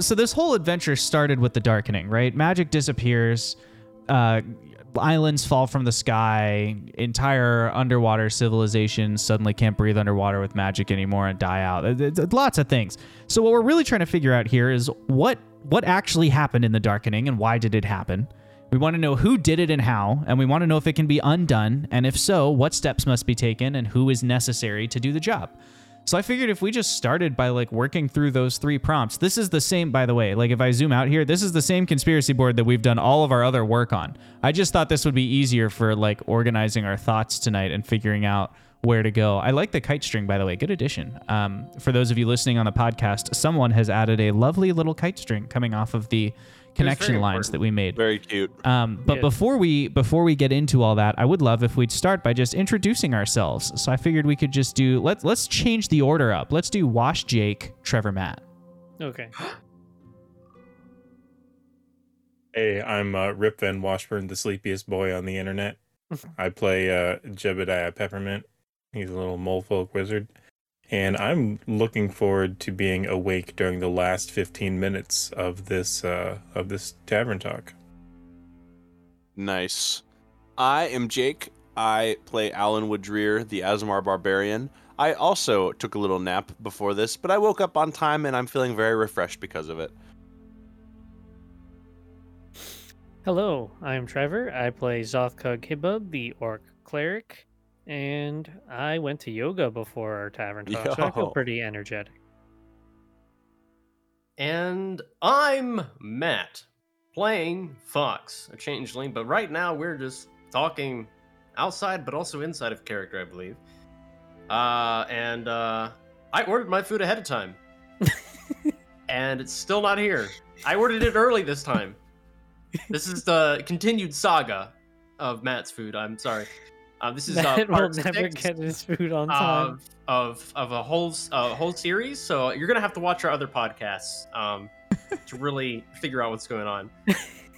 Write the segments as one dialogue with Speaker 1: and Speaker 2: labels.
Speaker 1: So this whole adventure started with the darkening, right? Magic disappears, uh, islands fall from the sky, entire underwater civilizations suddenly can't breathe underwater with magic anymore and die out. Th- th- Lots of things. So what we're really trying to figure out here is what what actually happened in the darkening and why did it happen? We want to know who did it and how, and we want to know if it can be undone, and if so, what steps must be taken and who is necessary to do the job. So I figured if we just started by like working through those three prompts, this is the same, by the way. Like if I zoom out here, this is the same conspiracy board that we've done all of our other work on. I just thought this would be easier for like organizing our thoughts tonight and figuring out where to go. I like the kite string, by the way. Good addition. Um, for those of you listening on the podcast, someone has added a lovely little kite string coming off of the connection lines
Speaker 2: important.
Speaker 1: that we made.
Speaker 2: Very cute.
Speaker 1: Um, but
Speaker 3: Yeah.
Speaker 1: before we before we get into all that, I would love if we'd start by just introducing ourselves. So I figured we could just do let's let's change the order up. Let's do Wash Jake, Trevor Matt.
Speaker 3: Okay.
Speaker 4: Hey, I'm uh, Rip Van Washburn, the sleepiest boy on the internet. I play uh, Jebediah Peppermint. He's a little molefolk wizard. And I'm looking forward to being awake during the last 15 minutes of this uh, of this tavern talk.
Speaker 2: Nice. I am Jake. I play Alan Woodrear, the Asmar Barbarian. I also took a little nap before this, but I woke up on time and I'm feeling very refreshed because of it.
Speaker 3: Hello, I'm Trevor. I play Zothkug Hibbub, the Orc Cleric, and I went to yoga before our tavern talk, so I feel
Speaker 2: Yo.
Speaker 3: pretty energetic.
Speaker 5: And I'm Matt, playing Fox, a changeling. But right now we're just talking outside, but also inside of character, I believe. Uh, and uh, I ordered my food ahead of time, and it's still not here. I ordered it early this time. This is the continued saga of Matt's food. I'm sorry. Uh, this is uh,
Speaker 3: Matt will
Speaker 5: part
Speaker 3: never
Speaker 5: six
Speaker 3: get his food on time.
Speaker 5: of of of a whole s- a whole series. So you're gonna have to watch our other podcasts um, to really figure out what's going on.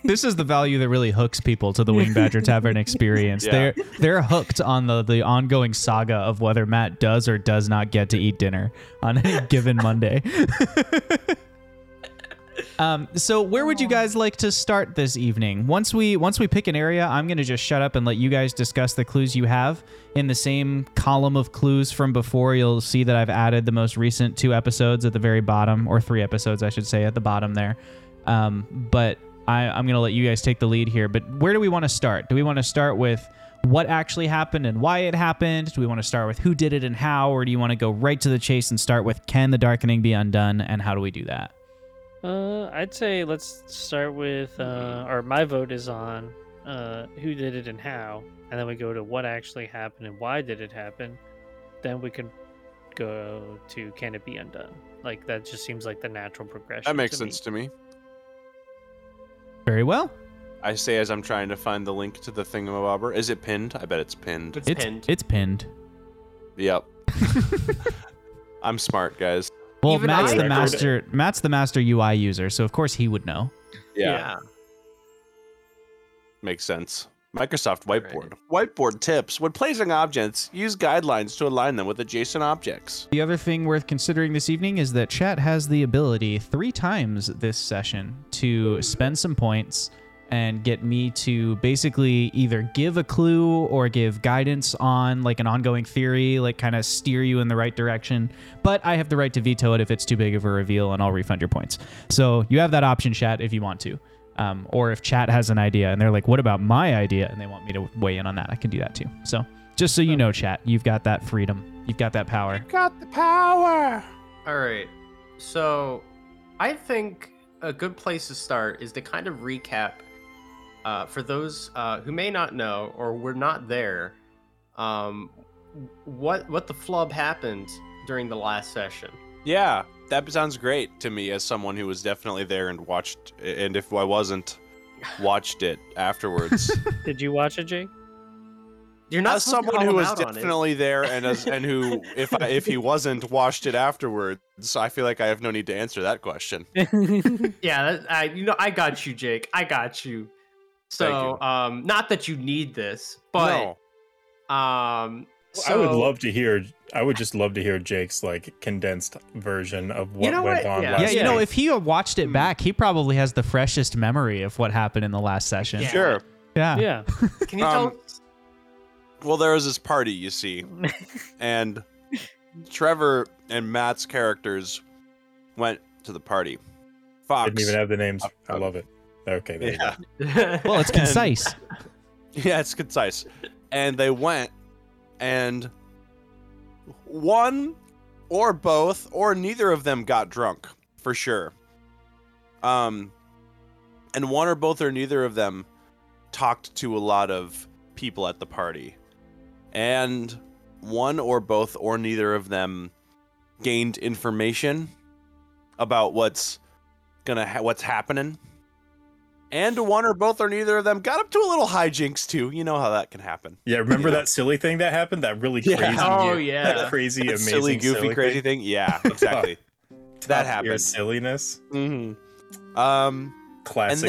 Speaker 1: This is the value that really hooks people to the Wing Badger Tavern experience.
Speaker 2: Yeah.
Speaker 1: They're they're hooked on the the ongoing saga of whether Matt does or does not get to eat dinner on any given Monday. um, so where would you guys like to start this evening? Once we once we pick an area, I'm gonna just shut up and let you guys discuss the clues you have. In the same column of clues from before, you'll see that I've added the most recent two episodes at the very bottom, or three episodes, I should say, at the bottom there. Um, but I, I'm going to let you guys take the lead here. But where do we want to start? Do we want to start with what actually happened and why it happened? Do we want to start with who did it and how? Or do you want to go right to the chase and start with can the darkening be undone and how do we do that?
Speaker 3: Uh, I'd say let's start with,
Speaker 5: Mm-hmm.
Speaker 3: uh, or my vote is on uh, who did it and how, and then we go to what actually happened and why did it happen. Then we can go to can it be undone? Like that just seems like the natural progression.
Speaker 2: That makes
Speaker 3: to me.
Speaker 2: sense to me.
Speaker 1: Very well.
Speaker 2: I say as I'm trying to find the link to the thingamabobber. Is it pinned? I bet it's pinned.
Speaker 5: It's,
Speaker 1: It's
Speaker 5: pinned.
Speaker 1: it's pinned.
Speaker 2: Yep. I'm smart, guys.
Speaker 1: Well,
Speaker 5: Even
Speaker 1: Matt's
Speaker 5: I
Speaker 1: the
Speaker 4: heard
Speaker 1: master. Matt's the master UI user, so of course he would know.
Speaker 2: Makes sense. Microsoft
Speaker 5: Right.
Speaker 2: Whiteboard. Whiteboard tips. When placing objects, use guidelines to align them with adjacent objects.
Speaker 1: The other thing worth considering this evening is that chat has the ability three times this session to spend some points and get me to basically either give a clue or give guidance on like an ongoing theory, like kind of steer you in the right direction. But I have the right to veto it if it's too big of a reveal and I'll refund your points. So you have that option, chat, if you want to. Um, or if chat has an idea and they're like, what about my idea? And they want me to weigh in on that, I can do that too. So just so you know, chat, you've got that freedom, you've got that power.
Speaker 2: Got the power.
Speaker 5: All right. So I think a good place to start is to kind of recap uh, for those uh, who may not know or were not there um, what what the flub happened during the last session.
Speaker 2: Yeah, that sounds great to me as someone who was definitely there and watched, and if I wasn't, watched it afterwards.
Speaker 3: Did you watch it, Jake?
Speaker 5: You're not
Speaker 2: as
Speaker 5: supposed to
Speaker 2: someone who
Speaker 5: call
Speaker 2: was
Speaker 5: him out on it.
Speaker 2: definitely there and as and who, if I, if he wasn't, watched it afterwards, I feel like I have no need to answer that question.
Speaker 5: Yeah, that, I you know I got you, Jake. I got you.
Speaker 2: Thank
Speaker 5: So, um, not that you need this, but
Speaker 2: no,
Speaker 5: um,
Speaker 4: I would
Speaker 5: So-
Speaker 4: love to hear. I would just love to hear Jake's like condensed version of what
Speaker 5: know
Speaker 4: went
Speaker 5: what?
Speaker 4: on
Speaker 5: Yeah.
Speaker 4: last
Speaker 1: yeah, you know,
Speaker 4: night.
Speaker 1: if he watched it
Speaker 5: Hmm.
Speaker 1: back, he probably has the freshest memory of what happened in the last session.
Speaker 5: Yeah.
Speaker 2: Sure.
Speaker 1: Yeah.
Speaker 3: Yeah.
Speaker 5: Can you
Speaker 2: Um,
Speaker 5: tell?
Speaker 2: Well, there was this party, you see, and Trevor and Matt's characters went to the party. Fox.
Speaker 4: Didn't even have the names. I love it. Okay, there you go.
Speaker 2: yeah.
Speaker 1: Well, it's
Speaker 2: And-
Speaker 1: concise.
Speaker 2: Yeah, it's concise. And they went, and one or both or neither of them got drunk for sure. Um, and one or both or neither of them talked to a lot of people at the party, and one or both or neither of them gained information about what's gonna ha- what's happening and one or both or neither of them got up to a little hijinks too. You know how that can happen.
Speaker 4: Yeah, remember
Speaker 2: Yeah.
Speaker 4: that silly thing that happened? That really
Speaker 2: Yeah.
Speaker 4: crazy,
Speaker 5: Oh
Speaker 4: that
Speaker 5: yeah.
Speaker 4: crazy,
Speaker 2: That
Speaker 4: amazing,
Speaker 2: silly, goofy,
Speaker 4: silly
Speaker 2: crazy thing. Yeah, exactly.
Speaker 4: thing.
Speaker 2: that
Speaker 4: Top tier
Speaker 2: happened.
Speaker 4: Silliness,
Speaker 2: hmm Um,
Speaker 4: classic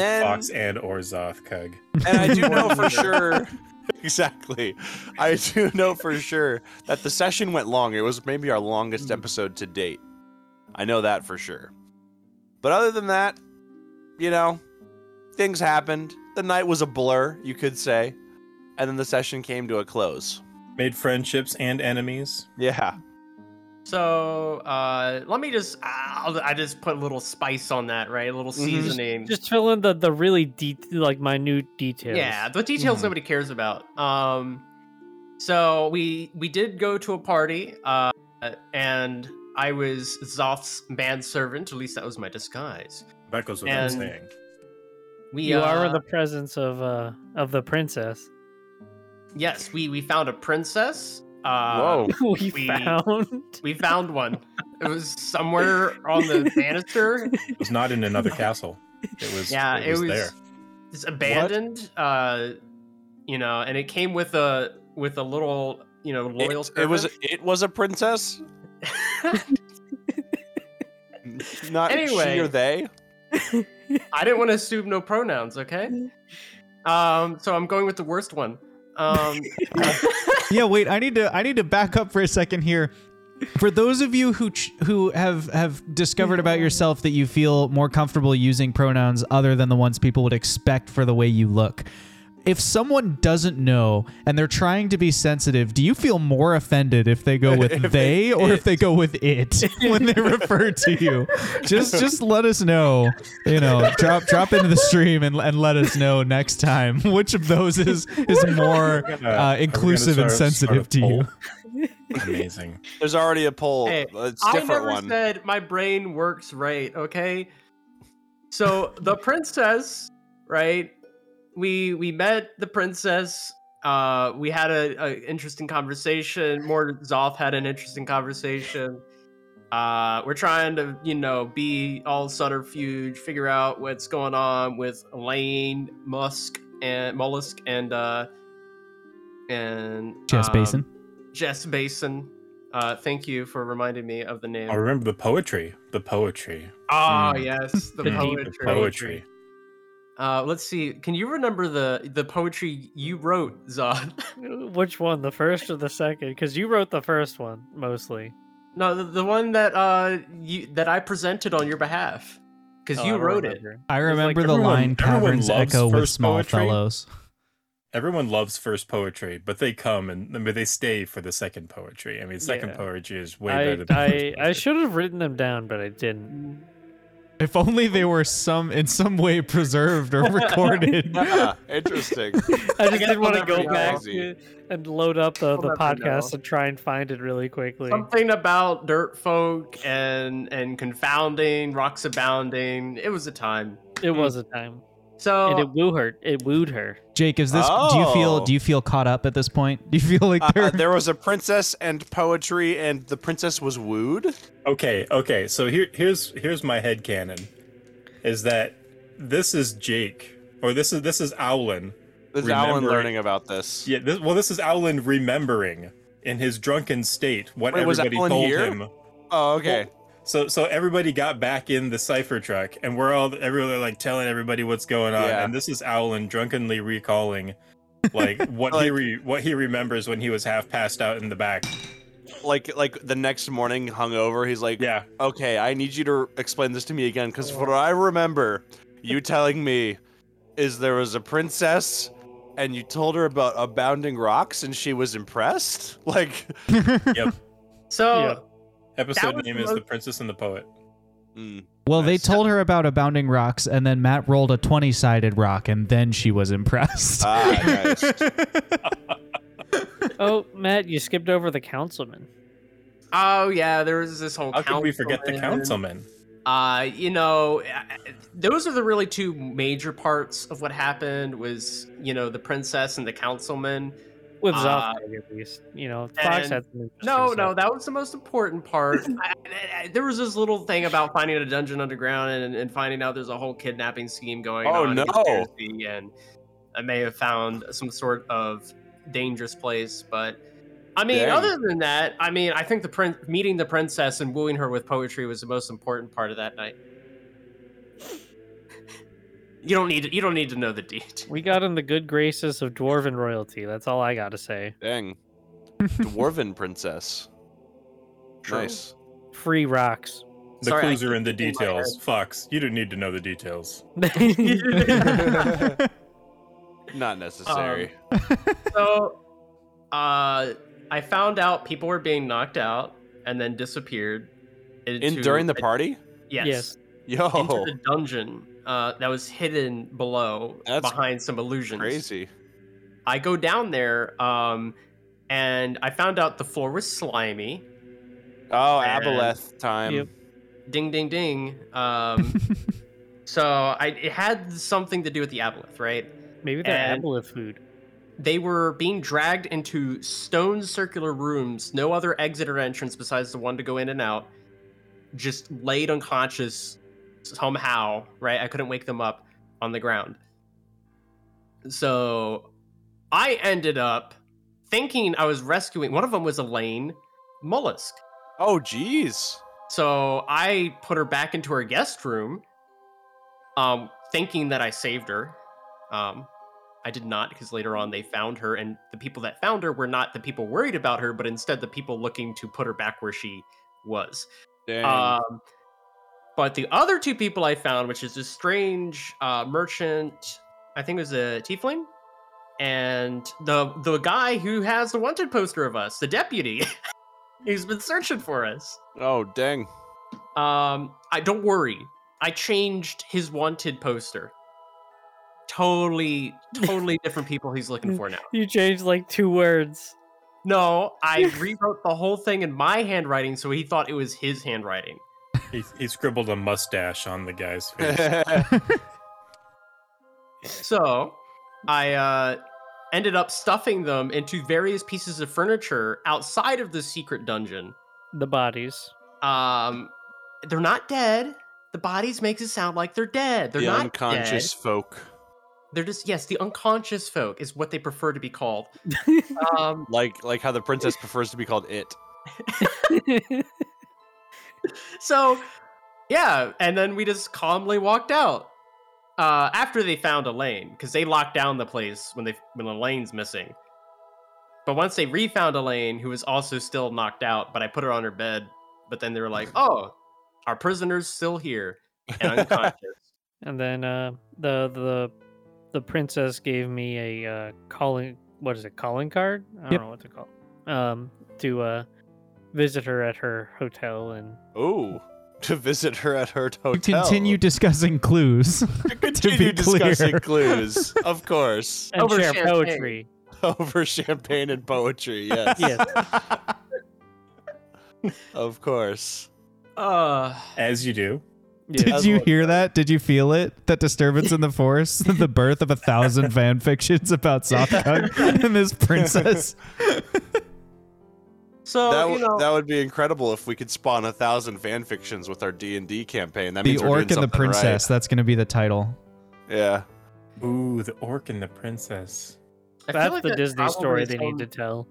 Speaker 2: And then-
Speaker 4: Fox and or Zoth Cug.
Speaker 2: and I do know for sure. Exactly. I do know for sure that the session went long. It was maybe our longest
Speaker 4: Mm-hmm.
Speaker 2: episode to date. I know that for sure. But other than that, you know, things happened. The night was a blur, you could say. And then the session came to a close.
Speaker 4: Made friendships and enemies.
Speaker 2: Yeah.
Speaker 5: So uh, let me just. I'll, I just put a little spice on that, right? A little
Speaker 2: Mhm.
Speaker 5: seasoning.
Speaker 3: Just fill in the the really deep, like minute details.
Speaker 5: Yeah, the details
Speaker 2: Mm-hmm.
Speaker 1: Mhm.
Speaker 5: nobody cares about. Um, so we we did go to a party, uh, and I was Zoth's manservant. At least that was my disguise.
Speaker 4: That goes
Speaker 5: without And- saying. We
Speaker 3: You are in
Speaker 5: uh,
Speaker 3: the presence of uh of the princess.
Speaker 5: yes, we we found a princess. Uh,
Speaker 2: Whoa.
Speaker 3: we,
Speaker 5: We-
Speaker 3: found.
Speaker 5: We found one. It was somewhere on the banister.
Speaker 4: It was not in another castle. It was.
Speaker 5: Yeah,
Speaker 4: it was, there.
Speaker 5: It's abandoned. Uh, you know, and it came with a with a little you know
Speaker 2: It-
Speaker 5: loyal.
Speaker 2: it was
Speaker 5: servant.
Speaker 2: it was a princess. Not
Speaker 5: Anyway.
Speaker 2: she or they.
Speaker 5: I didn't want to assume no pronouns, okay?
Speaker 2: Mm.
Speaker 5: Um, so I'm going with the worst one. Um,
Speaker 1: yeah wait i need to i need to back up for a second here for those of you who ch- who have have discovered about yourself that you feel more comfortable using pronouns other than the ones people would expect for the way you look if someone doesn't know and they're trying to be sensitive, do you feel more offended if they go with they or if they go with it when they refer to you? Just just let us know. You know, drop drop into the stream and, and let us know next time which of those is is more
Speaker 4: We're gonna- are we
Speaker 1: uh,
Speaker 4: gonna
Speaker 1: inclusive and
Speaker 4: start- start a
Speaker 1: sensitive to you.
Speaker 4: poll? Amazing.
Speaker 2: There's already a poll.
Speaker 5: Hey,
Speaker 2: it's
Speaker 5: I
Speaker 2: different
Speaker 5: never
Speaker 2: one.
Speaker 5: said my brain works right, okay? So the princess, right? We we met the princess. Uh, we had a, a interesting conversation. More Zoth had an interesting conversation. Uh, we're trying to, you know, be all subterfuge, figure out what's going on with Elaine Musk and Mollusk and uh, and
Speaker 1: Jess
Speaker 5: um,
Speaker 1: Basin.
Speaker 5: Jess Basin. Uh, thank you for reminding me of the name.
Speaker 4: I remember the poetry. The poetry.
Speaker 5: Ah,
Speaker 4: Mm.
Speaker 5: yes, the
Speaker 1: The
Speaker 5: poetry.
Speaker 4: The poetry.
Speaker 5: Uh, let's see. Can you remember the the poetry you wrote, Zod?
Speaker 3: Which one, the first or the second? Because you wrote the first one mostly.
Speaker 5: no, the, the one that uh you that I presented on your behalf because
Speaker 3: Oh, I
Speaker 5: you
Speaker 3: don't
Speaker 5: wrote it.
Speaker 3: remember.
Speaker 1: I
Speaker 5: like
Speaker 1: remember the
Speaker 4: everyone-
Speaker 1: line
Speaker 4: everyone
Speaker 1: caverns
Speaker 4: loves
Speaker 1: echo with
Speaker 4: first
Speaker 1: small
Speaker 4: poetry.
Speaker 1: fellows.
Speaker 4: Everyone loves first poetry, but they come and I mean, they stay for the second poetry. I mean, second
Speaker 3: Yeah.
Speaker 4: poetry is way
Speaker 3: I
Speaker 4: better than
Speaker 3: I,
Speaker 4: first
Speaker 3: I
Speaker 4: poetry.
Speaker 3: should have written them down, but I didn't.
Speaker 1: If only they were some in some way preserved or recorded.
Speaker 2: Yeah, interesting.
Speaker 3: I just
Speaker 5: guess
Speaker 3: didn't
Speaker 5: we'll
Speaker 3: want to
Speaker 5: never
Speaker 3: go
Speaker 5: know.
Speaker 3: back to- and load up the,
Speaker 5: We'll
Speaker 3: the
Speaker 5: never
Speaker 3: podcast
Speaker 5: know.
Speaker 3: and try and find it really quickly.
Speaker 5: Something about dirt folk and and confounding rocks abounding. It was a time.
Speaker 3: It was a time,
Speaker 5: So
Speaker 3: Hmm. and it woo her. It wooed her.
Speaker 1: Jake, is this do you feel do you feel caught up at this point? Do you feel like
Speaker 2: Uh,
Speaker 1: they're
Speaker 2: there was a princess and poetry, and the princess was wooed.
Speaker 4: Okay, okay. So here here's here's my head canon, is that this is Jake or this is this is Owlin.
Speaker 2: This is Alan
Speaker 4: Remember-
Speaker 2: learning about this.
Speaker 4: Yeah, this, well this is Owlin remembering in his drunken state what
Speaker 2: Wait, was
Speaker 4: everybody
Speaker 2: Owlin
Speaker 4: told
Speaker 2: here?
Speaker 4: him.
Speaker 2: Oh, okay.
Speaker 4: So so everybody got back in the cipher truck and we're all everyone like telling everybody what's going on
Speaker 2: Yeah.
Speaker 4: and this is Owlin drunkenly recalling like what he
Speaker 2: Like-
Speaker 4: re- what he remembers when he was half passed out in the back.
Speaker 2: Like like the next morning, hungover, he's like,
Speaker 4: Yeah,
Speaker 2: "Okay, I need you to explain this to me again, because what I remember you telling me is there was a princess." And you told her about abounding rocks, and she was impressed. Like,
Speaker 5: So
Speaker 3: Yeah.
Speaker 5: That
Speaker 4: episode
Speaker 5: was
Speaker 4: name
Speaker 5: the
Speaker 4: is
Speaker 5: most-
Speaker 4: The Princess and the Poet.
Speaker 2: mm,
Speaker 1: Well, they
Speaker 2: Nice.
Speaker 1: told her about abounding rocks, and then Matt rolled a 20 sided rock, and then she was impressed.
Speaker 2: ah, nice.
Speaker 3: Oh, Matt, you skipped over the councilman.
Speaker 5: Oh yeah, there was this whole.
Speaker 4: How could we forget the
Speaker 5: councilman.
Speaker 4: councilman?
Speaker 5: Uh, you know, I- those are the really two major parts of what happened. Was you know the princess and the councilman.
Speaker 3: With
Speaker 5: Uh,
Speaker 3: Zoffrog, at least. You know, Fox
Speaker 5: and-
Speaker 3: had some interest
Speaker 5: No,
Speaker 3: in
Speaker 5: no,
Speaker 3: Zoffrog.
Speaker 5: that was the most important part. I, I, I- there was this little thing about finding a dungeon underground and, and finding out there's a whole kidnapping scheme going
Speaker 2: Oh,
Speaker 5: on. in
Speaker 2: no.
Speaker 5: Jersey, And I may have found some sort of dangerous place, but I mean,
Speaker 2: Dang.
Speaker 5: other than that, I mean, I think the prin- meeting the princess and wooing her with poetry was the most important part of that night. You don't need to, you don't need to know the deed.
Speaker 3: We got in the good graces of dwarven royalty. That's all I got to say.
Speaker 2: Dang. Dwarven princess. Nice.
Speaker 3: Free rocks.
Speaker 4: The
Speaker 5: Sorry, I
Speaker 4: clues are in the
Speaker 5: keep thinking in my
Speaker 4: details. Fox, you didn't need to know the details.
Speaker 2: Not necessary.
Speaker 5: Um, so uh i found out people were being knocked out and then disappeared
Speaker 2: In
Speaker 5: into-
Speaker 2: during the Oh. party?
Speaker 5: yes,
Speaker 3: Yes.
Speaker 2: Yo,
Speaker 5: into the dungeon uh that was hidden below
Speaker 2: That's
Speaker 5: behind some illusions
Speaker 2: crazy.
Speaker 5: i go down there um and i found out the floor was slimy
Speaker 2: Oh,
Speaker 5: And-
Speaker 2: Aboleth time.
Speaker 3: Yep.
Speaker 5: ding ding ding um so i it had something to do with the aboleth right
Speaker 3: Maybe they're
Speaker 5: And-
Speaker 3: aboleth food.
Speaker 5: They were being dragged into stone circular rooms, no other exit or entrance besides the one to go in and out, just laid unconscious somehow, right? I couldn't wake them up on the ground. So I ended up thinking I was rescuing one of them was Elaine Mollusk.
Speaker 2: Oh, jeez.
Speaker 5: So I put her back into her guest room, um, thinking that I saved her. Um, I did not, because later on they found her, and the people that found her were not the people worried about her, but instead the people looking to put her back where she was.
Speaker 2: Dang.
Speaker 5: Um, but the other two people I found, which is this strange uh, merchant, I think it was a tiefling, and the the guy who has the wanted poster of us, the deputy, who's been searching for us.
Speaker 2: oh, dang.
Speaker 5: Um, I don't worry. I changed his wanted poster. Totally, totally different people he's looking for now.
Speaker 3: You changed like two words.
Speaker 5: No, I rewrote the whole thing in my handwriting, so he thought it was his handwriting.
Speaker 4: He, he scribbled a mustache on the guy's face.
Speaker 2: Dang.
Speaker 5: So, I uh, ended up stuffing them into various pieces of furniture outside of the secret dungeon.
Speaker 3: The bodies.
Speaker 5: Um, they're not dead. The bodies makes it sound like they're dead. They're
Speaker 2: the
Speaker 5: not dead.
Speaker 2: unconscious folk.
Speaker 5: They're just yes, the unconscious folk is what they prefer to be called. um,
Speaker 2: Like like how the princess prefers to be called it.
Speaker 5: so yeah, and then we just calmly walked out uh, after they found Elaine because they locked down the place when they when Elaine's missing. But once they refound Elaine, who was also still knocked out, but I put her on her bed. But then they were like, "Oh, our prisoner's still here and unconscious."
Speaker 3: and then uh, the the the princess gave me a uh, calling. What is it? Calling card? I don't
Speaker 1: Yep.
Speaker 3: know what to call. It. Um, to uh, visit her at her hotel and
Speaker 2: Ooh. To visit her at her hotel.
Speaker 1: You continue discussing clues.
Speaker 2: to continue
Speaker 1: clear.
Speaker 2: discussing clues. Of course.
Speaker 3: and
Speaker 5: Over
Speaker 3: share
Speaker 5: champagne.
Speaker 3: poetry.
Speaker 2: over champagne and poetry. Yes.
Speaker 3: Yes.
Speaker 2: of course.
Speaker 5: Uh,
Speaker 4: As you do.
Speaker 3: Yeah.
Speaker 1: Did
Speaker 2: that's
Speaker 1: you
Speaker 2: what-
Speaker 1: hear that? Did you feel it? That disturbance in the forest? the birth of a thousand fan fictions about Sopcon and this princess?
Speaker 5: so
Speaker 2: that,
Speaker 5: you
Speaker 2: w-
Speaker 5: know,
Speaker 2: that would be incredible if we could spawn a thousand fan fictions with our D and D campaign. That
Speaker 1: the
Speaker 2: means we're
Speaker 1: orc
Speaker 2: doing
Speaker 1: and the
Speaker 2: something right.
Speaker 1: princess. That's going to be the title.
Speaker 2: Yeah.
Speaker 4: Ooh, the orc and the princess.
Speaker 5: I feel
Speaker 3: That's
Speaker 5: like
Speaker 3: the
Speaker 5: that
Speaker 3: Disney
Speaker 5: probably
Speaker 3: story they
Speaker 5: some-
Speaker 3: need to tell.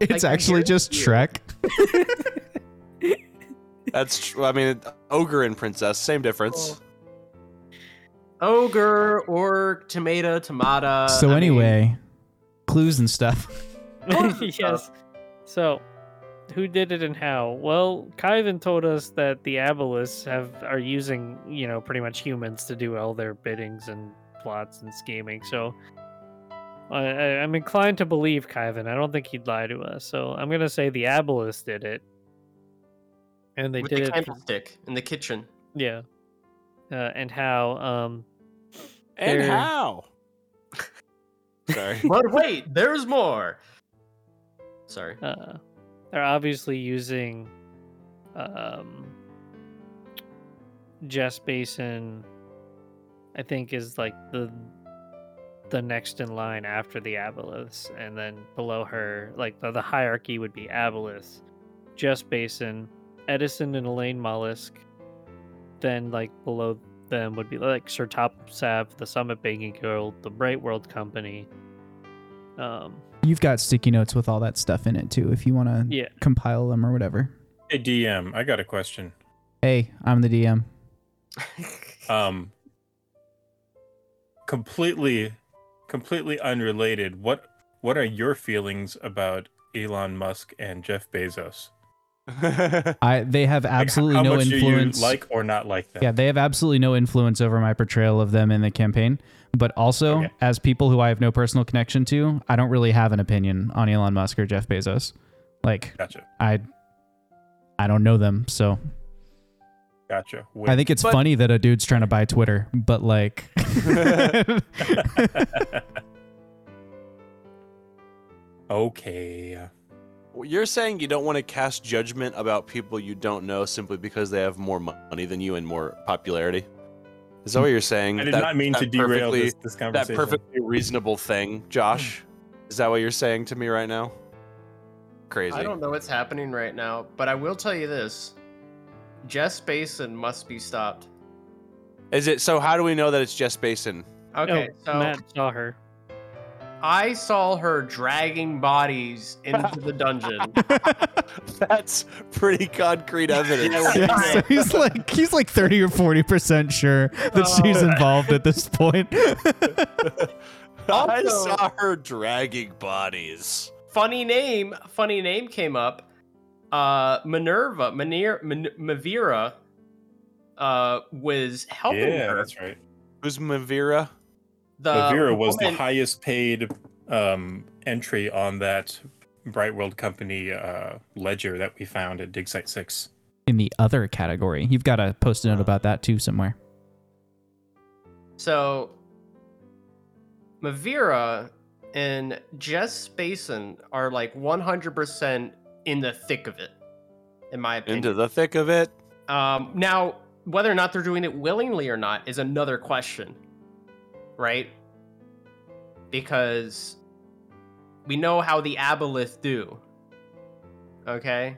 Speaker 1: It's
Speaker 5: Like, I
Speaker 1: actually just
Speaker 5: guarantee you.
Speaker 1: Shrek.
Speaker 2: That's true. I mean, ogre and princess, same difference.
Speaker 5: ogre or tomato, tomata.
Speaker 1: so
Speaker 5: Uh, I mean,
Speaker 1: anyway, clues and stuff.
Speaker 3: Oh, yes. So, who did it and how? Well, Kyvan told us that the Abalists have are using, you know, pretty much humans to do all their biddings and plots and scheming. So, I, I, I'm inclined to believe Kyvan. I don't think he'd lie to us. So, I'm gonna say the Abalists did it, and they
Speaker 5: With
Speaker 3: did
Speaker 5: the
Speaker 3: it. for-
Speaker 5: candlestick in the kitchen.
Speaker 3: yeah. Uh, and how? Um.
Speaker 2: And
Speaker 3: They're-
Speaker 2: how? Sorry.
Speaker 5: But wait, there's more. Sorry.
Speaker 3: Uh, they're obviously using um, Jess Basin. I think is like the the next in line after the Aboliths, and then below her, like the, the hierarchy would be Aboliths, Jess Basin, Edison, and Elaine Mollusk. Then like below them would be like Sir Top Sav, the Summit Banking Guild, the Bright World Company. Um,
Speaker 1: You've got sticky notes with all that stuff in it too, if you want to
Speaker 3: Yeah.
Speaker 1: compile them or whatever.
Speaker 4: Hey DM, I got a question.
Speaker 1: Hey, I'm the DM.
Speaker 5: Uh,
Speaker 4: Um, completely, completely unrelated. What what are your feelings about Elon Musk and Jeff Bezos?
Speaker 1: I they have
Speaker 4: Like,
Speaker 1: absolutely
Speaker 4: how
Speaker 1: no
Speaker 4: much do you
Speaker 1: influence.
Speaker 4: like or not like them?
Speaker 1: yeah, they have absolutely no influence over my portrayal of them in the campaign. But also,
Speaker 4: Okay.
Speaker 1: as people who I have no personal connection to, I don't really have an opinion on Elon Musk or Jeff Bezos. Like
Speaker 4: Gotcha.
Speaker 1: I, I don't know them, so
Speaker 4: Gotcha. Wait.
Speaker 1: I think it's
Speaker 2: But-
Speaker 1: funny that a dude's trying to buy Twitter, but like,
Speaker 4: okay.
Speaker 2: Well, You're saying you don't want to cast judgment about people you don't know simply because they have more money than you and more popularity. Is that what you're saying?
Speaker 4: I did
Speaker 2: That-
Speaker 4: not mean
Speaker 2: that
Speaker 4: to derail
Speaker 2: perfectly-
Speaker 4: this, this
Speaker 2: That
Speaker 4: conversation.
Speaker 2: perfectly reasonable thing, Josh. Is that what you're saying to me right now? Crazy.
Speaker 5: I don't know what's happening right now, but I will tell you this: Jess Basin must be stopped.
Speaker 2: Is it so? How do we know that it's Jess Basin?
Speaker 5: Okay,
Speaker 3: oh,
Speaker 5: so
Speaker 3: Matt saw her.
Speaker 5: I saw her dragging bodies into the dungeon.
Speaker 2: That's pretty concrete evidence.
Speaker 1: Yeah, so he's like he's like thirty or forty percent sure that she's involved at this point.
Speaker 2: I
Speaker 5: Also-
Speaker 2: saw her dragging bodies.
Speaker 5: funny name, funny name came up. Uh, Minerva, Manir, Man- Mavira, uh, was helping
Speaker 4: yeah,
Speaker 5: her.
Speaker 4: that's right.
Speaker 2: Who's Mavira?
Speaker 5: The
Speaker 4: Avira was the
Speaker 5: woman-
Speaker 4: highest paid um, entry on that Bright World Company uh, ledger that we found at Dig Site 6.
Speaker 1: In the other category, you've got a post note about that too somewhere.
Speaker 5: So, Mavira and Jess Basin are like 100% in the thick of it, in my opinion.
Speaker 2: Into the thick of it.
Speaker 5: um, now, whether or not they're doing it willingly or not is another question, right? Because we know how the Aboleth do, okay?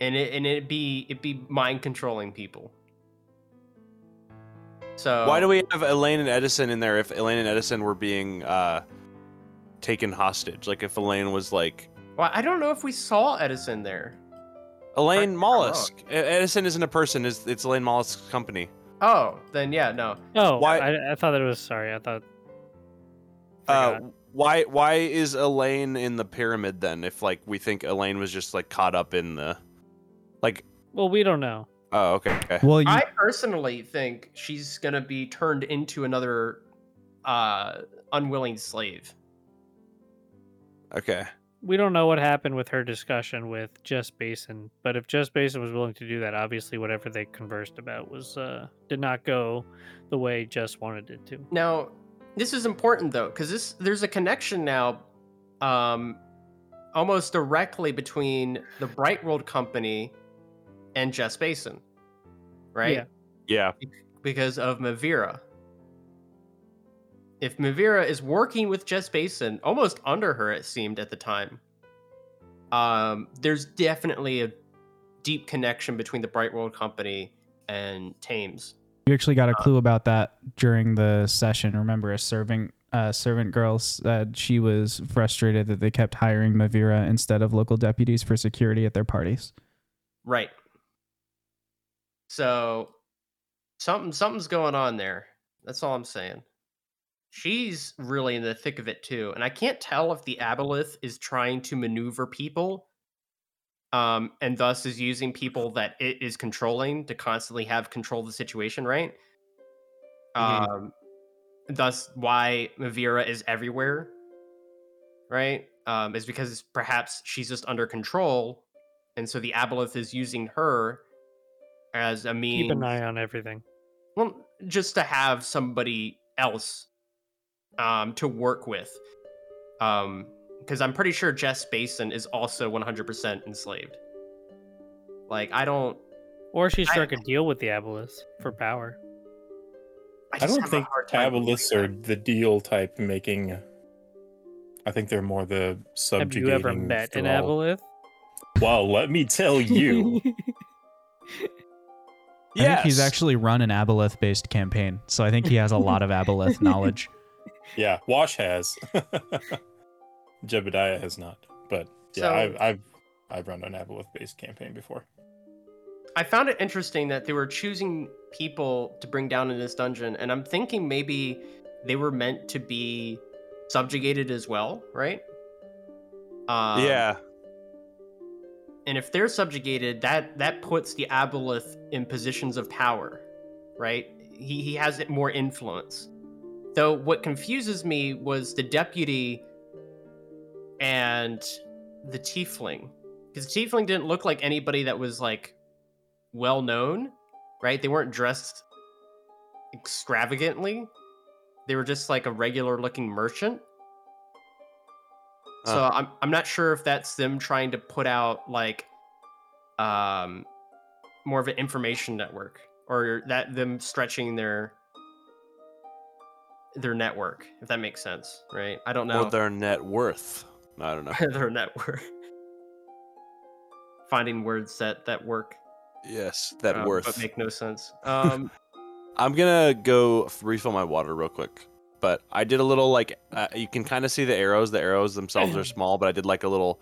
Speaker 5: And it and it be it be mind controlling people. So
Speaker 2: Why do we have Elaine and Edison in there if Elaine and Edison were being uh, taken hostage? Like if Elaine was like
Speaker 5: Well, I don't know if we saw Edison there. Correct me
Speaker 2: Elaine
Speaker 5: if I'm
Speaker 2: Mollusk. E- Edison isn't a person. It's, it's Elaine Mollusk's company.
Speaker 5: Oh, then yeah, no.
Speaker 3: Oh,
Speaker 2: Why-
Speaker 3: I, I thought that it was sorry. I thought.
Speaker 2: Uh, Oh.
Speaker 3: Forgot.
Speaker 2: why why is Elaine in the pyramid then? If like we think Elaine was just like caught up in the, like
Speaker 3: Well, we don't know.
Speaker 2: oh okay. okay.
Speaker 1: Well, you,
Speaker 5: I personally think she's gonna be turned into another uh unwilling slave.
Speaker 2: Okay.
Speaker 3: We don't know what happened with her discussion with Jess Basin, but if Jess Basin was willing to do that, obviously whatever they conversed about was uh did not go the way Jess wanted it to.
Speaker 5: Now, this is important though, because this there's a connection now um almost directly between the Bright World Company and Jess Basin. Right?
Speaker 3: Yeah.
Speaker 2: Yeah.
Speaker 5: because of Mavira. If Mavira is working with Jess Basin, almost under her, it seemed at the time, um, there's definitely a deep connection between the Bright World Company and Thames.
Speaker 1: you actually got a clue about that during the session. Remember, a serving uh, servant girl said she was frustrated that they kept hiring Mavira instead of local deputies for security at their parties.
Speaker 5: Right. So something something's going on there. That's all I'm saying. she's really in the thick of it too. And I can't tell if the Aboleth is trying to maneuver people um, and thus is using people that it is controlling to constantly have control of the situation, right?
Speaker 2: Mhm.
Speaker 5: Um, thus, why Mavira is everywhere, right? Um, is because perhaps she's just under control, and so the Aboleth is using her as a means.
Speaker 3: Keep an eye on everything.
Speaker 5: Well, just to have somebody else um, to work with. Because I'm pretty sure Jess Basin is also 100% enslaved. Like, I don't.
Speaker 3: Or she
Speaker 5: I-
Speaker 3: struck a deal with the Abolus for power.
Speaker 5: I,
Speaker 4: I
Speaker 5: just
Speaker 4: don't
Speaker 5: have a
Speaker 4: think
Speaker 5: hard time believing
Speaker 4: Aboliths are
Speaker 5: that.
Speaker 4: the deal type making. I think they're more the
Speaker 3: Have
Speaker 4: subjugating.
Speaker 3: you ever met an
Speaker 4: thrall.
Speaker 3: Aboleth?
Speaker 4: Well, let me tell you.
Speaker 1: I think he's actually run an aboleth based campaign, so I think he has a lot of aboleth knowledge.
Speaker 4: yeah, Wash has. Jebediah has not. But yeah,
Speaker 5: So-
Speaker 4: I've, I've I've run an Aboleth based campaign before.
Speaker 5: I found it interesting that they were choosing people to bring down in this dungeon, and I'm thinking maybe they were meant to be subjugated as well, right? Um,
Speaker 2: yeah.
Speaker 5: and if they're subjugated, that that puts the Aboleth in positions of power, right? He he has it more influence. Though what confuses me was the deputy and the tiefling, because the tiefling didn't look like anybody that was like well known, right? They weren't dressed extravagantly. They were just like a regular looking merchant. So
Speaker 2: Huh.
Speaker 5: I'm I'm not sure if that's them trying to put out like um more of an information network or that them stretching their their network, if that makes sense, right? I don't know.
Speaker 2: Or their net worth. I don't know.
Speaker 5: their network. Finding words that that work
Speaker 2: Yes, that
Speaker 5: um, but
Speaker 2: worth.
Speaker 5: make no sense. Um
Speaker 2: I'm gonna go f- refill my water real quick. But I did a little like uh, you can kind of see the arrows. The arrows themselves are small, but I did like a little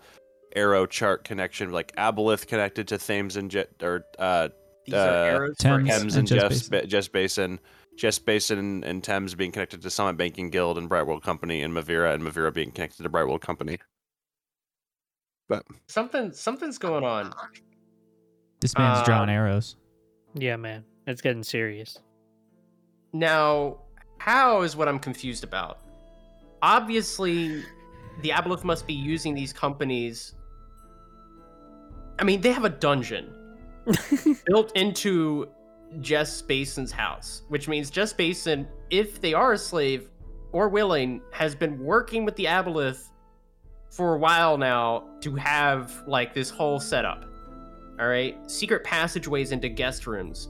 Speaker 2: arrow chart connection, like Aboleth connected to Thames and Jet or uh,
Speaker 5: these are
Speaker 2: Uh,
Speaker 5: arrows for
Speaker 1: Thames.
Speaker 5: him.
Speaker 2: Thames
Speaker 1: and Jess
Speaker 2: and Jess
Speaker 1: Basin.
Speaker 2: Ba- Jess Basin, Jess Basin and Thames being connected to Summit Banking Guild and Brightwell Company, and Mavira and Mavira being connected to Brightwell Company.
Speaker 5: Something something's going on.
Speaker 1: This man's drawing
Speaker 5: Um,
Speaker 1: arrows.
Speaker 3: Yeah, man. It's getting serious.
Speaker 5: Now, how is what I'm confused about. Obviously, the Aboleth must be using these companies. I mean, they have a dungeon built into Jess Basin's house, which means Jess Basin, if they are a slave or willing, has been working with the Aboleth for a while now to have like this whole setup. All right, secret passageways into guest rooms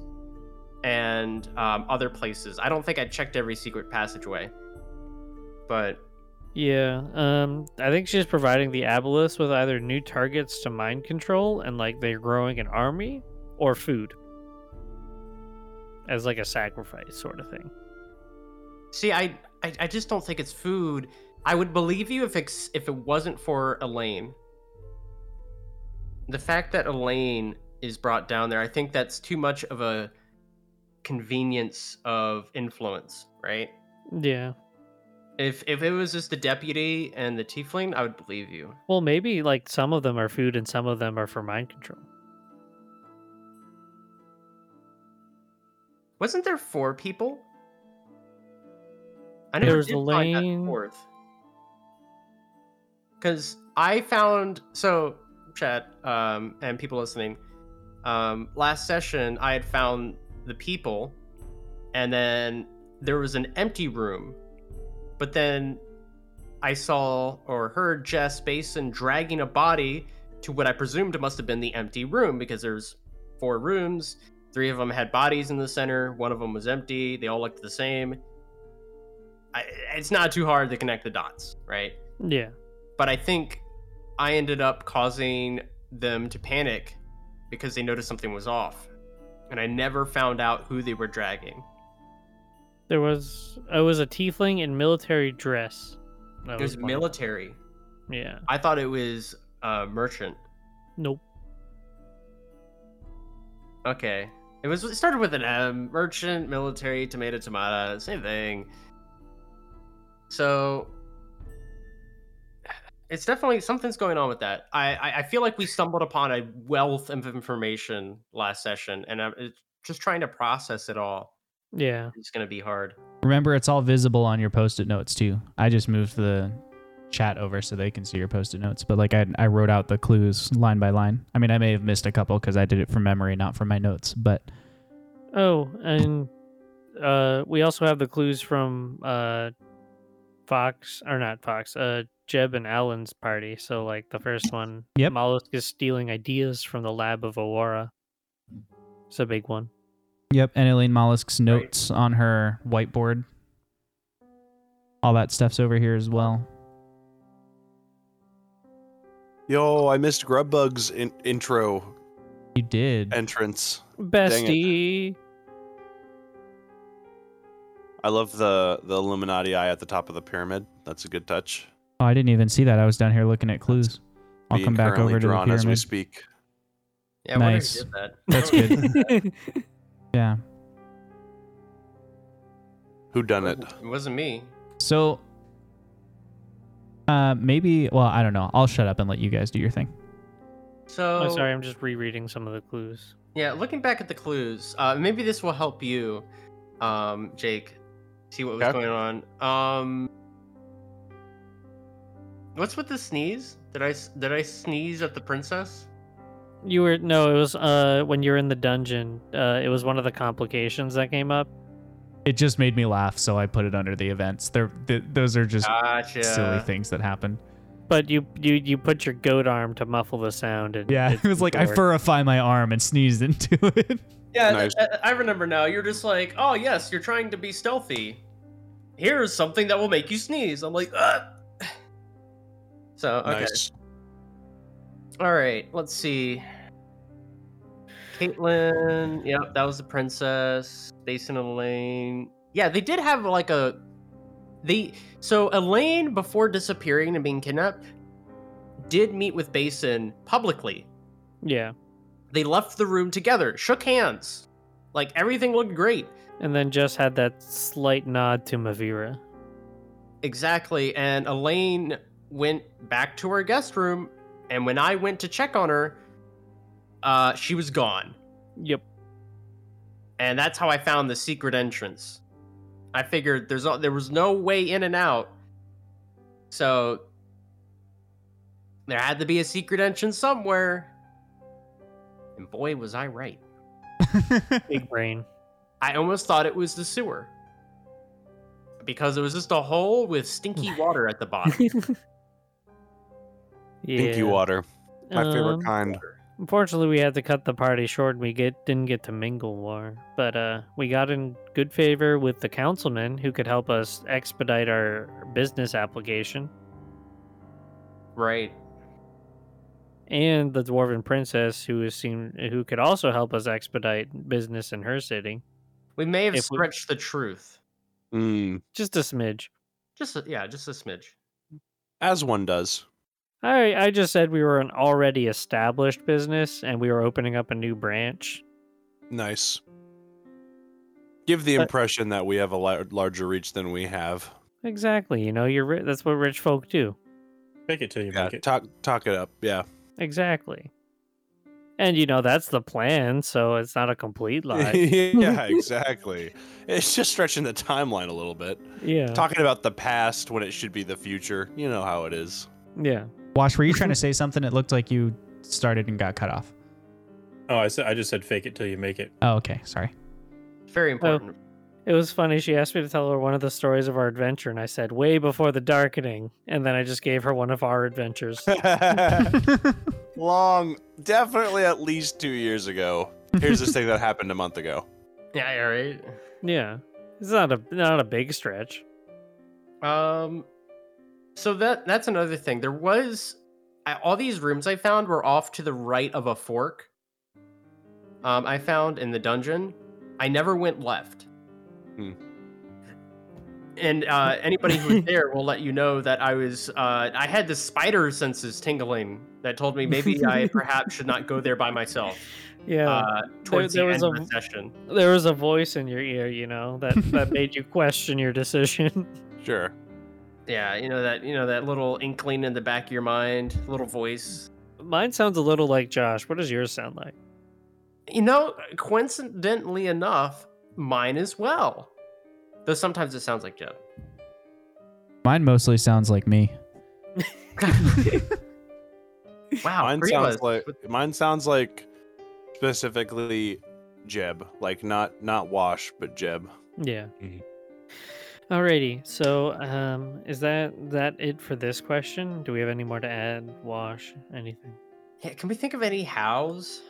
Speaker 5: and um, other places. I don't think I checked every secret passageway, but
Speaker 3: Yeah, um, I think she's providing the Abolus with either new targets to mind control and like they're growing an army or food as like a sacrifice sort of thing.
Speaker 5: see, I, I I just don't think it's food. I would believe you if it's, if it wasn't for Elaine. The fact that Elaine is brought down there, I think that's too much of a convenience of influence, right?
Speaker 3: Yeah.
Speaker 5: If if it was just the deputy and the tiefling, I would believe you.
Speaker 3: Well, maybe like some of them are food and some of them are for mind control.
Speaker 5: Wasn't there four people? I
Speaker 3: There
Speaker 5: never
Speaker 3: was
Speaker 5: did find
Speaker 3: Elaine.
Speaker 5: that fourth. Because I found so chat um, and people listening. Um, last session, I had found the people, and then there was an empty room. But then I saw or heard Jess Basin dragging a body to what I presumed must have been the empty room because there's four rooms Three of them had bodies in the center. One of them was empty. They all looked the same. I, it's not too hard to connect the dots, right?
Speaker 3: Yeah.
Speaker 5: But I think I ended up causing them to panic because they noticed something was off, and I never found out who they were dragging.
Speaker 3: There was I was a tiefling in military dress. That
Speaker 5: It was
Speaker 3: one.
Speaker 5: military.
Speaker 3: Yeah.
Speaker 5: I thought it was a merchant.
Speaker 3: Nope.
Speaker 5: Okay. It was it started with an M. Merchant, military, tomato, tomato, same thing. So it's definitely something's going on with that. I I, I feel like we stumbled upon a wealth of information last session, and I'm it's just trying to process it all.
Speaker 3: Yeah.
Speaker 5: It's going to be hard.
Speaker 1: Remember, it's all visible on your post-it notes too. I just moved the chat over so they can see your post-it notes. But like I, I wrote out the clues line by line. I mean, I may have missed a couple because I did it from memory, not from my notes. But
Speaker 3: Oh, and uh, we also have the clues from uh, Fox or not Fox, uh, Jeb and Alan's party. So like the first one,
Speaker 1: Yep.
Speaker 3: Mollusk is stealing ideas from the lab of Awara. It's a big one.
Speaker 1: yep, and Elaine Mollusk's notes on her whiteboard. All that stuff's over here as well.
Speaker 2: Yo, I missed Grubbugs in- intro
Speaker 1: You did.
Speaker 2: entrance.
Speaker 3: Bestie.
Speaker 2: I love the the Illuminati eye at the top of the pyramid. That's a good touch.
Speaker 1: oh, I didn't even see that. I was down here looking at clues. I'll
Speaker 2: Being
Speaker 1: come back
Speaker 2: currently
Speaker 1: over to the
Speaker 2: drawn as we
Speaker 1: pyramid.
Speaker 2: speak.
Speaker 5: Yeah, I wonder who
Speaker 1: Nice.
Speaker 5: did that.
Speaker 1: That's
Speaker 3: good.
Speaker 1: Yeah.
Speaker 2: Who done it?
Speaker 5: Wasn't- It wasn't me.
Speaker 1: So, uh, maybe. Well, I don't know. I'll shut up and let you guys do your thing.
Speaker 5: So
Speaker 3: oh, sorry, I'm just rereading some of the clues.
Speaker 5: Yeah, looking back at the clues, uh, maybe this will help you, um, Jake, see what was
Speaker 2: Okay.
Speaker 5: going on. Um, what's with the sneeze? Did I s- did I sneeze at the princess?
Speaker 3: You were no, it was uh when you were in the dungeon. Uh, it was one of the complications that came up.
Speaker 1: It just made me laugh, so I put it under the events. They're, th- those are just
Speaker 5: Gotcha.
Speaker 1: silly things that happened.
Speaker 3: But you you you put your goat arm to muffle the sound and
Speaker 1: Yeah, it was like I
Speaker 3: bored.
Speaker 1: furify my arm and sneezed into it.
Speaker 5: Yeah,
Speaker 2: Nice.
Speaker 5: th- I, I remember now. You're just like, oh yes, you're trying to be stealthy. Here's something that will make you sneeze. I'm like, ah. So okay.
Speaker 2: Nice.
Speaker 5: All right, let's see. Caitlin, yep, that was the princess. Jason and Elaine. Yeah, they did have like a they so Elaine before disappearing and being kidnapped did meet with Basin publicly.
Speaker 3: yeah.
Speaker 5: They left the room together, shook hands. Like everything looked great.
Speaker 3: And then just had that slight nod to Mavira.
Speaker 5: Exactly. And Elaine went back to her guest room, and when I went to check on her, uh, she was gone.
Speaker 3: Yep.
Speaker 5: and that's how I found the secret entrance. I figured there's no- there was no way in and out, so there had to be a secret entrance somewhere. And boy, was I right!
Speaker 3: Big brain.
Speaker 5: I almost thought it was the sewer because it was just a hole with stinky water at the bottom.
Speaker 3: yeah.
Speaker 2: Pinky water. My
Speaker 3: Um,
Speaker 2: favorite kind.
Speaker 3: Unfortunately, we had to cut the party short. and We get didn't get to mingle more, but uh, we got in good favor with the councilman who could help us expedite our business application,
Speaker 5: right?
Speaker 3: and the dwarven princess who is seen who could also help us expedite business in her city.
Speaker 5: We may have
Speaker 3: If we-
Speaker 5: stretched the truth.
Speaker 2: Mm,
Speaker 3: Just a smidge.
Speaker 5: Just a, yeah, just a smidge.
Speaker 2: as one does.
Speaker 3: I I just said we were an already established business and we were opening up a new branch.
Speaker 2: Nice. Give the
Speaker 3: But-
Speaker 2: impression that we have a lar- larger reach than we have.
Speaker 3: Exactly. You know, you're ri- that's what rich folk do.
Speaker 4: Make it till you
Speaker 2: Yeah,
Speaker 4: make it.
Speaker 2: talk talk it up. Yeah.
Speaker 3: Exactly. And you know that's the plan, so it's not a complete lie.
Speaker 2: yeah, exactly. It's just stretching the timeline a little bit.
Speaker 3: yeah.
Speaker 2: Talking about the past when it should be the future. You know how it is.
Speaker 3: Yeah.
Speaker 1: Wash, were you trying to say something? It looked like you started and got cut off.
Speaker 4: Oh, I said I just said fake it till you make it.
Speaker 1: Oh, okay. Sorry.
Speaker 3: Oh.
Speaker 5: Very important.
Speaker 3: It was funny. She asked me to tell her one of the stories of our adventure, and I said, way before the darkening. And then I just gave her one of our adventures.
Speaker 2: Long, definitely at least two years ago. Here's this thing that happened a month ago.
Speaker 5: Yeah, all right.
Speaker 3: yeah. It's not a not a big stretch.
Speaker 5: Um, so that that's another thing. There was I, all these rooms I found were off to the right of a fork. Um, I found in the dungeon. I never went left.
Speaker 2: Hmm.
Speaker 5: And uh, anybody who was there will let you know that I was. Uh, I had the spider senses tingling that told me maybe I perhaps should not go there by myself.
Speaker 3: Yeah.
Speaker 5: Uh, towards
Speaker 3: there
Speaker 5: the
Speaker 3: was
Speaker 5: end
Speaker 3: a-
Speaker 5: of the session.
Speaker 3: there was a voice in your ear, you know, that that made you question your decision.
Speaker 2: Sure.
Speaker 5: Yeah, you know that you know that little inkling in the back of your mind, little voice.
Speaker 3: Mine sounds a little like Josh. What does yours sound like?
Speaker 5: You know, coincidentally enough, mine as well. Though sometimes it sounds like Jeb.
Speaker 1: Mine mostly sounds like me.
Speaker 5: Wow,
Speaker 2: mine
Speaker 5: three of
Speaker 2: sounds
Speaker 5: us.
Speaker 2: like mine sounds like specifically Jeb, like not not Wash, but Jeb.
Speaker 3: Yeah.
Speaker 4: Mhm.
Speaker 2: Mm-hmm.
Speaker 3: Alrighty. So, um, is that that it for this question? Do we have any more to add? Wash anything?
Speaker 5: Yeah, can we think of any hows?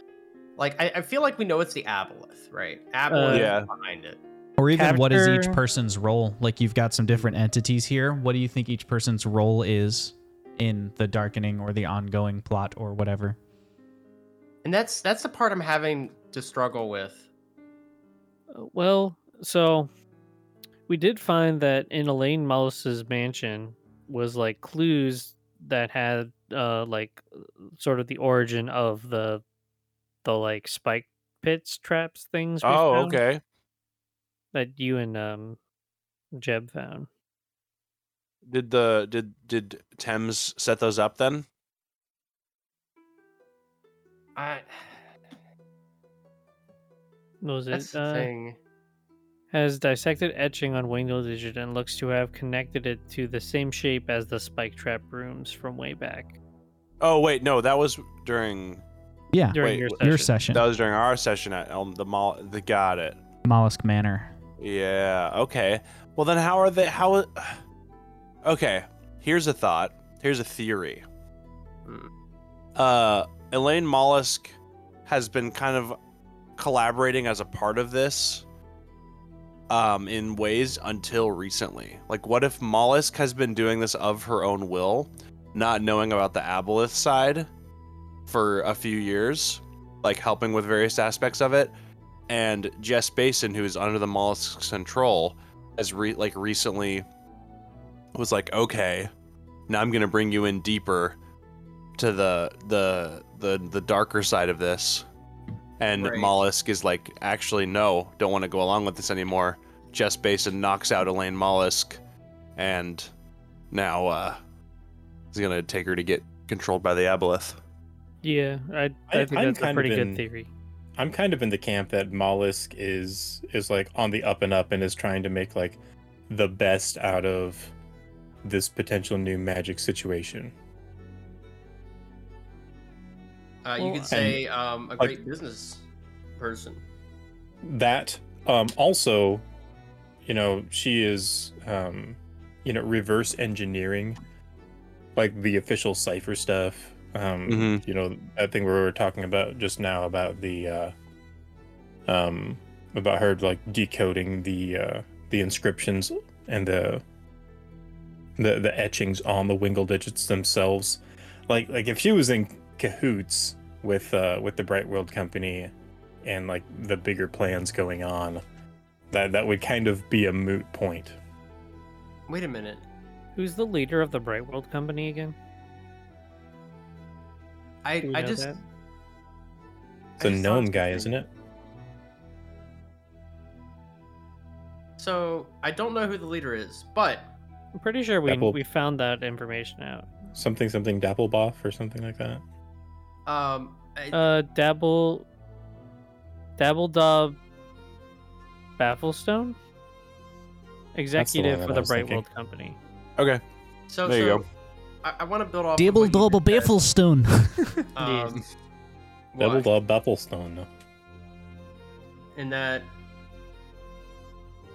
Speaker 5: Like, I, I feel like we know it's the aboleth, right?
Speaker 3: Uh,
Speaker 5: Aboleth
Speaker 2: Yeah.
Speaker 5: is behind it.
Speaker 1: Or even what is each
Speaker 3: Capture-
Speaker 1: person's role? Like you've got some different entities here. What do you think each person's role is in the darkening or the ongoing plot or whatever?
Speaker 5: And that's that's the part I'm having to struggle with.
Speaker 3: Uh, Well, so we did find that in Elaine Mullis's mansion was like clues that had uh like sort of the origin of the the like spike pits traps things. we
Speaker 2: Oh,
Speaker 3: found
Speaker 2: okay.
Speaker 3: That you and um Jeb found.
Speaker 2: Did the did did Thames set those up then?
Speaker 5: I,
Speaker 3: What was
Speaker 5: that's
Speaker 3: it?
Speaker 5: the
Speaker 3: uh,
Speaker 5: thing.
Speaker 3: has dissected etching on Wingle Digit and looks to have connected it to the same shape as the spike trap rooms from way back
Speaker 2: Oh wait, no, that was during
Speaker 4: Ah,
Speaker 1: Yeah,
Speaker 3: during
Speaker 2: Wait,
Speaker 3: your
Speaker 2: what-
Speaker 3: session.
Speaker 1: your session,
Speaker 2: that was during our session at Elm the mall. The got it.
Speaker 1: Mollusk Manor.
Speaker 2: Yeah. Okay. Well, then how are they? How? Okay. Here's a thought. Here's a theory.
Speaker 5: Hmm.
Speaker 2: Uh, Elaine Mollusk has been kind of collaborating as a part of this, um, in ways until recently. Like, what if Mollusk has been doing this of her own will, not knowing about the Aboleth side, for a few years, like helping with various aspects of it, and Jess Basin, who is under the mollusk's control, has re- like recently was like, okay, now I'm gonna bring you in deeper to the the the the darker side of this, and
Speaker 5: Right.
Speaker 2: mollusk is like, actually, no, don't want to go along with this anymore. Jess Basin knocks out Elaine Mollusk, and now uh, he's gonna take her to get controlled by the aboleth.
Speaker 3: Yeah, I, I,
Speaker 4: I-
Speaker 3: think
Speaker 4: I'm
Speaker 3: that's a
Speaker 4: kind of
Speaker 3: pretty good
Speaker 4: in-
Speaker 3: theory.
Speaker 4: I'm kind of in the camp that Mollusk is is like on the up and up and is trying to make like the best out of this potential new magic situation.
Speaker 5: Uh, you
Speaker 3: Well,
Speaker 5: could say um, a
Speaker 4: like-
Speaker 5: great business person.
Speaker 4: That um also, you know, she is um you know, reverse engineering like the official cipher stuff. Um
Speaker 2: Mhm.
Speaker 4: you know, that thing we were talking about just now about the uh um about her like decoding the uh the inscriptions and the the the etchings on the wingle digits themselves like like if she was in cahoots with uh with the bright world company and like the bigger plans going on that that would kind of be a moot point
Speaker 5: Wait a minute.
Speaker 3: Who's the leader of the Bright World Company again? Do
Speaker 5: I
Speaker 3: we
Speaker 5: I
Speaker 3: know
Speaker 5: just
Speaker 3: that?
Speaker 4: it's a
Speaker 5: just thought
Speaker 4: gnome
Speaker 5: of
Speaker 4: guy isn't
Speaker 5: something.
Speaker 4: it
Speaker 5: So I don't know who the leader is, but
Speaker 3: I'm pretty sure we
Speaker 4: Apple.
Speaker 3: we found that information out.
Speaker 4: something something dappelboff or something like that
Speaker 5: um, I,
Speaker 3: Uh, Dabble, Dabble Dub, Bafflestone, executive
Speaker 4: that
Speaker 3: for
Speaker 4: I
Speaker 3: the
Speaker 4: was
Speaker 3: Bright
Speaker 4: thinking.
Speaker 3: World Company.
Speaker 2: Okay.
Speaker 5: so
Speaker 2: there you
Speaker 5: so
Speaker 2: go.
Speaker 5: I, I want to build off. of
Speaker 1: Dibble
Speaker 5: what you just
Speaker 1: double
Speaker 5: said.
Speaker 1: Bafflestone.
Speaker 5: Um,
Speaker 4: double uh,
Speaker 5: what?
Speaker 4: dub Bafflestone.
Speaker 5: in that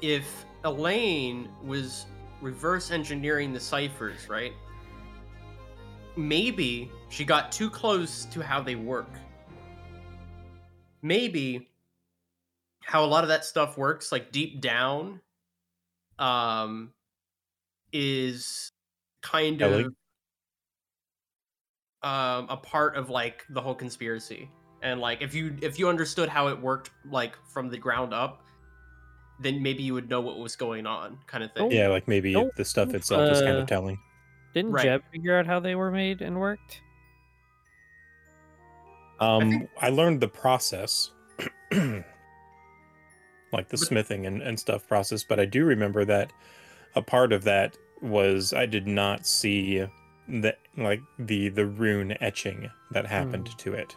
Speaker 5: if Elaine was reverse engineering the ciphers, right? Maybe she got too close to how they work. Maybe how a lot of that stuff works, like deep down, um, is kind
Speaker 4: Ellie?
Speaker 5: of um, a part of like the whole conspiracy and like if you if you understood how it worked like from the ground up then maybe you would know what was going on kind of thing
Speaker 3: Don't-
Speaker 4: yeah like maybe
Speaker 3: Nope.
Speaker 4: the stuff itself is kind
Speaker 3: Uh,
Speaker 4: of telling
Speaker 3: Didn't
Speaker 5: Right.
Speaker 3: Jeb figure out how they were made and worked?
Speaker 4: Um,
Speaker 5: think-
Speaker 4: I learned the process, like the
Speaker 5: But-
Speaker 4: smithing and, and stuff process, but I do remember that a part of that was I did not see the like the the rune etching that happened to it.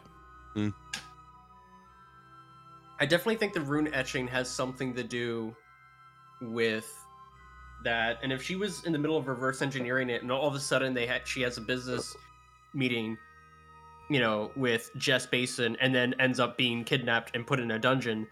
Speaker 5: I definitely think the rune etching has something to do with that. And if she was in the middle of reverse engineering it, and all of a sudden they had she has a business meeting, you know, with Jess Basin, and then ends up being kidnapped and put in a dungeon,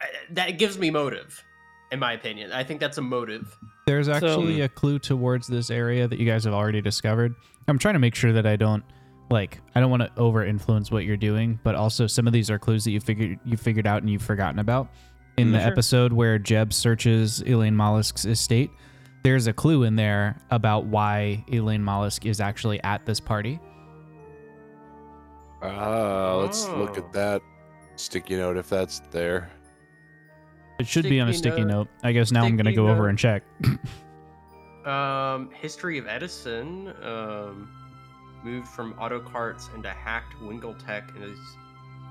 Speaker 5: I- that gives me motive, in my opinion. I think that's a motive.
Speaker 1: There's
Speaker 3: So-
Speaker 1: actually a clue towards this area that you guys have already discovered. I'm trying to make sure that I don't like I don't want to over influence what you're doing, but also some of these are clues that you figured you figured out and you've forgotten about. In
Speaker 3: Mm,
Speaker 1: the
Speaker 3: sure.
Speaker 1: episode where Jeb searches Elaine Mollusk's estate, there's a clue in there about why Elaine Mollusk is actually at this party.
Speaker 2: Ah, let's look
Speaker 5: Oh.
Speaker 2: at that sticky note if that's there.
Speaker 1: It should be on a
Speaker 5: Sticky
Speaker 1: sticky
Speaker 5: note.
Speaker 1: note. I guess now I'm gonna
Speaker 5: Sticky
Speaker 1: go over
Speaker 5: note.
Speaker 1: and check.
Speaker 5: Um, History of Edison um, moved from auto carts into hacked Wingeltech and is,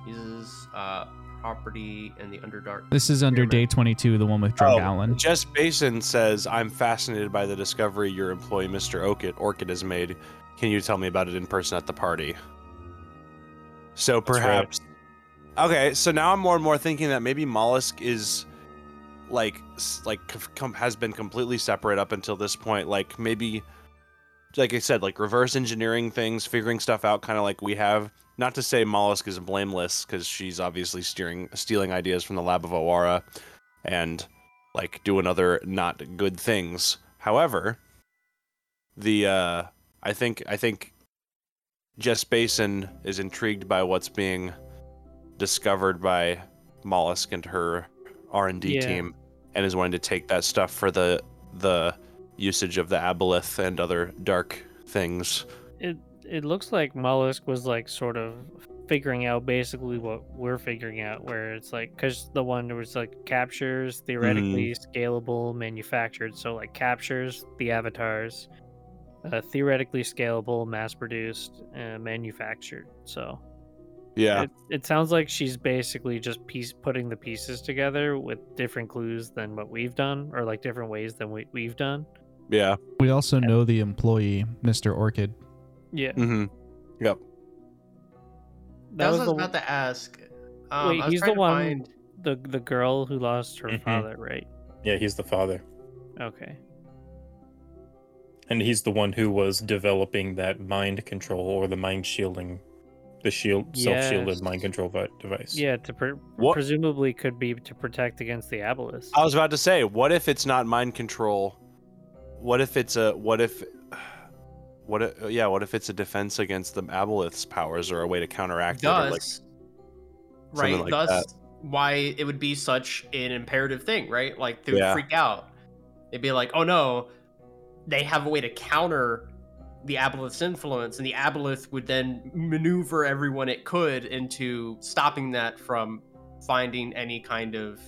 Speaker 5: uses uh, property in the Underdark.
Speaker 1: This is under day 22, the one with Drug
Speaker 2: Oh,
Speaker 1: Allen.
Speaker 2: Jess Basin says, I'm fascinated by the discovery your employee, Mr. Orchid, Orchid has made. Can you tell me about it in person at the party? So
Speaker 4: That's right.
Speaker 2: perhaps. Okay, so now I'm more and more thinking that maybe Mollusk is like s- like c- com- has been completely separate up until this point like maybe like i said like reverse engineering things figuring stuff out kind of like we have not to say mollusk is blameless because she's obviously steering stealing ideas from the lab of awara and like doing other not good things however the uh i think i think jess basin is intrigued by what's being discovered by mollusk and her r&d
Speaker 3: Yeah.
Speaker 2: team and is wanting to take that stuff for the the usage of the aboleth and other dark things.
Speaker 3: It it looks like Mollusk was like sort of figuring out basically what we're figuring out, where it's like because the one was like captures theoretically scalable, manufactured. So like captures the avatars, uh, theoretically scalable, mass produced, uh, manufactured. So
Speaker 2: Yeah.
Speaker 3: it, it sounds like she's basically just piece putting the pieces together with different clues than what we've done, or like different ways than we, we've done.
Speaker 2: Yeah.
Speaker 1: We also know the employee, Mr. Orchid.
Speaker 3: Yeah,
Speaker 2: Mm-hmm. Yep.
Speaker 5: That was,
Speaker 3: the
Speaker 5: about to ask. Um,
Speaker 3: Wait,
Speaker 5: I was
Speaker 3: he's the
Speaker 5: trying to
Speaker 3: one-
Speaker 5: Find...
Speaker 3: the the girl who lost her
Speaker 4: Mhm.
Speaker 3: father, right?
Speaker 4: Yeah, he's the father,
Speaker 3: Okay.
Speaker 4: and he's the one who was developing that mind control or the mind shielding, the shield self-shielded
Speaker 3: Yes.
Speaker 4: mind control vi- device.
Speaker 3: Yeah, to pre-
Speaker 2: What-
Speaker 3: presumably could be to protect against the abolist.
Speaker 2: I was about to say, what if it's not mind control? What if it's a what if what if, yeah, what if it's a defense against the aboleth's powers or a way to counteract it? or, like-
Speaker 5: Thus,
Speaker 2: something
Speaker 5: right?
Speaker 2: like
Speaker 5: thus,
Speaker 2: that.
Speaker 5: why it would be such an imperative thing, right? Like they would
Speaker 2: Yeah.
Speaker 5: freak out. They'd be like, "Oh no, they have a way to counter the aboleth's influence," and the aboleth would then maneuver everyone it could into stopping that from finding any kind of.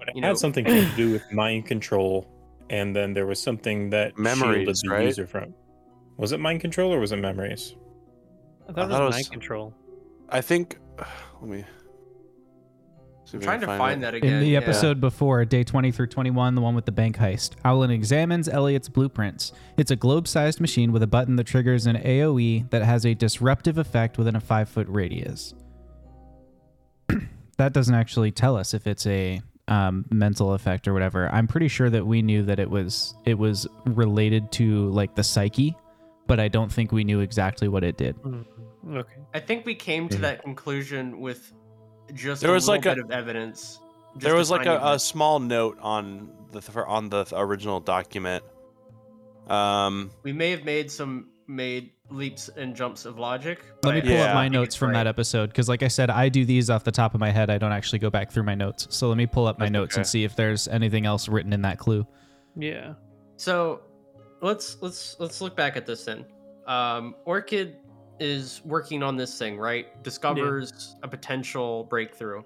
Speaker 4: But it
Speaker 5: you
Speaker 4: had
Speaker 5: know-
Speaker 4: something to do with mind control, and then there was something that shielded
Speaker 2: Memories,
Speaker 4: the
Speaker 2: right?
Speaker 4: user from. Was it mind control or was it memories?
Speaker 3: I thought
Speaker 2: I
Speaker 3: it
Speaker 2: thought it was-
Speaker 3: was mind control.
Speaker 2: I think let me see if
Speaker 5: I'm
Speaker 2: I
Speaker 5: trying to
Speaker 2: can it.
Speaker 5: find that again.
Speaker 1: In the
Speaker 5: yeah.
Speaker 1: episode before, day 20 through 21, the one with the bank heist, Owlin examines Elliot's blueprints. It's a globe sized machine with a button that triggers an AoE that has a disruptive effect within a five foot radius. that doesn't actually tell us if it's a um, mental effect or whatever. I'm pretty sure that we knew that it was it was related to like the psyche, but I don't think we knew exactly what it did.
Speaker 3: Mhm. Okay.
Speaker 5: I think we came to
Speaker 4: Mhm.
Speaker 5: that conclusion with just
Speaker 2: There
Speaker 5: a
Speaker 2: was,
Speaker 5: little
Speaker 2: like, a-
Speaker 5: bit of evidence. just
Speaker 2: there
Speaker 5: to
Speaker 2: was like
Speaker 5: find
Speaker 2: a,
Speaker 5: it
Speaker 2: a small note on the for, on the original document. Um
Speaker 5: we may have made some made leaps and jumps of logic.
Speaker 1: Let me
Speaker 5: but
Speaker 1: pull
Speaker 5: I
Speaker 2: Yeah.
Speaker 1: up my
Speaker 5: think
Speaker 1: notes
Speaker 5: it's
Speaker 1: from
Speaker 5: right.
Speaker 1: that episode because, like I said, I do these off the top of my head. I don't actually go back through my notes. So let me pull up my
Speaker 2: That's
Speaker 1: notes and
Speaker 2: okay.
Speaker 1: see if there's anything else written in that clue.
Speaker 3: Yeah.
Speaker 5: So let's let's let's look back at this then. Um, Orchid is working on this thing, right? Discovers a potential breakthrough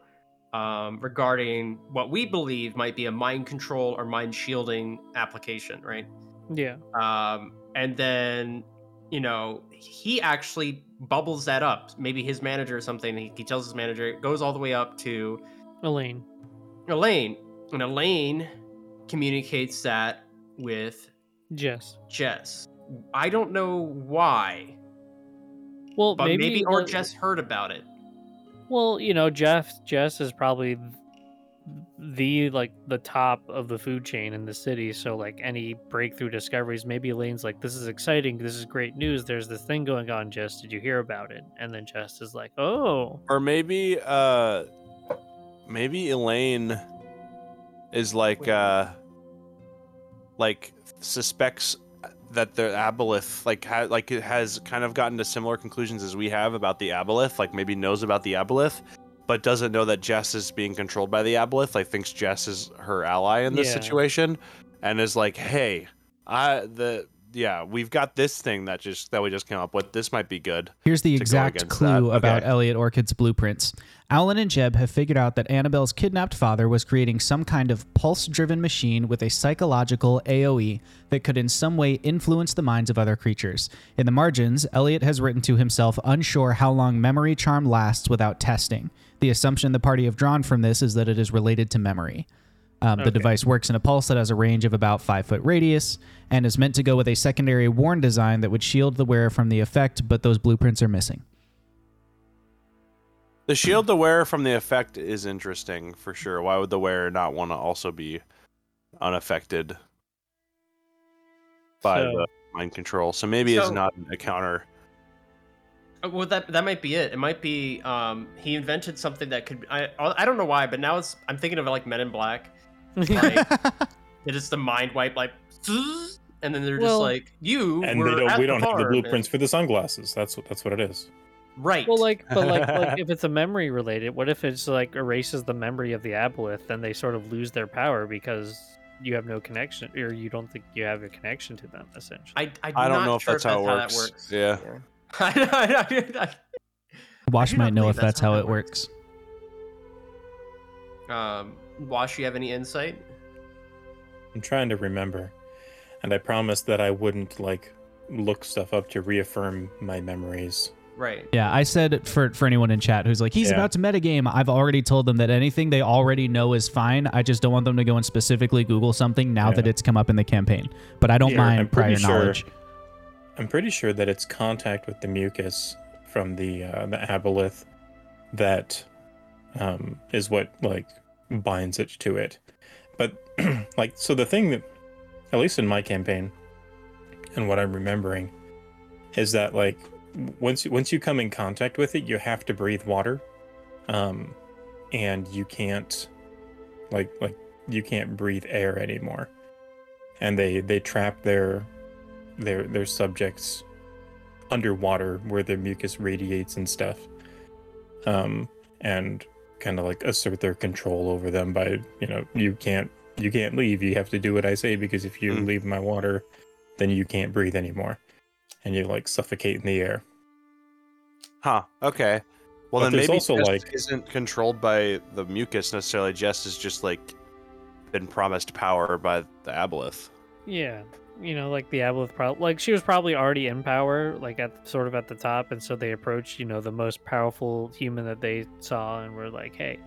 Speaker 5: um, regarding what we believe might be a mind control or mind shielding application, right?
Speaker 3: Yeah.
Speaker 5: Um, and then, you know, he actually bubbles that up. Maybe his manager or something. He, he tells his manager, it goes all the way up to
Speaker 3: Elaine.
Speaker 5: Elaine. And Elaine communicates that with
Speaker 3: Jess.
Speaker 5: Jess. I don't know why,
Speaker 3: Well,
Speaker 5: but maybe, or
Speaker 3: the-
Speaker 5: Jess heard about it.
Speaker 3: Well, you know, Jeff Jess is probably th- the like the top of the food chain in the city. So like any breakthrough discoveries, maybe Elaine's like, "This is exciting. This is great news. There's this thing going on, Jess. Did you hear about it?" And then Jess is like, "Oh,
Speaker 2: Or maybe uh maybe Elaine is like uh like suspects that the aboleth like ha- like it has kind of gotten to similar conclusions as we have about the aboleth like maybe knows about the aboleth but doesn't know that Jess is being controlled by the aboleth like thinks Jess is her ally in this
Speaker 3: Yeah.
Speaker 2: situation and is like hey I the yeah we've got this thing that just that we just came up with this might be good
Speaker 1: Here's the
Speaker 2: to go
Speaker 1: exact
Speaker 2: against
Speaker 1: clue
Speaker 2: that.
Speaker 1: about
Speaker 2: Okay.
Speaker 1: Elliot Orchid's blueprints. Alan and Jeb have figured out that Annabelle's kidnapped father was creating some kind of pulse driven machine with a psychological AoE that could in some way influence the minds of other creatures. In the margins, Elliot has written to himself, unsure how long memory charm lasts without testing. The assumption the party have drawn from this is that it is related to memory. Um, The
Speaker 3: Okay.
Speaker 1: device works in a pulse that has a range of about five foot radius and is meant to go with a secondary worn design that would shield the wearer from the effect, but those blueprints are missing.
Speaker 2: The shield the wearer from the effect is interesting for sure. Why would the wearer not want to also be unaffected by
Speaker 3: So-
Speaker 2: the mind control? So maybe it's
Speaker 5: So-
Speaker 2: not a counter.
Speaker 5: Uh, Well, that that might be it. It might be um, he invented something that could. I I don't know why, but now it's I'm thinking of it like Men in Black. Like, it is the mind wipe, like, "Zzz," and then they're
Speaker 3: Well-
Speaker 5: just like, you.
Speaker 4: And
Speaker 5: were
Speaker 4: they don't,
Speaker 5: at
Speaker 4: we don't have the
Speaker 5: farm."
Speaker 4: blueprints for the sunglasses. That's what that's what it is.
Speaker 5: Right.
Speaker 3: well, like, but like, like if it's a memory related, what if it's like erases the memory of the aboleth? Then they sort of lose their power because you have no connection, or you don't think you have a connection to them. Essentially,
Speaker 5: I, I,
Speaker 2: I don't
Speaker 5: not
Speaker 2: know if
Speaker 5: sure
Speaker 2: that's how it
Speaker 5: that
Speaker 2: works. Yeah.
Speaker 5: Yeah. I
Speaker 1: Wash
Speaker 5: do
Speaker 1: might
Speaker 5: not
Speaker 1: know
Speaker 5: believe
Speaker 1: if
Speaker 5: that's
Speaker 1: that's
Speaker 5: how
Speaker 1: how
Speaker 5: that
Speaker 1: it works.
Speaker 5: um, Wash, you have any insight?
Speaker 4: I'm trying to remember, and I promised that I wouldn't like look stuff up to reaffirm my memories.
Speaker 5: Right.
Speaker 1: Yeah, I said for for anyone in chat who's like, he's
Speaker 4: Yeah.
Speaker 1: about to metagame. I've already told them that anything they already know is fine. I just don't want them to go and specifically Google something now that
Speaker 4: Yeah.
Speaker 1: it's come up in the campaign. But I don't
Speaker 4: Yeah,
Speaker 1: mind
Speaker 4: I'm
Speaker 1: prior
Speaker 4: pretty sure-
Speaker 1: knowledge.
Speaker 4: I'm pretty sure that it's contact with the mucus from the uh, the aboleth that um, is what like binds it to it. But like, so the thing that, at least in my campaign, and what I'm remembering, is that like w- once you- once you come in contact with it, you have to breathe water, um, and you can't like like you can't breathe air anymore, and they they trap their their their subjects underwater where their mucus radiates and stuff um and kind of like assert their control over them by you know you can't you can't leave you have to do what i say because if you
Speaker 2: Mm.
Speaker 4: leave my water then you can't breathe anymore and you like suffocate in the air
Speaker 2: Huh. Okay. Well
Speaker 4: But
Speaker 2: then
Speaker 4: there's
Speaker 2: maybe
Speaker 4: also,
Speaker 2: Jess
Speaker 4: like-
Speaker 2: isn't controlled by the mucus necessarily. Jess is just like been promised power by the aboleth.
Speaker 3: Yeah, you know, like the Aboleth, probably like she was probably already in power, like at sort of at the top, and so they approached, you know, the most powerful human that they saw, and were like, "Hey,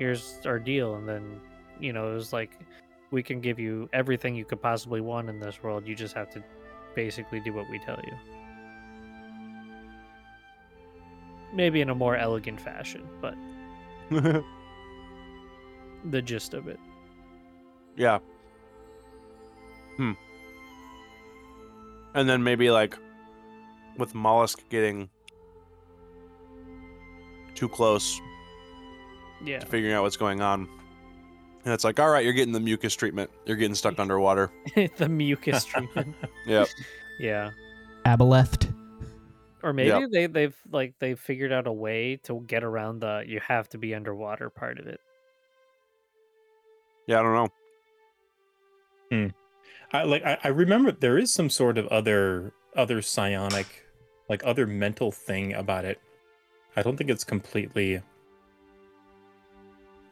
Speaker 3: here's our deal," and then, you know, it was like, "We can give you everything you could possibly want in this world. You just have to basically do what we tell you." Maybe in a more elegant fashion, but the gist of it.
Speaker 2: Yeah. Hmm. And then maybe like with mollusk getting too close
Speaker 3: Yeah.
Speaker 2: to figuring out what's going on. And it's like, all right, you're getting the mucus treatment. You're getting stuck underwater.
Speaker 3: the mucus treatment.
Speaker 2: Yep.
Speaker 3: Yeah.
Speaker 1: Aboleth.
Speaker 3: Or maybe
Speaker 2: Yeah.
Speaker 3: they they've like they've figured out a way to get around the you have to be underwater part of it.
Speaker 2: Yeah, I don't know.
Speaker 4: I like I, I remember there is some sort of other other psionic like other mental thing about it. I don't think it's completely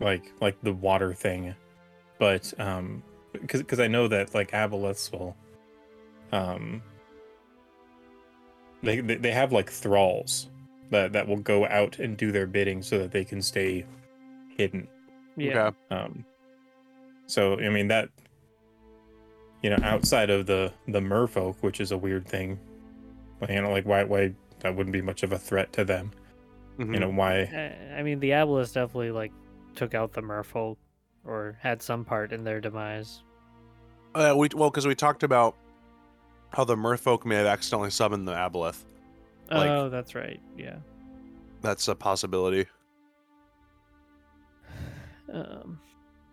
Speaker 4: like like the water thing, but um because because I know that like aboleths will um they, they they have like thralls that that will go out and do their bidding so that they can stay hidden.
Speaker 3: Yeah.
Speaker 2: Okay.
Speaker 4: Um, so I mean that you know, outside of the the merfolk, which is a weird thing. But you know, like why why that wouldn't be much of a threat to them.
Speaker 2: Mm-hmm.
Speaker 4: You
Speaker 2: Hmm.
Speaker 4: know, why
Speaker 3: eh, I I mean, the Abolus definitely like took out the merfolk or had some part in their demise.
Speaker 2: Uh, we well, because we talked about how the merfolk may have accidentally summoned the aboleth. Like-
Speaker 3: oh, that's right. Yeah.
Speaker 2: That's a possibility.
Speaker 3: Um,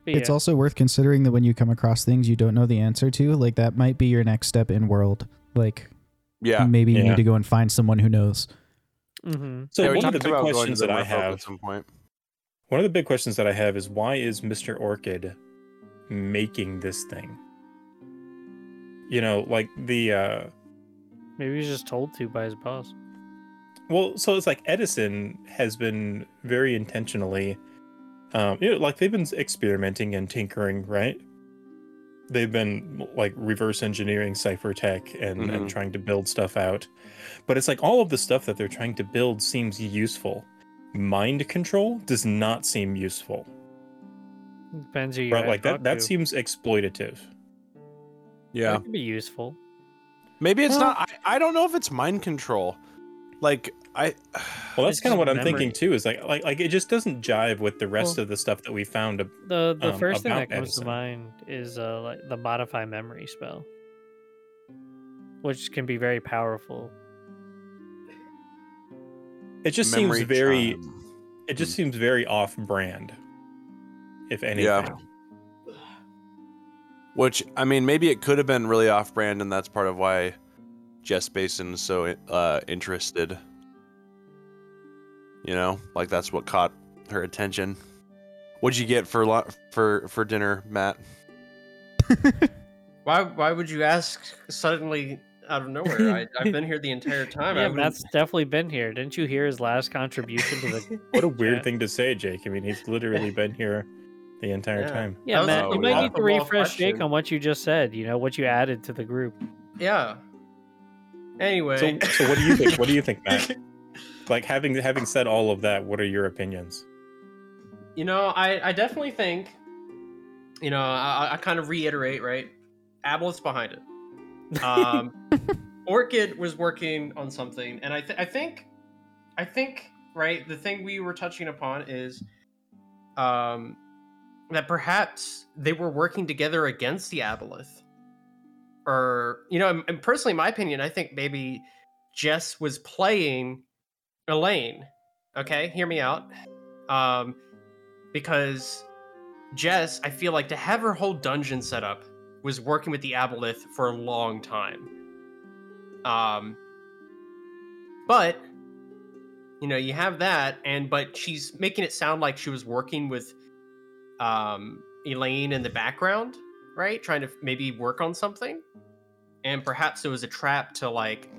Speaker 6: It's also worth considering that when you come across things you don't know the answer to, like that might be your next step in world. Like
Speaker 2: Yeah.
Speaker 6: maybe you
Speaker 4: Yeah.
Speaker 6: need to go and find someone who knows.
Speaker 3: hmm
Speaker 4: so
Speaker 2: Yeah, we
Speaker 4: one of
Speaker 2: talked
Speaker 4: the big
Speaker 2: about going to
Speaker 4: questions
Speaker 2: the
Speaker 4: that I
Speaker 2: merfolk
Speaker 4: have
Speaker 2: at some point.
Speaker 4: One of the big questions that I have is why is Mr. Orchid making this thing? You know, like the uh
Speaker 3: Maybe he was just told to by his boss.
Speaker 4: well, so it's like Edison has been very intentionally um you know, like they've been experimenting and tinkering, right? They've been like reverse engineering ciphertech and,
Speaker 2: Mhm.
Speaker 3: Mm-hmm.
Speaker 4: and trying to build stuff out. But it's like all of the stuff that they're trying to build seems useful. Mind control does not seem useful.
Speaker 3: Depends who you
Speaker 4: Right,
Speaker 3: gotta
Speaker 4: like
Speaker 3: talk
Speaker 4: that. That
Speaker 3: to.
Speaker 4: seems exploitative.
Speaker 2: Yeah.
Speaker 3: That could be useful.
Speaker 2: Maybe it's
Speaker 4: Well-
Speaker 2: not. I, I don't know if it's mind control. Like I.
Speaker 4: Well, that's
Speaker 3: It's
Speaker 4: kind
Speaker 3: just
Speaker 4: of what I'm
Speaker 3: memory.
Speaker 4: thinking too. Is like, like, like it just doesn't jive with the rest
Speaker 3: Well-
Speaker 4: of the stuff that we found.
Speaker 3: The the
Speaker 4: Um,
Speaker 3: first thing
Speaker 4: about
Speaker 3: that comes
Speaker 4: Edison.
Speaker 3: to mind is uh like the modify memory spell. Which can be very powerful.
Speaker 4: It just
Speaker 2: memory
Speaker 4: seems very.
Speaker 2: chime.
Speaker 4: It just seems very off-brand. If anything,
Speaker 2: Which I mean, maybe it could have been really off-brand, and that's part of why Jess Basin is so uh, interested. You know, like that's what caught her attention. What'd you get for lo- for for dinner, Matt?
Speaker 5: Why? Why would you ask suddenly out of nowhere? I, I've been here the entire time. I
Speaker 3: yeah,
Speaker 5: wouldn't-
Speaker 3: Matt's definitely been here. Didn't you hear his last contribution to the
Speaker 4: what a weird
Speaker 3: Yeah.
Speaker 4: thing to say, Jake. I mean, he's literally been here the entire
Speaker 5: Yeah.
Speaker 4: time.
Speaker 3: Yeah,
Speaker 5: was
Speaker 3: Matt,
Speaker 2: like
Speaker 3: you
Speaker 2: a
Speaker 3: might need to
Speaker 5: off-the-wall
Speaker 3: refresh Jake
Speaker 5: question.
Speaker 3: on what you just said, you know, what you added to the group.
Speaker 5: Yeah. Anyway,
Speaker 4: So, so what do you think? What do you think, Matt? Like having having said all of that, what are your opinions?
Speaker 5: You know, I, I definitely think, you know, I, I- I kind of reiterate, right? Aboleth's behind it. Um, Orchid was working on something, and I, th- I think, I think, right, the thing we were touching upon is um, that perhaps they were working together against the Aboleth. Or, you know, and, and personally, my opinion, I think maybe Jess was playing Elaine. Okay, hear me out. Um, because Jess, I feel like to have her whole dungeon set up was working with the Aboleth for a long time. Um, but you know, you have that, and but she's making it sound like she was working with um, Elaine in the background, right? Trying to f- maybe work on something, and perhaps it was a trap to like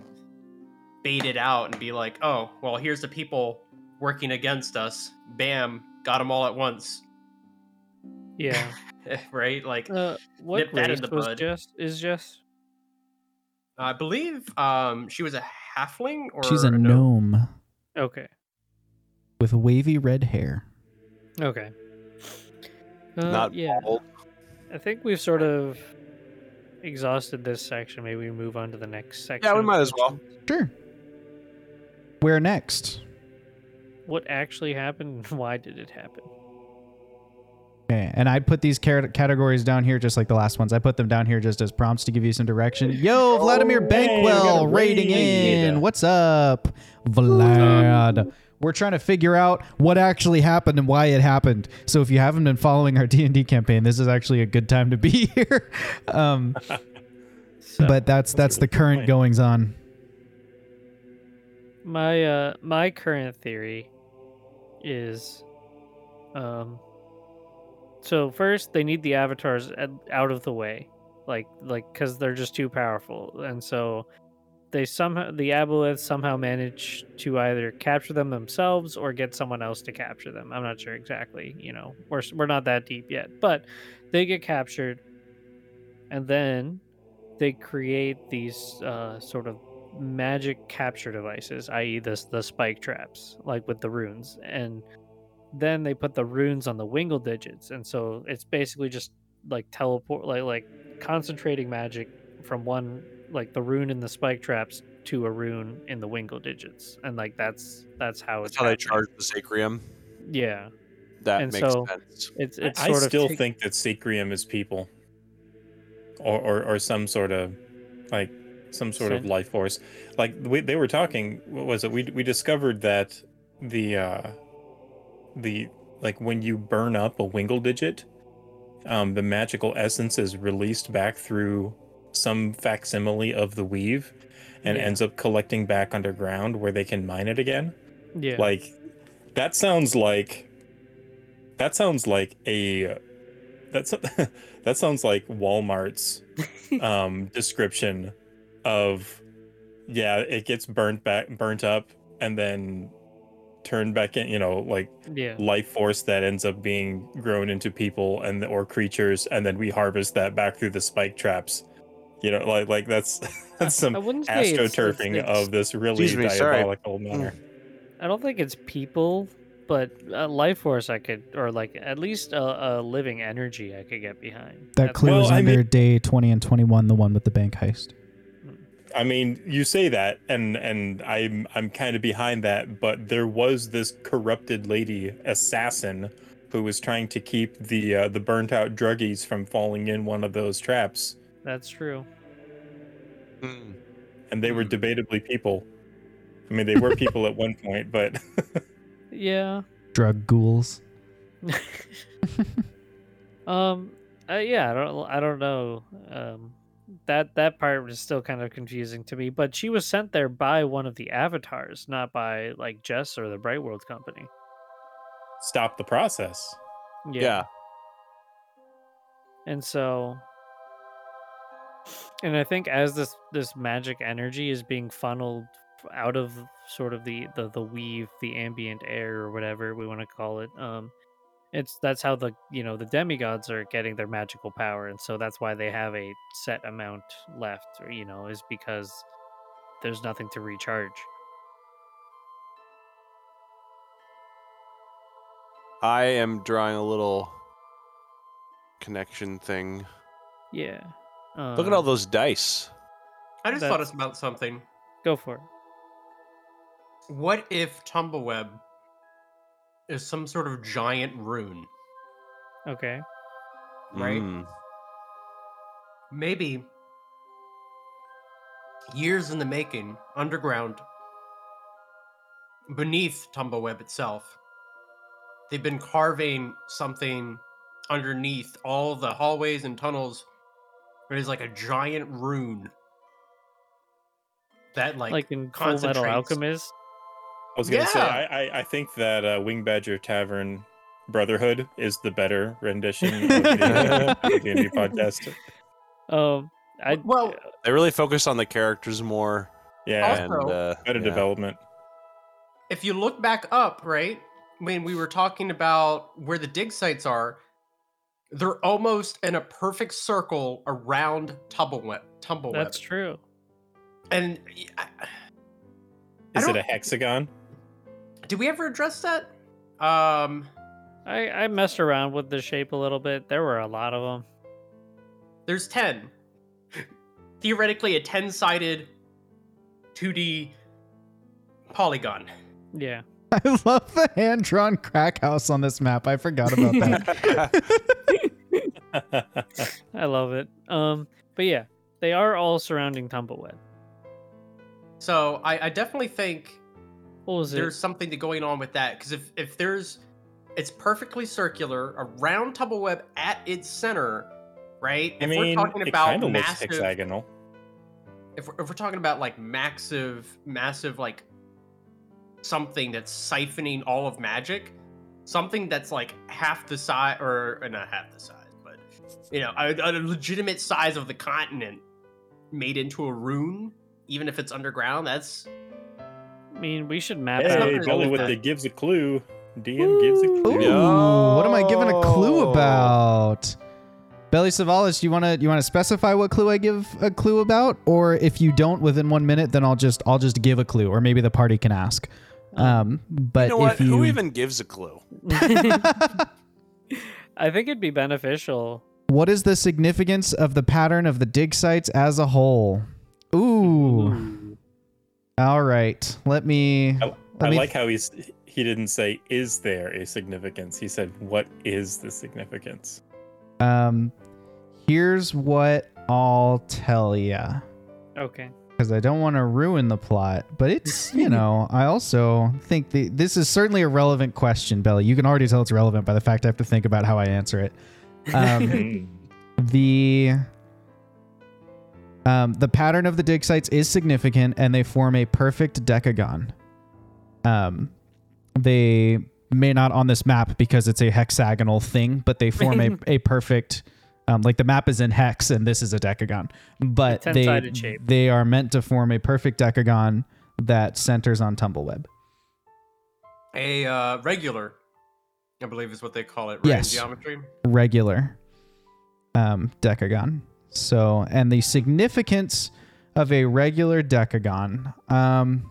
Speaker 5: bait it out and be like, oh, well, here's the people working against us. Bam, got them all at once,
Speaker 3: Yeah.
Speaker 5: right? Like
Speaker 3: Uh, what
Speaker 5: Nip that in
Speaker 3: race
Speaker 5: the
Speaker 3: was
Speaker 5: bud.
Speaker 3: just is just
Speaker 5: I believe um, she was a halfling or
Speaker 6: She's a
Speaker 5: no-
Speaker 6: gnome
Speaker 3: okay.
Speaker 6: with wavy red hair.
Speaker 3: Okay. Uh,
Speaker 2: Not
Speaker 3: yeah.
Speaker 2: bald.
Speaker 3: I think we've sort of exhausted this section. Maybe we move on to the next section.
Speaker 2: we
Speaker 3: of
Speaker 2: might as well.
Speaker 3: questions.
Speaker 6: Sure. Where next?
Speaker 3: What actually happened and why did it happen?
Speaker 6: Okay, and I put these car- categories down here just like the last ones. I put them down here just as prompts to give you some direction. Yo, Vladimir
Speaker 4: Oh, hey, we got
Speaker 6: Bankwell
Speaker 4: a
Speaker 6: raiding
Speaker 4: raid.
Speaker 6: in. What's up, Vlad? We're trying to figure out what actually happened and why it happened. So if you haven't been following our D&D campaign, this is actually a good time to be here. Um,
Speaker 3: So
Speaker 6: but that's that's the current goings on.
Speaker 3: my uh my current theory is um so first they need the avatars at- out of the way like like because they're just too powerful and so they somehow the aboleth somehow manage to either capture them themselves or get someone else to capture them i'm not sure exactly you know we're, s- we're not that deep yet but they get captured and then they create these uh, sort of magic capture devices i.e this the spike traps like with the runes and then they put the runes on the wingle digits and so it's basically just like teleport like like concentrating magic from one like the rune in the spike traps to a rune in the wingle digits, and like that's that's how it's
Speaker 2: That's how they
Speaker 3: happening.
Speaker 2: charge the sacrium.
Speaker 3: Yeah,
Speaker 2: That
Speaker 3: And
Speaker 2: makes
Speaker 3: so-
Speaker 2: sense.
Speaker 3: it's
Speaker 4: I-
Speaker 3: it's
Speaker 4: I
Speaker 3: sort of
Speaker 4: still
Speaker 3: take-
Speaker 4: think that Sacrium is people, or or, or some sort of like some sort of
Speaker 3: Sen-
Speaker 4: life force. Like we, they were talking, what was it? We we discovered that the uh the like when you burn up a wingle digit, um, the magical essence is released back through some facsimile of the weave, and
Speaker 3: Yeah.
Speaker 4: ends up collecting back underground where they can mine it again
Speaker 3: yeah.
Speaker 4: like that sounds like that sounds like a that's that sounds like walmart's um description of yeah it gets burnt back burnt up and then turned back in you know like
Speaker 3: yeah.
Speaker 4: life force that ends up being grown into people and or creatures and then we harvest that back through the spike traps you know like like that's that's
Speaker 3: I
Speaker 4: some
Speaker 3: wouldn't say it's- it's-
Speaker 4: astroturfing
Speaker 3: it's-
Speaker 4: of this really
Speaker 2: Excuse me, sorry.
Speaker 4: diabolical manner
Speaker 3: I don't think it's people, but a life force I could, or like at least a, a living energy I could get behind.
Speaker 6: That
Speaker 3: That's-
Speaker 6: clue
Speaker 4: Well,
Speaker 6: is
Speaker 4: I
Speaker 6: under
Speaker 4: mean-
Speaker 6: day 20 and 21, the one with the bank heist.
Speaker 4: I mean, you say that, and and I'm I'm kind of behind that, but there was this corrupted lady assassin who was trying to keep the uh, the burnt out druggies from falling in one of those traps,
Speaker 3: That's true.
Speaker 2: Hmm.
Speaker 4: and they were
Speaker 2: Hmm.
Speaker 4: debatably people. I mean, they were people at one point, but
Speaker 3: Yeah.
Speaker 6: Drug ghouls.
Speaker 3: um. Uh, yeah. I don't. I don't know. Um. That that part was still kind of confusing to me. But she was sent there by one of the avatars, not by like Jess or the Bright World Company.
Speaker 4: stop the process.
Speaker 2: Yeah.
Speaker 3: and so and i think as this this magic energy is being funneled out of sort of the the, the weave the ambient air or whatever we want to call it um it's that's how the you know the demigods are getting their magical power and so that's why they have a set amount left or you know is because there's nothing to recharge
Speaker 2: I am drawing a little connection thing.
Speaker 3: yeah um,
Speaker 2: Look at all those dice.
Speaker 5: I just thought
Speaker 3: That's-
Speaker 5: it's about something.
Speaker 3: go for it
Speaker 5: What if Tumbleweb is some sort of giant rune?
Speaker 3: okay
Speaker 5: Right.
Speaker 2: Mm.
Speaker 5: Maybe years in the making, underground, beneath Tumbleweb itself. They've been carving something underneath all the hallways and tunnels. It is like a giant rune that, like,
Speaker 3: like, in full metal
Speaker 5: concentrates-
Speaker 3: alchemist
Speaker 4: I was gonna say,
Speaker 5: Yeah.
Speaker 4: I, I I think that uh, Wing Badger Tavern Brotherhood is the better rendition of the uh, D&D podcast.
Speaker 3: um i
Speaker 5: well,
Speaker 2: They really focus on the characters more.
Speaker 4: Yeah,
Speaker 5: Also-
Speaker 2: and, uh,
Speaker 4: better
Speaker 2: yeah.
Speaker 4: development.
Speaker 5: if you look back up, right, when we were talking about where the dig sites are, they're almost in a perfect circle around Tumbleweb. Tumbleweb.
Speaker 3: that's true
Speaker 5: And y- I- I
Speaker 4: Is it
Speaker 5: don't-
Speaker 4: a hexagon?
Speaker 5: did we ever address that? Um,
Speaker 3: I, I messed around with the shape a little bit. There were a lot of them.
Speaker 5: there's 10. Theoretically, a 10 sided 2D polygon.
Speaker 3: Yeah.
Speaker 6: I love the hand drawn crack house on this map. I forgot about that.
Speaker 3: I love it. Um, but yeah, they are all surrounding Tumbleweed.
Speaker 5: So I, I definitely think
Speaker 3: What was
Speaker 5: there's
Speaker 3: it?
Speaker 5: something to going on with that because if if there's it's perfectly circular a round tumble web at its center right
Speaker 4: I
Speaker 5: if
Speaker 4: mean,
Speaker 5: we're talking
Speaker 4: it
Speaker 5: about
Speaker 4: kinda looks
Speaker 5: massive
Speaker 4: hexagonal.
Speaker 5: if we're, if we're talking about like massive massive like something that's siphoning all of magic something that's like half the size or uh, not half the size but you know a, a legitimate size of the continent made into a rune even if it's underground that's
Speaker 3: I mean, we should map
Speaker 5: That's
Speaker 3: out.
Speaker 5: not
Speaker 4: Hey,
Speaker 5: really
Speaker 4: Bella
Speaker 5: like
Speaker 4: with
Speaker 5: that.
Speaker 4: the gives a clue. DM gives a
Speaker 6: Ooh,
Speaker 4: clue.
Speaker 6: what am I giving a clue about? Belly Savalas, do you wanna you wanna specify what clue I give a clue about? Or if you don't within one minute, then I'll just I'll just give a clue, or maybe the party can ask. Um but
Speaker 2: You know what?
Speaker 6: if you
Speaker 2: Who even gives a clue?
Speaker 3: I think it'd be beneficial.
Speaker 1: What is the significance of the pattern of the dig sites as a whole? Ooh. All right. Let me.
Speaker 4: I,
Speaker 1: Let
Speaker 4: I
Speaker 1: me-
Speaker 4: like how he's he didn't say is there a significance. He said what is the significance?
Speaker 1: Um, here's what I'll tell ya.
Speaker 3: Okay.
Speaker 1: because I don't want to ruin the plot. But it's, you know, I also think the, this is certainly a relevant question, Belly. You can already tell it's relevant by the fact I have to think about how I answer it. Um,
Speaker 5: Hmm.
Speaker 1: the um, the pattern of the dig sites is significant, and they form a perfect decagon. Um, they may not on this map because it's a hexagonal thing, but they form a, a perfect. Um, like the map is in hex, and this is a decagon, but
Speaker 3: A
Speaker 1: they
Speaker 3: 10-sided shape.
Speaker 1: they are meant to form a perfect decagon that centers on Tumbleweb.
Speaker 5: A uh, regular, I believe is what they call it, right?
Speaker 1: Yes.
Speaker 5: In geometry.
Speaker 1: regular um, decagon. So, and the significance of a regular decagon. Um,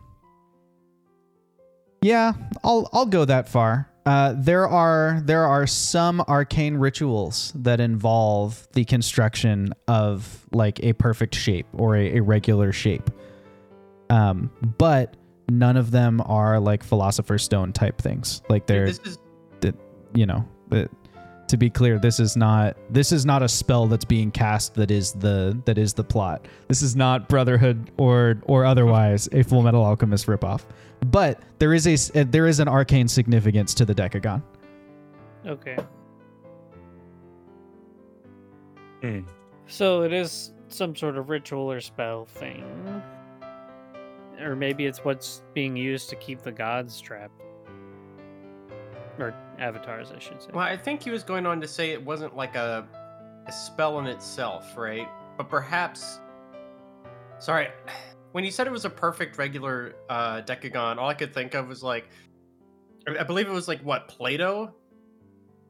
Speaker 1: yeah, I'll I'll go that far. Uh, there are there are some arcane rituals that involve the construction of like a perfect shape or a, a regular shape, um, but none of them are like philosopher's stone type things. Like they're
Speaker 5: This is
Speaker 1: you know but to be clear this is not this is not a spell that's being cast that is the that is the plot this is not brotherhood or or otherwise a full metal alchemist ripoff but there is a s- uh, there is an arcane significance to the decagon
Speaker 3: Okay.
Speaker 4: Hmm.
Speaker 3: So it is some sort of ritual or spell thing. Or maybe it's what's being used to keep the gods trapped. Or avatars, I should say.
Speaker 5: Well, I think he was going on to say it wasn't like a, a spell in itself, right? But perhaps. Sorry, when you said it was a perfect regular uh, decagon, all I could think of was like, I- I believe it was like what Plato,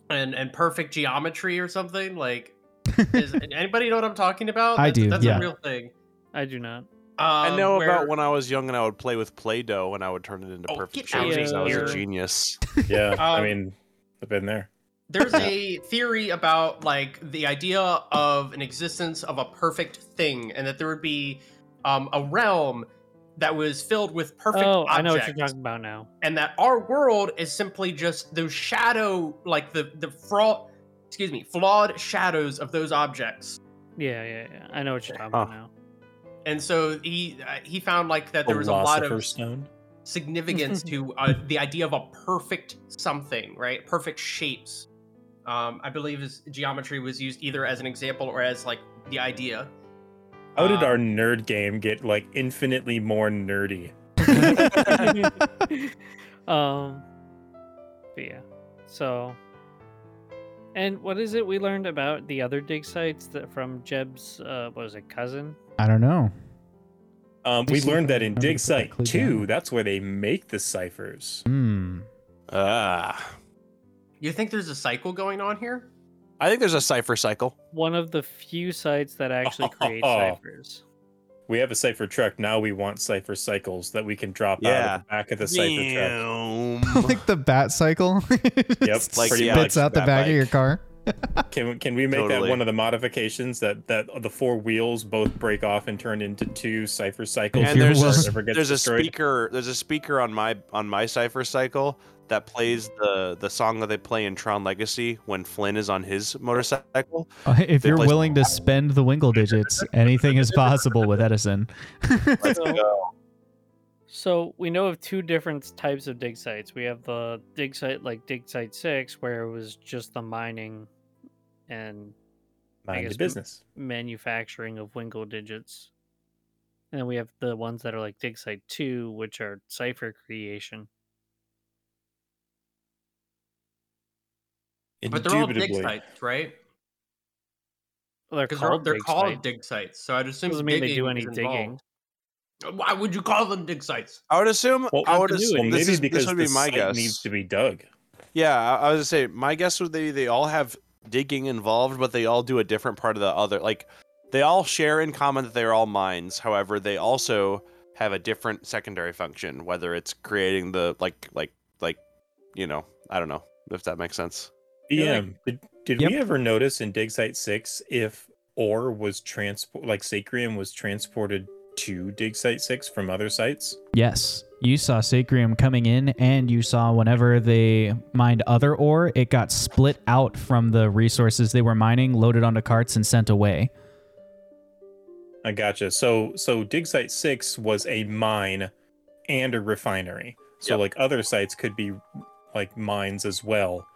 Speaker 5: and and perfect geometry or something. Like, is, anybody know what I'm talking about?
Speaker 1: I
Speaker 5: That's a-
Speaker 1: do,
Speaker 5: That's
Speaker 1: yeah.
Speaker 5: a real thing.
Speaker 3: I do not.
Speaker 2: I know
Speaker 5: Um, where-
Speaker 2: about when I was young and I would play with Play Doh and I would turn it into
Speaker 5: Oh,
Speaker 2: perfect
Speaker 5: get out
Speaker 2: shapes
Speaker 3: of
Speaker 2: because I was
Speaker 3: here.
Speaker 2: a genius.
Speaker 4: Yeah, I
Speaker 5: Um,
Speaker 4: mean, I've been there.
Speaker 5: There's a theory about like the idea of an existence of a perfect thing, and that there would be um, a realm that was filled with perfect
Speaker 3: oh,
Speaker 5: objects,
Speaker 3: I know what you're talking about now.
Speaker 5: and that our world is simply just those shadow, like the the fraud, excuse me, flawed shadows of those objects.
Speaker 3: Yeah, yeah, yeah. I know what you're talking about now.
Speaker 5: And so he uh, he found like that there was a lot of
Speaker 4: Philosopher's Stone.
Speaker 5: significance to uh, the idea of a perfect something, right? Perfect shapes. Um, I believe is geometry was used either as an example or as like the idea.
Speaker 4: How did
Speaker 5: Uh,
Speaker 4: our nerd game get like infinitely more nerdy?
Speaker 1: Oh.
Speaker 3: um, but yeah. So, and what is it we learned about the other dig sites that from Jeb's? Uh, what was it, cousin?
Speaker 1: i don't know
Speaker 4: Um, we
Speaker 1: Actually,
Speaker 4: learned that in
Speaker 1: I remember
Speaker 4: Dig
Speaker 1: if I
Speaker 4: Site
Speaker 1: clued
Speaker 4: 2,
Speaker 1: down.
Speaker 4: that's where they make the ciphers.
Speaker 1: hmm
Speaker 2: Ah.
Speaker 5: You think there's a cycle going on here?
Speaker 2: I think there's a cipher cycle.
Speaker 3: One of the few sites that actually create
Speaker 4: Oh.
Speaker 3: ciphers.
Speaker 4: We have a cipher truck. Now we want cipher cycles that we can drop out
Speaker 2: Yeah.
Speaker 4: of the back of the cipher truck.
Speaker 2: Damn.
Speaker 1: like the bat cycle
Speaker 4: Yep,
Speaker 1: Just
Speaker 4: like,
Speaker 1: spits
Speaker 4: yeah,
Speaker 2: like
Speaker 1: out the
Speaker 2: that
Speaker 1: back of
Speaker 2: bike.
Speaker 1: your car
Speaker 4: Can can we make that
Speaker 2: Totally.
Speaker 4: one of the modifications that that the four wheels both break off and turn into two cipher cycles?
Speaker 1: If
Speaker 2: and
Speaker 1: your
Speaker 2: there's,
Speaker 1: world
Speaker 2: a,
Speaker 4: ever gets
Speaker 2: there's a
Speaker 4: destroyed?
Speaker 2: speaker there's a speaker on my on my cipher cycle that plays the the song that they play in Tron Legacy when Flynn is on his motorcycle.
Speaker 1: Uh, if
Speaker 2: They
Speaker 1: you're
Speaker 2: play-
Speaker 1: willing to spend the wingle digits anything is possible with edison
Speaker 2: Let's
Speaker 3: So-
Speaker 2: go.
Speaker 3: So we know of two different types of dig sites. We have the dig site like dig site six, where it was just the mining and guess
Speaker 4: Mind your
Speaker 3: we-
Speaker 4: business.
Speaker 3: manufacturing of Wingle digits. And then we have the ones that are like dig site two, which are cipher creation.
Speaker 5: But they're all dig
Speaker 4: Indubitably.
Speaker 5: sites, right?
Speaker 3: Well, they're
Speaker 5: Because they're,
Speaker 3: called,
Speaker 5: they're
Speaker 3: dig
Speaker 5: called
Speaker 3: sites.
Speaker 5: dig sites. So I'd assume
Speaker 3: Doesn't mean they do
Speaker 5: digging
Speaker 3: any
Speaker 5: is
Speaker 3: digging.
Speaker 5: involved. Why would you call them dig sites?
Speaker 2: I would assume
Speaker 4: Well,
Speaker 2: I would
Speaker 4: well,
Speaker 2: assume
Speaker 4: maybe
Speaker 2: this, is,
Speaker 4: because
Speaker 2: this would be
Speaker 4: the
Speaker 2: my
Speaker 4: site
Speaker 2: guess.
Speaker 4: needs to be dug.
Speaker 2: Yeah, I, I was gonna say my guess would they they all have digging involved, but they all do a different part of the other. Like they all share in common that they're all mines. However, they also have a different secondary function, whether it's creating the like like like you know I don't know if that makes sense.
Speaker 4: DM, did, E did
Speaker 1: Yep.
Speaker 4: we ever notice in Dig Site 6 if ore was transport like Sacrium was transported to Dig Site 6 from other sites?
Speaker 1: Yes. You saw Sacrium coming in, and you saw whenever they mined other ore, it got split out from the resources they were mining, loaded onto carts, and sent away.
Speaker 4: I gotcha. So so Dig Site 6 was a mine and a refinery. So
Speaker 2: Yep.
Speaker 4: like other sites could be like mines as well.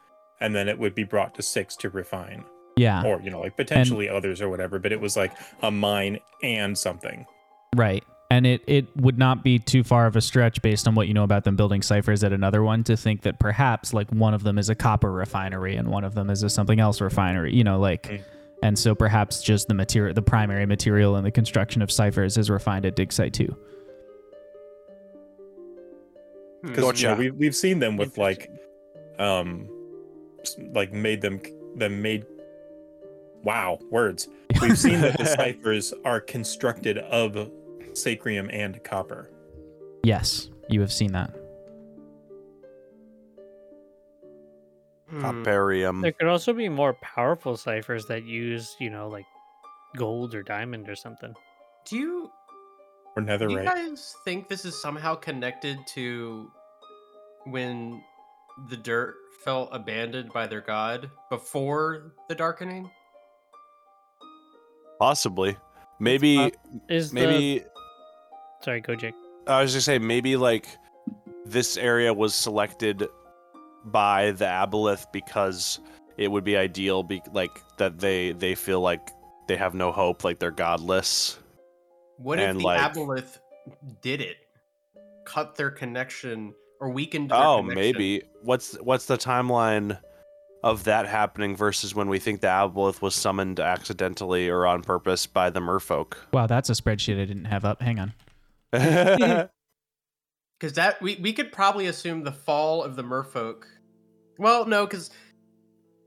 Speaker 4: And then it would be brought to six to refine,
Speaker 1: Yeah.
Speaker 2: Ah.
Speaker 4: or you know, like potentially others or whatever. But it was like a mine and something.
Speaker 1: Right. And it, it would not be too far of a stretch based on what you know about them building ciphers at another one to think that perhaps like one of them is a copper refinery and one of them is a something else refinery, you know, like
Speaker 4: Mm.
Speaker 1: and so perhaps just the material the primary material in the construction of ciphers is refined at dig site 2.
Speaker 2: Hmm.
Speaker 4: because you know,
Speaker 2: Gotcha.
Speaker 4: we've, we've seen them with like um s- like made them them made wow words we've seen that the ciphers are constructed of sacrium and copper
Speaker 1: Yes, you have seen that.
Speaker 5: Hmm.
Speaker 2: Paparium.
Speaker 3: There could also be more powerful ciphers that use, you know, like gold or diamond or something.
Speaker 5: Do you
Speaker 4: or
Speaker 5: do you
Speaker 4: netherite
Speaker 5: guys think this is somehow connected to when the dirt felt abandoned by their god before the darkening?
Speaker 2: Possibly. Maybe.
Speaker 3: Is the
Speaker 2: Maybe.
Speaker 3: sorry, go Jake.
Speaker 2: I was gonna say maybe like this area was selected by the aboleth because it would be ideal, be like that they they feel like they have no hope, like they're godless.
Speaker 5: What if
Speaker 2: And,
Speaker 5: the
Speaker 2: like-
Speaker 5: aboleth did it? Cut their connection or weakened their
Speaker 2: Oh,
Speaker 5: connection?
Speaker 2: maybe. What's what's the timeline of that happening versus when we think the aboleth was summoned accidentally or on purpose by the merfolk?
Speaker 1: Wow, that's a spreadsheet I didn't have up. Hang on.
Speaker 5: Because that we, we could probably assume the fall of the merfolk. Well, no, because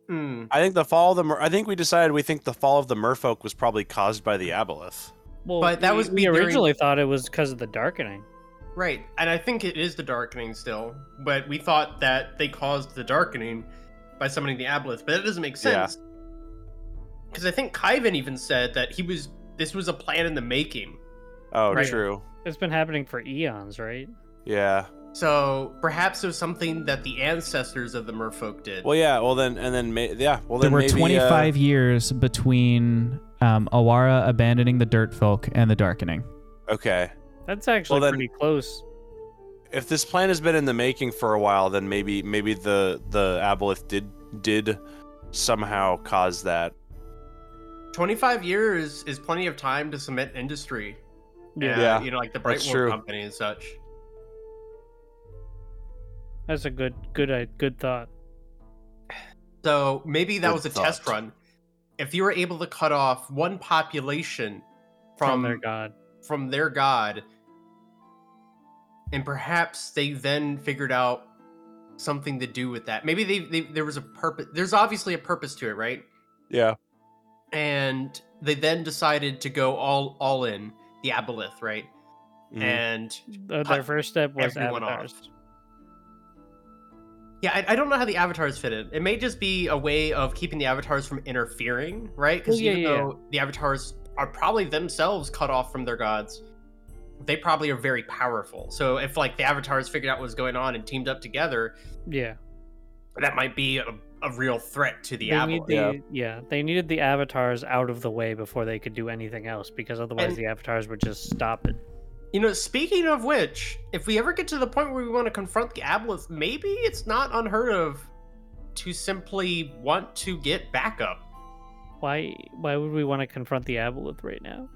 Speaker 5: hmm,
Speaker 2: I think the fall of the mer- I think we decided we think the fall of the merfolk was probably caused by the aboleth.
Speaker 3: Well,
Speaker 5: But that
Speaker 3: we-
Speaker 5: was
Speaker 3: we
Speaker 5: be during-
Speaker 3: originally thought it was because of the darkening.
Speaker 5: right, and I think it is the darkening still. But we thought that they caused the darkening by summoning the aboleth, but that doesn't make
Speaker 2: Yeah.
Speaker 5: sense. Because I think Kyvan even said that he was this was a plan in the making.
Speaker 2: Oh,
Speaker 3: Right.
Speaker 2: true.
Speaker 3: It's been happening for eons, right?
Speaker 2: Yeah.
Speaker 5: So perhaps it was something that the ancestors of the merfolk did.
Speaker 2: Well, yeah. Well, then, and then, ma- yeah. Well,
Speaker 1: there
Speaker 2: then
Speaker 1: were
Speaker 2: maybe, uh,
Speaker 1: 25 years between um, Awara abandoning the Dirt Folk and the Darkening.
Speaker 2: okay.
Speaker 3: That's actually
Speaker 2: then-
Speaker 3: pretty close.
Speaker 2: If this plan has been in the making for a while, then maybe, maybe the the aboleth did did somehow cause that.
Speaker 5: 25 years is plenty of time to cement industry.
Speaker 3: Yeah,
Speaker 5: uh,
Speaker 2: Yeah,
Speaker 5: you know, like the
Speaker 2: that's
Speaker 5: Brightwood
Speaker 2: true.
Speaker 5: Company and such.
Speaker 3: that's a good, good, i- good thought.
Speaker 5: So maybe that
Speaker 2: Good
Speaker 5: was a test
Speaker 2: thought.
Speaker 5: run. If you were able to cut off one population
Speaker 3: From,
Speaker 5: from
Speaker 3: their god,
Speaker 5: from their god, and perhaps they then figured out something to do with that. Maybe they, they there was a purpose. There's obviously a purpose to it, right?
Speaker 2: Yeah.
Speaker 5: And they then decided to go all all in the aboleth, right?
Speaker 2: Mm-hmm. Mm.
Speaker 5: And
Speaker 3: uh, their
Speaker 5: cut
Speaker 3: first step was
Speaker 5: everyone off.
Speaker 3: avatars.
Speaker 5: Yeah, I, I don't know how the avatars fit in. It may just be a way of keeping the avatars from interfering, right? Because
Speaker 3: Well, yeah,
Speaker 5: even
Speaker 3: yeah, yeah.
Speaker 5: though the avatars are probably themselves cut off from their gods, they probably are very powerful. So if like the avatars figured out what was going on and teamed up together,
Speaker 3: Yeah,
Speaker 5: that might be a, a real threat to the
Speaker 3: they need
Speaker 5: avatar.
Speaker 3: the, yeah. they needed the avatars out of the way before they could do anything else, because otherwise
Speaker 5: And-
Speaker 3: the avatars would just stop it.
Speaker 5: You know, speaking of which, if we ever get to the point where we want to confront the aboleth, maybe it's not unheard of to simply want to get backup.
Speaker 3: Why? Why would we want to confront the aboleth right now?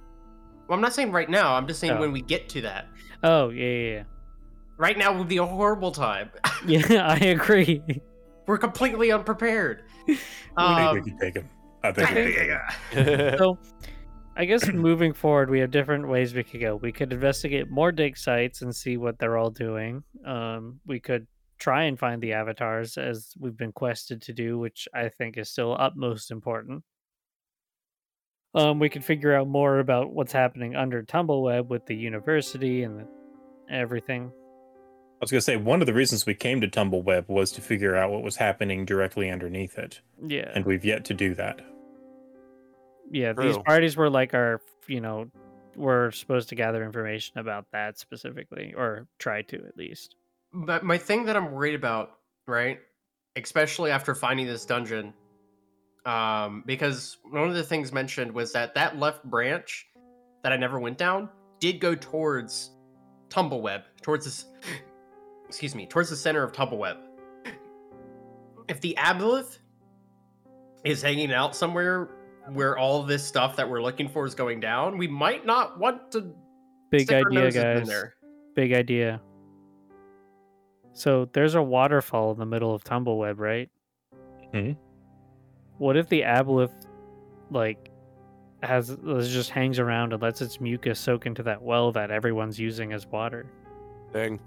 Speaker 5: Well, I'm not saying right now. I'm just saying
Speaker 3: Oh.
Speaker 5: when we get to that.
Speaker 3: Oh yeah, yeah,
Speaker 5: Right now would be a horrible time.
Speaker 3: yeah. yeah I agree.
Speaker 5: We're completely unprepared.
Speaker 4: i think
Speaker 5: Um,
Speaker 4: we could take them i think we could take 'em.
Speaker 3: so I guess moving forward, we have different ways we could go. We could investigate more dig sites and see what they're all doing. Um, we could try and find the avatars as we've been quested to do, which I think is still utmost important. Um, we could figure out more about what's happening under Tumbleweb with the university and the, everything.
Speaker 4: was gonna say one of the reasons we came to Tumbleweb was to figure out what was happening directly underneath it,
Speaker 3: Yeah.
Speaker 4: and we've yet to do that.
Speaker 3: Yeah, these
Speaker 2: True.
Speaker 3: parties were like our, you know, we're supposed to gather information about that specifically, or try to at least.
Speaker 5: But my thing that I'm worried about, right, especially after finding this dungeon, um, because one of the things mentioned was that that left branch that I never went down did go towards Tumbleweb, towards this, excuse me, towards the center of Tumbleweb. If the Aboleth is hanging out somewhere where all this stuff that we're looking for is going down, we might not want to
Speaker 3: Big
Speaker 5: stick our
Speaker 3: idea,
Speaker 5: noses in
Speaker 3: guys.
Speaker 5: there.
Speaker 3: Big idea. So there's a waterfall in the middle of Tumbleweb, right?
Speaker 4: Mhm.
Speaker 3: What if the aboleth, like, has uh, just hangs around and lets its mucus soak into that well that everyone's using as water?
Speaker 2: Dang.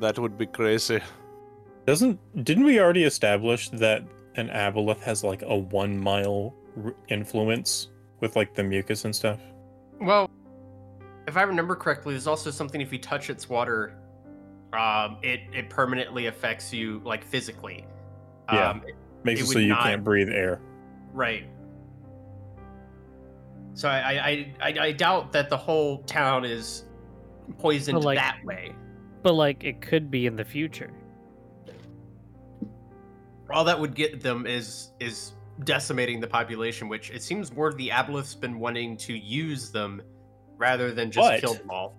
Speaker 2: That would be crazy.
Speaker 4: Doesn't didn't we already establish that an aboleth has like a one mile r- influence with like the mucus and stuff?
Speaker 5: Well, if I remember correctly, there's also something if you touch its water, um, it it permanently affects you like physically.
Speaker 4: Yeah.
Speaker 5: Um,
Speaker 4: Makes
Speaker 5: It
Speaker 4: it, so
Speaker 5: would
Speaker 4: you
Speaker 5: not-
Speaker 4: can't breathe air.
Speaker 5: right. So I I, I I I doubt that the whole town is poisoned
Speaker 3: But, like-
Speaker 5: that way.
Speaker 3: But like, it could be in the future.
Speaker 5: All that would get them is is decimating the population, which it seems more the Aboleth's been wanting to use them rather than just
Speaker 4: But-
Speaker 5: kill them all.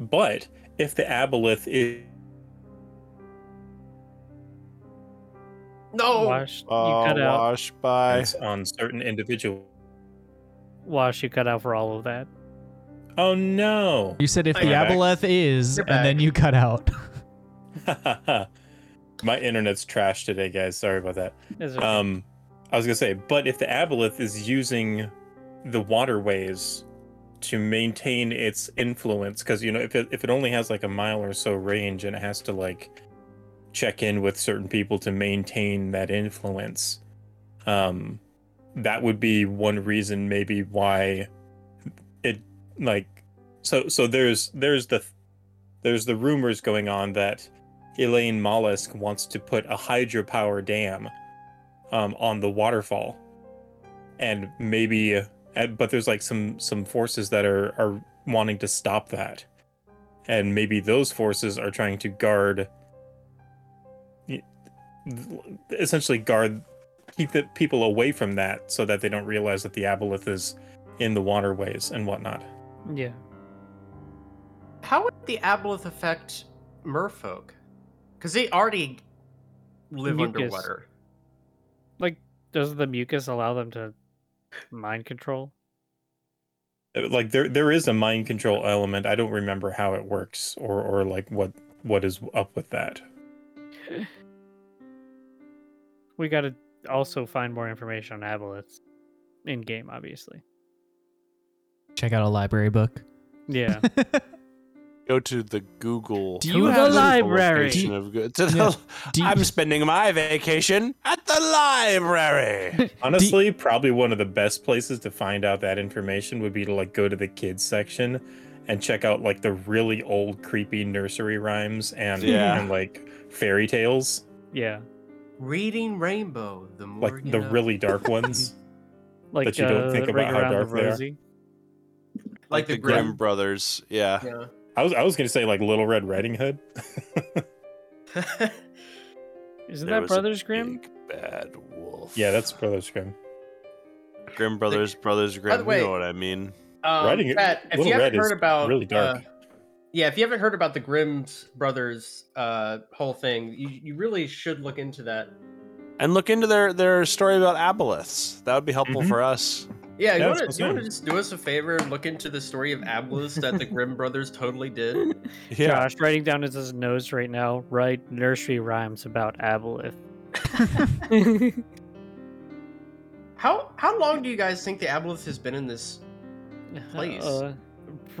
Speaker 4: But if the aboleth is
Speaker 5: No,
Speaker 3: Wash,
Speaker 2: Oh,
Speaker 5: uh,
Speaker 3: you cut out.
Speaker 2: wash by.
Speaker 4: on certain individual,
Speaker 3: Wash, you cut out for all of that.
Speaker 4: oh no!
Speaker 6: You said if the
Speaker 4: You're back.
Speaker 6: aboleth is,
Speaker 5: You're
Speaker 6: and then
Speaker 5: back.
Speaker 6: you cut out.
Speaker 4: My internet's trash today, guys. Sorry about that.
Speaker 3: Is it-
Speaker 4: Um, I was gonna say, but if the aboleth is using the waterways to maintain its influence, because you know, if it, if it only has like a mile or so range and it has to like check in with certain people to maintain that influence, um, that would be one reason maybe why it like so so there's there's the there's the rumors going on that Elaine Mollusk wants to put a hydropower dam um, on the waterfall, and maybe, and, but there's like some some forces that are are wanting to stop that, and maybe those forces are trying to guard, essentially guard, keep the people away from that so that they don't realize that the aboleth is in the waterways and whatnot.
Speaker 3: yeah.
Speaker 5: How would the aboleth affect merfolk? Because they already live
Speaker 3: Mucus.
Speaker 5: underwater.
Speaker 3: Like, does the mucus allow them to mind control?
Speaker 4: Uh, like there there is a mind control element i don't remember how it works or or like what what is up with that
Speaker 3: We got to also find more information on aboleths in game, obviously.
Speaker 6: Check out a library book.
Speaker 3: Yeah.
Speaker 2: Go to the Google.
Speaker 6: Do you To have the
Speaker 2: Google
Speaker 3: library.
Speaker 2: location of go- to
Speaker 6: Yeah.
Speaker 2: the-
Speaker 6: Do you-
Speaker 2: I'm spending my vacation at the library.
Speaker 4: honestly probably one of the best places to find out that information would be to like go to the kids section and check out like the really old creepy nursery rhymes and
Speaker 2: Yeah.
Speaker 4: and like fairy tales
Speaker 3: yeah.
Speaker 5: Reading Rainbow, the more
Speaker 4: like
Speaker 5: you
Speaker 4: the
Speaker 5: know.
Speaker 4: really dark ones
Speaker 3: Like,
Speaker 4: you don't
Speaker 3: uh,
Speaker 4: think
Speaker 3: Ring
Speaker 4: about how
Speaker 3: Around the
Speaker 4: dark they are.
Speaker 3: Rosie.
Speaker 5: like the
Speaker 2: Grimm
Speaker 5: Grim.
Speaker 2: brothers. Yeah.
Speaker 4: i was i was gonna say like little red riding hood
Speaker 5: Yeah.
Speaker 3: Isn't
Speaker 2: There
Speaker 3: that
Speaker 2: was a
Speaker 3: Brothers Grimm?
Speaker 2: Big bad wolf.
Speaker 4: yeah that's brother scrim
Speaker 2: Grim Brothers, Brothers Grimm.
Speaker 5: way-
Speaker 2: you know what I mean.
Speaker 5: um,
Speaker 4: Writing it-
Speaker 5: Pat, if
Speaker 4: Little
Speaker 5: you
Speaker 4: Red
Speaker 5: haven't
Speaker 4: is
Speaker 5: heard about
Speaker 4: really dark.
Speaker 5: uh, yeah, if you haven't heard about the Grimm's brothers uh, whole thing, you, you really should look into that.
Speaker 2: And look into their their story about aboleths. That would be helpful
Speaker 4: Mhm.
Speaker 2: for us.
Speaker 5: Yeah, you
Speaker 4: Yeah,
Speaker 5: want to
Speaker 4: that's
Speaker 5: you
Speaker 4: what I'm
Speaker 5: want to just do us a favor and look into the story of Abolus that the Grimm brothers totally did.
Speaker 2: Yeah.
Speaker 3: Josh writing down as his nose right now. Write nursery rhymes about aboleth.
Speaker 5: How how long do you guys think the Abolus has been in this? Please.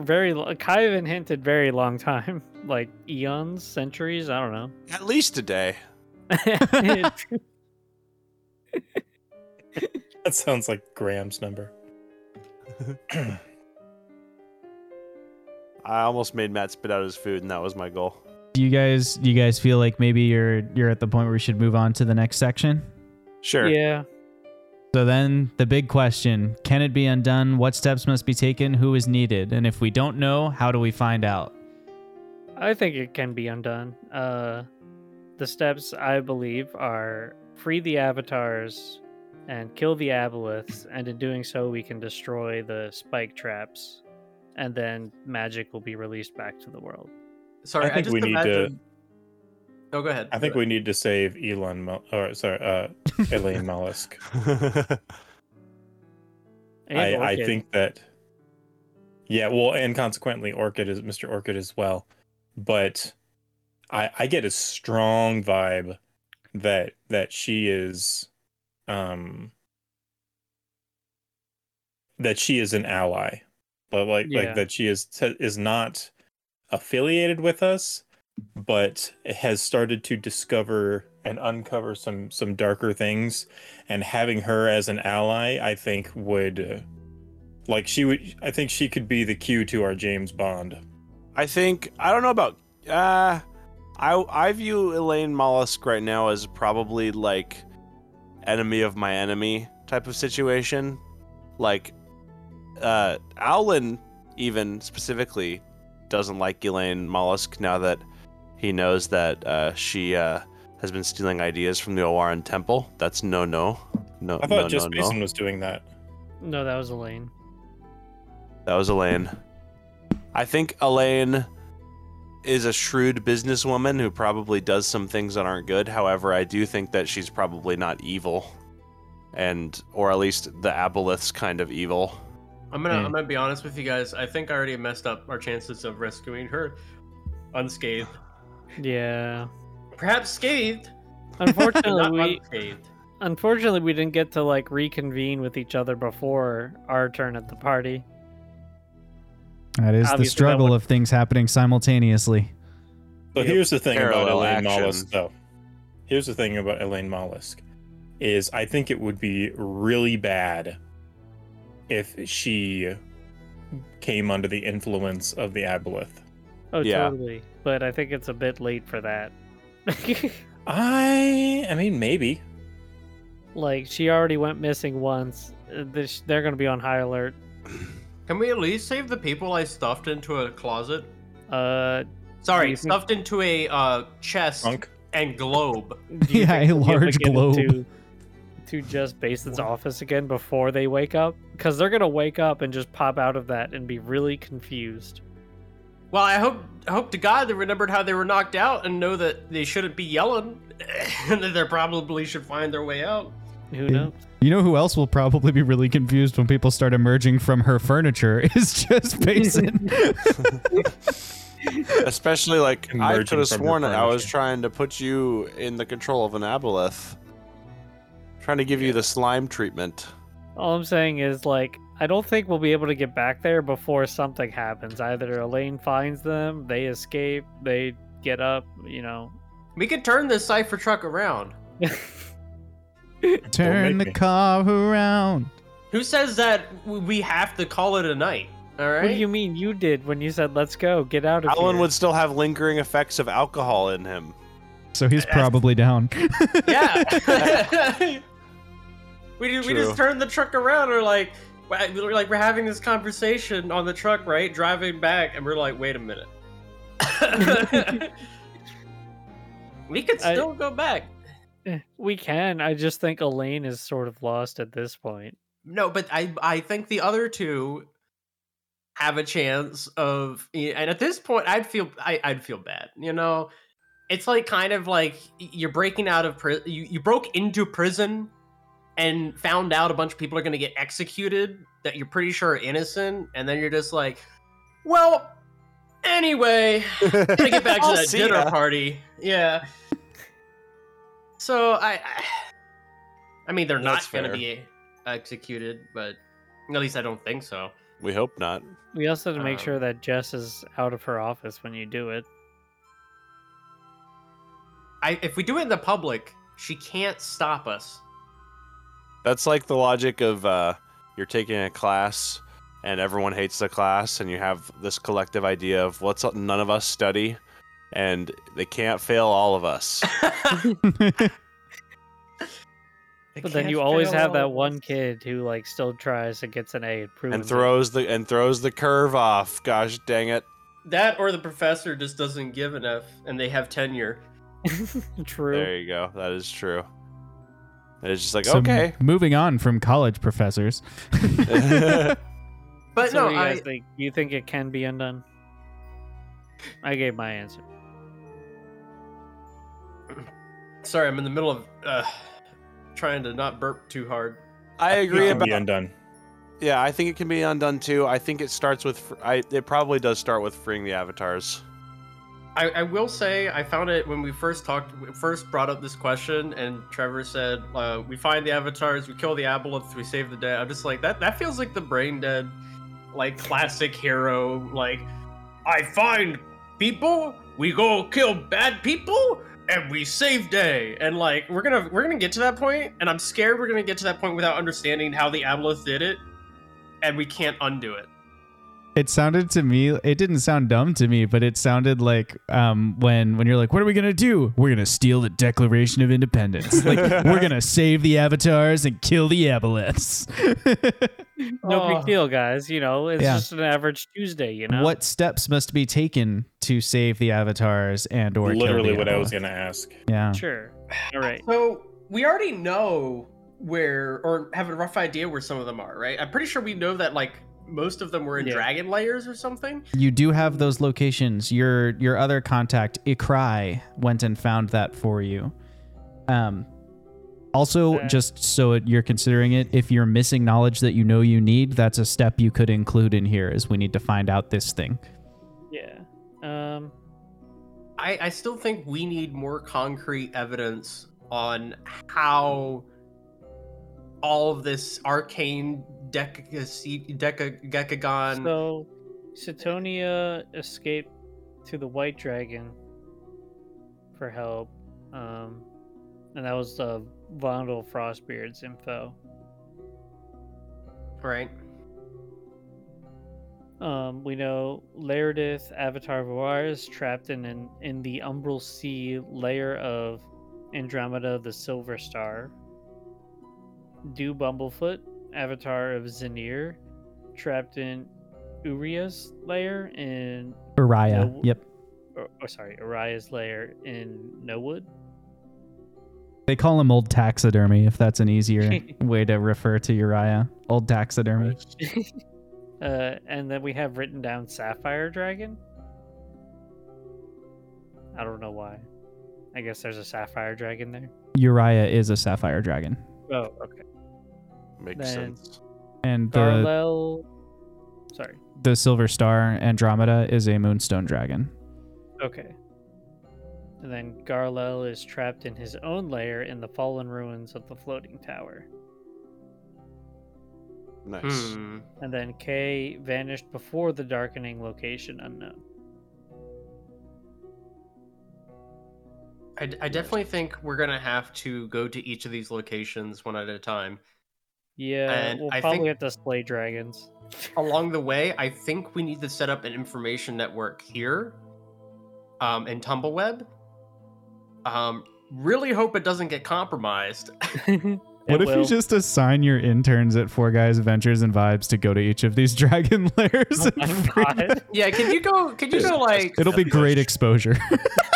Speaker 3: Uh, very. lo- Kyvan hinted very long time, like eons, centuries. I don't know.
Speaker 2: At least a day.
Speaker 4: that sounds like graham's number
Speaker 2: I almost made Matt spit out his food, and that was my goal.
Speaker 1: do you guys do you guys feel like maybe you're you're at the point where we should move on to the next section?
Speaker 2: Sure.
Speaker 3: Yeah.
Speaker 1: So then the big question, can it be undone? What steps must be taken? Who is needed? And if we don't know, how do we find out?
Speaker 3: I think it can be undone. Uh, the steps I believe are free the avatars and kill the aboleths, and in doing so, we can destroy the spike traps, and then magic will be released back to the world.
Speaker 5: Sorry,
Speaker 4: I
Speaker 5: I,
Speaker 4: think
Speaker 5: just
Speaker 4: we need to-
Speaker 5: imagined... Oh, go ahead.
Speaker 4: I think we need to save Elon Mel- or sorry, uh, Elaine Mollusk.
Speaker 3: And
Speaker 4: I, I
Speaker 3: Orchid.
Speaker 4: think that yeah well and consequently orchid is mr orchid as well but i i get a strong vibe that that she is um that she is an ally but like
Speaker 3: Yeah.
Speaker 4: like that she is is not affiliated with us but has started to discover and uncover some some darker things and having her as an ally i think would uh, like she would i think she could be the cue to our james bond
Speaker 2: I think I don't know about uh I I view Elaine Mollusk right now as probably like enemy of my enemy type of situation. Like uh Owlin even specifically doesn't like Elaine Mollusk now that he knows that uh she uh has been stealing ideas from the Owaran temple. That's no no. No
Speaker 4: i thought
Speaker 2: no,
Speaker 4: just
Speaker 2: no,
Speaker 4: mason
Speaker 2: no.
Speaker 4: was doing that
Speaker 3: No, that was Elaine.
Speaker 2: That was Elaine. I think Elaine is a shrewd businesswoman who probably does some things that aren't good. However, I do think that she's probably not evil. And or at least the aboleth's kind of evil.
Speaker 5: I'm gonna.
Speaker 1: Hmm.
Speaker 5: I'm gonna be honest with you guys. I think I already messed up our chances of rescuing her unscathed.
Speaker 3: Yeah.
Speaker 5: Perhaps scathed, but
Speaker 3: Unfortunately,
Speaker 5: not
Speaker 3: we
Speaker 5: unscathed.
Speaker 3: unfortunately we didn't get to like reconvene with each other before our turn at the party.
Speaker 6: That is
Speaker 3: Obviously,
Speaker 6: the
Speaker 3: that
Speaker 6: struggle
Speaker 3: would-
Speaker 6: of things happening simultaneously.
Speaker 4: but
Speaker 2: Yep.
Speaker 4: here's the thing about
Speaker 2: Parallel
Speaker 4: elaine
Speaker 2: action.
Speaker 4: mollusk though here's the thing about elaine mollusk is i think it would be really bad if she came under the influence of the aboleth
Speaker 3: Oh,
Speaker 2: Yeah.
Speaker 3: totally. But I think it's a bit late for that.
Speaker 4: i i mean maybe
Speaker 3: like she already went missing once. Uh, this- They're going to be on high alert.
Speaker 5: Can we at least save the people I stuffed into a closet?
Speaker 3: Uh,
Speaker 5: Sorry,
Speaker 3: You think-
Speaker 5: stuffed into a uh, chest
Speaker 4: Monk.
Speaker 5: and globe.
Speaker 3: do you
Speaker 6: Yeah,
Speaker 3: think
Speaker 6: a
Speaker 3: we'll be able to
Speaker 6: large
Speaker 3: get
Speaker 6: globe.
Speaker 3: into- To just Basin's office again before they wake up, because they're gonna wake up and just pop out of that and be really confused.
Speaker 5: Well, I hope I hope to God they remembered how they were knocked out and know that they shouldn't be yelling, and that they probably should find their way out.
Speaker 3: Who knows?
Speaker 6: You know who else will probably be really confused when people start emerging from her furniture is just Basin.
Speaker 2: Especially like I
Speaker 4: Emerging
Speaker 2: could have
Speaker 4: from your
Speaker 2: sworn I was
Speaker 4: furniture.
Speaker 2: trying to put you in the control of an aboleth. Trying to give you the slime treatment.
Speaker 3: All I'm saying is, like, I don't think we'll be able to get back there before something happens. Either Elaine finds them, they escape, they get up, you know.
Speaker 5: We could turn this cipher truck around.
Speaker 6: Turn the
Speaker 4: me.
Speaker 6: car around.
Speaker 5: Who says that w- we have to call it a night? All right.
Speaker 3: What do you mean you did when you said, let's go, get out of
Speaker 2: Alan
Speaker 3: here?
Speaker 2: would still have lingering effects of alcohol in him.
Speaker 6: So he's probably down.
Speaker 5: Yeah. we do, we
Speaker 2: True.
Speaker 5: just turned the truck around. We're like, we're like we're having this conversation on the truck, right? Driving back, and we're like, wait a minute. we could
Speaker 3: I-
Speaker 5: still go back.
Speaker 3: Eh, We can. I just think Elaine is sort of lost at this point.
Speaker 5: No, but I I think the other two have a chance of and at this point I'd feel I, I'd feel bad, you know. It's like kind of like y- you're breaking out of prison you, you broke into prison and found out a bunch of people are going to get executed that you're pretty sure are innocent and then you're just like, well, anyway, I'm gonna get back to
Speaker 2: I'll
Speaker 5: that
Speaker 2: see
Speaker 5: dinner
Speaker 2: ya.
Speaker 5: party. Yeah. So I, I, I mean, they're
Speaker 2: That's
Speaker 5: not gonna
Speaker 2: fair.
Speaker 5: be executed, but at least I don't think so.
Speaker 2: We hope not.
Speaker 3: We also have to make
Speaker 5: Um,
Speaker 3: sure that Jess is out of her office when you do it.
Speaker 5: I, if we do it in the public, she can't stop us.
Speaker 2: That's like the logic of uh, you're taking a class and everyone hates the class, and you have this collective idea of let's none of us study and they can't fail all of us.
Speaker 3: But then you always have that one kid who like still tries and gets an A and proves
Speaker 2: and
Speaker 3: it.
Speaker 2: throws the and throws the curve off. Gosh dang it.
Speaker 5: That or the professor just doesn't give enough, and they have tenure.
Speaker 3: True.
Speaker 2: There you go. That is true. And it's just like,
Speaker 1: So,
Speaker 2: okay.
Speaker 1: Moving on from college professors.
Speaker 5: But
Speaker 3: So what
Speaker 5: Uh, no,
Speaker 3: do you guys
Speaker 5: I,
Speaker 3: think? Do you think it can be undone? I gave my answer.
Speaker 5: sorry, I'm in the middle of uh, trying to not burp too hard.
Speaker 2: I agree
Speaker 4: It can
Speaker 2: about
Speaker 4: be undone.
Speaker 2: Yeah, I think it can be undone too. I think it starts with fr- I it probably does start with freeing the avatars.
Speaker 5: I, I will say I found it when we first talked, we first brought up this question, and Trevor said, uh, "We find the avatars, we kill the aboleths, we save the dead." I'm just like that. That feels like the brain dead, like classic hero. Like I find people, we go kill bad people, and we save day. And like we're gonna we're gonna get to that point, and I'm scared we're gonna get to that point without understanding how the aboleth did it, and we can't undo it.
Speaker 1: It sounded to me, it didn't sound dumb to me, but it sounded like um, when when you're like, "What are we gonna do? We're gonna steal the Declaration of Independence. Like, we're gonna save the avatars and kill the aboleths."
Speaker 3: No
Speaker 5: Oh.
Speaker 3: big deal, guys. You know, it's
Speaker 1: Yeah.
Speaker 3: just an average Tuesday. You know.
Speaker 1: What steps must be taken to save the avatars and or kill
Speaker 4: Literally
Speaker 1: the
Speaker 4: what I was
Speaker 1: Aboleths?
Speaker 4: gonna ask.
Speaker 1: Yeah.
Speaker 3: Sure. All right.
Speaker 5: So we already know where, or have a rough idea where some of them are, right? I'm pretty sure we know that like most of them were in
Speaker 3: Yeah.
Speaker 5: dragon layers or something.
Speaker 1: You do have those locations. Your your other contact, Ikrai, went and found that for you. Um also
Speaker 3: Uh,
Speaker 1: just so it- you're considering it, if you're missing knowledge that you know you need, that's a step you could include in here is we need to find out this thing.
Speaker 3: Yeah. Um.
Speaker 5: I, I still think we need more concrete evidence on how all of this arcane decagon deca, decagon.
Speaker 3: So, Setonia escaped to the White Dragon for help, um, and that was uh, Vondel Frostbeard's info.
Speaker 5: right?
Speaker 3: Um, we know Laerdith Avatar Voir is trapped in an, in the Umbral Sea layer of Andromeda of the Silver Star. Do Bumblefoot, Avatar of Zanir, trapped in Uria's layer in
Speaker 1: Uriah.
Speaker 3: No.
Speaker 1: Yep.
Speaker 3: or, or sorry, Ariah's lair in Nowood.
Speaker 1: They call him old taxidermy if that's an easier way to refer to Uriah. Old taxidermy.
Speaker 3: Uh, and then we have written down Sapphire Dragon. I don't know why. I guess there's a Sapphire Dragon there.
Speaker 1: Uriah is a sapphire dragon.
Speaker 3: Oh, okay.
Speaker 2: Makes
Speaker 3: Then-
Speaker 2: sense.
Speaker 1: And the
Speaker 3: Darlel. Sorry.
Speaker 1: the silver star Andromeda is a moonstone dragon.
Speaker 3: Okay. And then Garlel is trapped in his own lair in the fallen ruins of the floating tower.
Speaker 2: Nice.
Speaker 5: Hmm.
Speaker 3: And then Kay vanished before the darkening location unknown.
Speaker 5: I, d- I definitely think we're gonna have to go to each of these locations one at a time.
Speaker 3: Yeah,
Speaker 5: And
Speaker 3: we'll
Speaker 5: I
Speaker 3: probably
Speaker 5: think-
Speaker 3: have to slay dragons.
Speaker 5: along the way, I think we need to set up an information network here um, in Tumbleweb. Um, really hope it doesn't get compromised.
Speaker 1: What
Speaker 3: It
Speaker 1: if you
Speaker 3: will.
Speaker 1: just assign your interns at Four Guys Ventures and Vibes to go to each of these dragon lairs?
Speaker 3: Oh my
Speaker 1: and free
Speaker 3: God.
Speaker 1: them?
Speaker 5: yeah, could you go? Could you
Speaker 4: Dude,
Speaker 5: go like
Speaker 1: It'll be great exposure.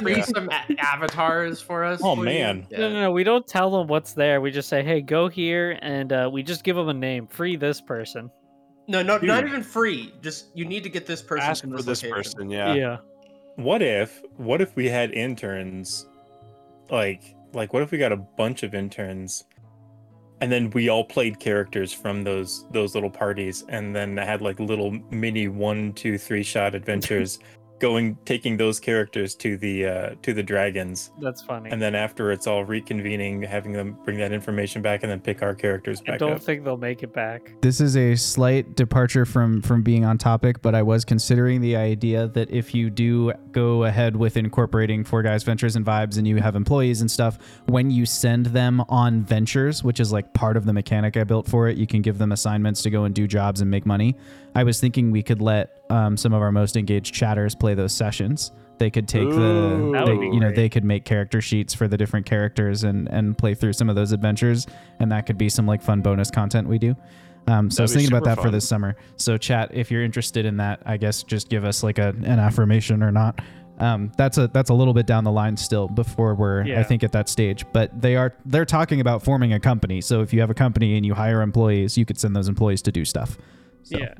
Speaker 5: free
Speaker 2: Yeah.
Speaker 5: some a- avatars for us?
Speaker 4: Oh,
Speaker 5: please?
Speaker 4: man.
Speaker 5: Yeah.
Speaker 3: No, no, no. We don't tell them what's there. We just say, "Hey, go here," and uh, we just give them a name. Free this person.
Speaker 5: no, no, not
Speaker 4: Dude.
Speaker 5: even free. Just you need to get this person.
Speaker 2: Ask
Speaker 5: from
Speaker 2: for this
Speaker 5: location.
Speaker 2: person, yeah.
Speaker 4: What if what if we had interns like like what if we got a bunch of interns and then we all played characters from those those little parties and then had like little mini one two three shot adventures going taking those characters to the uh to the dragons
Speaker 3: that's funny.
Speaker 4: and then after it's all reconvening having them bring that information back and then pick our characters
Speaker 3: I
Speaker 4: back
Speaker 3: don't
Speaker 4: up
Speaker 3: think they'll make it back.
Speaker 1: this is a slight departure from from being on topic, but I was considering the idea that if you do go ahead with incorporating Four Guys Ventures and Vibes and you have employees and stuff, when you send them on ventures, which is like part of the mechanic I built for it, you can give them assignments to go and do jobs and make money. I was thinking we could let um, some of our most engaged chatters play those sessions. They could take
Speaker 4: Ooh.
Speaker 1: the
Speaker 3: That
Speaker 1: they,
Speaker 3: would be
Speaker 1: you know
Speaker 3: great.
Speaker 1: they could make character sheets for the different characters and and play through some of those adventures, and that could be some like fun bonus content we do. Um, so I was
Speaker 2: That'd be
Speaker 1: thinking about
Speaker 2: super
Speaker 1: that for
Speaker 2: fun.
Speaker 1: this summer. So chat, if you're interested in that, I guess just give us like a, an affirmation or not. Um, that's a that's a little bit down the line still before we're I
Speaker 3: Yeah.
Speaker 1: think at that stage. But they are they're talking about forming a company. So if you have a company and you hire employees, you could send those employees to do stuff. So.
Speaker 3: Yeah.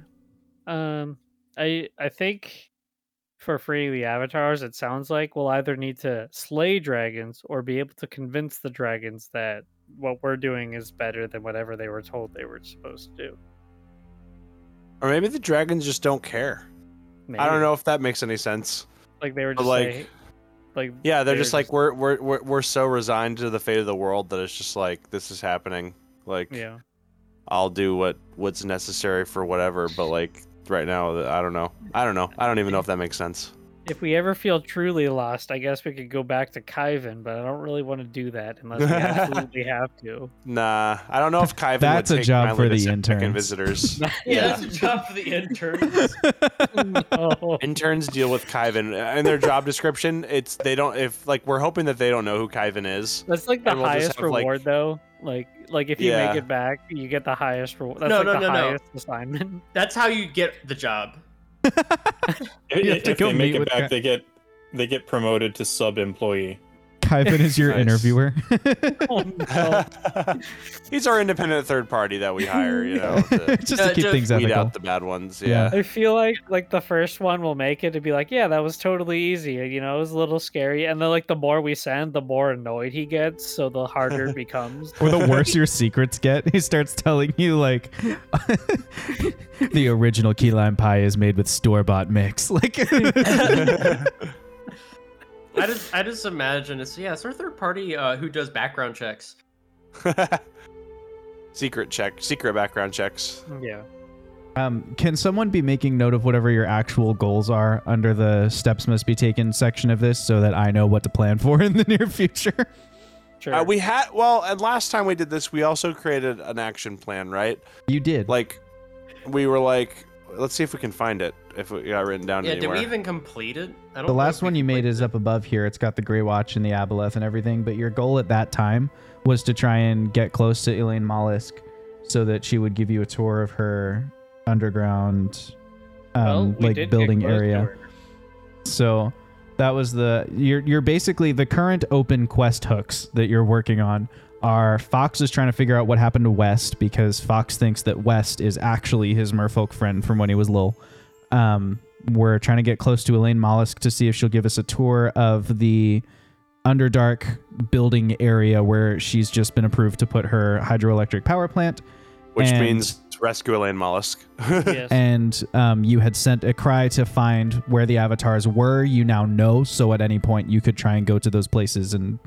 Speaker 3: Um I I think for free the avatars it sounds like we'll either need to slay dragons or be able to convince the dragons that what we're doing is better than whatever they were told they were supposed to do.
Speaker 2: Or maybe the dragons just don't care. I
Speaker 3: Maybe.
Speaker 2: don't know if that makes any sense.
Speaker 3: Like they were
Speaker 2: But,
Speaker 3: just
Speaker 2: like-
Speaker 3: like like
Speaker 2: Yeah, they're
Speaker 3: They're
Speaker 2: just
Speaker 3: just-
Speaker 2: like we're, we're we're we're so resigned to the fate of the world that it's just like this is happening. Like
Speaker 3: yeah.
Speaker 2: I'll do what what's necessary for whatever, but like right now I don't know. I don't know. I don't even know if that makes sense.
Speaker 3: If we ever feel truly lost, I guess we could go back to Kyvan, but I don't really want to do that unless we absolutely have to.
Speaker 2: Nah, I don't know if Kyvan
Speaker 1: That's a
Speaker 2: would take
Speaker 1: job
Speaker 2: my
Speaker 1: for the
Speaker 2: latest African
Speaker 1: interns.
Speaker 2: visitors.
Speaker 5: Yeah, that's a job for the interns.
Speaker 3: Oh,
Speaker 2: interns deal with Kyvan and their job description. It's they don't if like we're hoping that they don't know who Kyvan is.
Speaker 3: that's like the
Speaker 2: And we'll just
Speaker 3: highest
Speaker 2: have, like-
Speaker 3: reward though. Like like if you
Speaker 2: Yeah.
Speaker 3: make it back, you get the highest reward. That's
Speaker 5: No,
Speaker 3: like
Speaker 5: no,
Speaker 3: the
Speaker 5: no, no.
Speaker 3: highest assignment.
Speaker 5: that's how you get the job.
Speaker 4: If,
Speaker 1: have to
Speaker 4: if
Speaker 1: go
Speaker 4: they make
Speaker 1: meet
Speaker 4: it
Speaker 1: with
Speaker 4: back,
Speaker 1: guy-
Speaker 4: they get they get promoted to sub employee.
Speaker 1: Kyvan is your
Speaker 2: Nice.
Speaker 1: interviewer.
Speaker 3: Oh, no.
Speaker 2: He's our independent third party that we hire, you know, to
Speaker 1: just
Speaker 5: Uh,
Speaker 1: to keep
Speaker 5: just
Speaker 1: things
Speaker 2: weed
Speaker 1: ethical.
Speaker 2: out the bad ones.
Speaker 1: Yeah.
Speaker 2: Yeah.
Speaker 3: I feel like like the first one will make it to be like, yeah, that was totally easy. You know, it was a little scary. And then like the more we send, the more annoyed he gets, so the harder it becomes.
Speaker 1: Or the worse your secrets get, he starts telling you like the original key lime pie is made with store bought mix. Like
Speaker 5: I just, I just imagine it's yeah, it's our third party uh, who does background checks.
Speaker 2: secret check, secret background checks.
Speaker 3: Yeah.
Speaker 1: um, can someone be making note of whatever your actual goals are under the steps must be taken section of this so that I know what to plan for in the near future?
Speaker 3: Sure.
Speaker 2: Uh, we had well, and last time we did this, we also created an action plan, right?
Speaker 1: You did.
Speaker 2: Like, we were like, let's see if we can find it, if it got written down
Speaker 5: Yeah, did
Speaker 2: anywhere.
Speaker 5: we even complete it? I don't
Speaker 1: the
Speaker 5: think
Speaker 1: last
Speaker 5: we
Speaker 1: one you made
Speaker 5: completed
Speaker 1: is
Speaker 5: it.
Speaker 1: up above here. It's got the Grey Watch and the Aboleth and everything. But your goal at that time was to try and get close to Elaine Mollusk so that she would give you a tour of her underground, um,
Speaker 3: Well, we
Speaker 1: like
Speaker 3: did get
Speaker 1: building
Speaker 3: close to
Speaker 1: area.
Speaker 3: her.
Speaker 1: So that was the you're you're basically the current open quest hooks that you're working on are Fox is trying to figure out what happened to West because Fox thinks that West is actually his merfolk friend from when he was little. Um, we're trying to get close to Elaine Mollusk to see if she'll give us a tour of the Underdark building area where she's just been approved to put her hydroelectric power plant.
Speaker 2: Which
Speaker 1: and-
Speaker 2: means rescue Elaine Mollusk.
Speaker 3: Yes.
Speaker 1: and um, you had sent a cry to find where the avatars were. You now know, so at any point you could try and go to those places and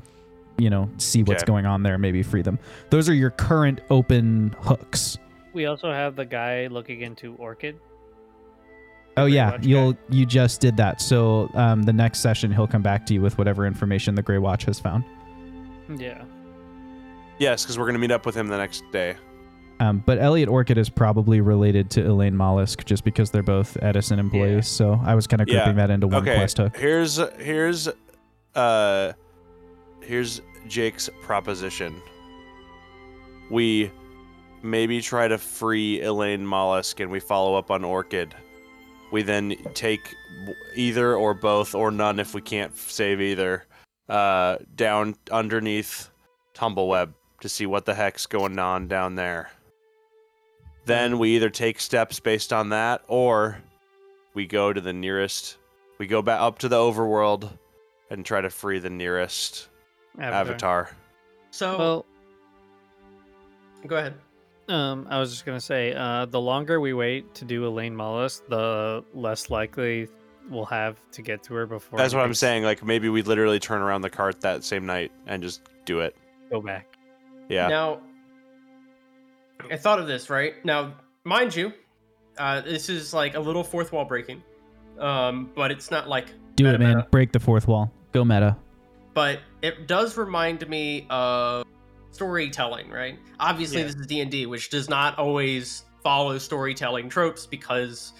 Speaker 1: you know see what's
Speaker 2: Okay.
Speaker 1: going on there, maybe free them. Those are your current open hooks.
Speaker 3: we also have the guy looking into Orchid.
Speaker 1: Oh
Speaker 3: Grey
Speaker 1: yeah,
Speaker 3: Watch guy.
Speaker 1: you'll you just did that. So um, the next session he'll come back to you with whatever information the Grey Watch has found.
Speaker 3: Yeah.
Speaker 2: yes, because we're gonna meet up with him the next day.
Speaker 1: Um, but Elliot Orchid is probably related to Elaine Mollusk just because they're both Edison employees.
Speaker 3: Yeah.
Speaker 1: So I was kind of
Speaker 2: Yeah.
Speaker 1: grouping that into one
Speaker 2: Okay.
Speaker 1: quest hook.
Speaker 2: Here's here's uh here's Jake's proposition. We maybe try to free Elaine Mollusk and we follow up on Orchid. We then take w- either or both or none if we can't f- save either uh down underneath Tumbleweb to see what the heck's going on down there. Then we either take steps based on that or we go to the nearest we go back up to the overworld and try to free the nearest avatar.
Speaker 5: So
Speaker 3: Well,
Speaker 5: go ahead.
Speaker 3: um, I was just gonna say, uh, the longer we wait to do Elaine Mollusk, the less likely we'll have to get to her before.
Speaker 2: That's
Speaker 3: we
Speaker 2: what
Speaker 3: can
Speaker 2: I'm saying. Like maybe we literally turn around the cart that same night and just do it.
Speaker 3: Go back.
Speaker 2: Yeah.
Speaker 5: Now, I thought of this right now. Mind you, uh, this is like a little fourth wall breaking, um, but it's not like.
Speaker 1: Do
Speaker 5: Meta,
Speaker 1: it, man.
Speaker 5: meta.
Speaker 1: Break the fourth wall. Go meta.
Speaker 5: But it does remind me of storytelling, right? Obviously,
Speaker 3: Yeah.
Speaker 5: this is D and D, which does not always follow storytelling tropes because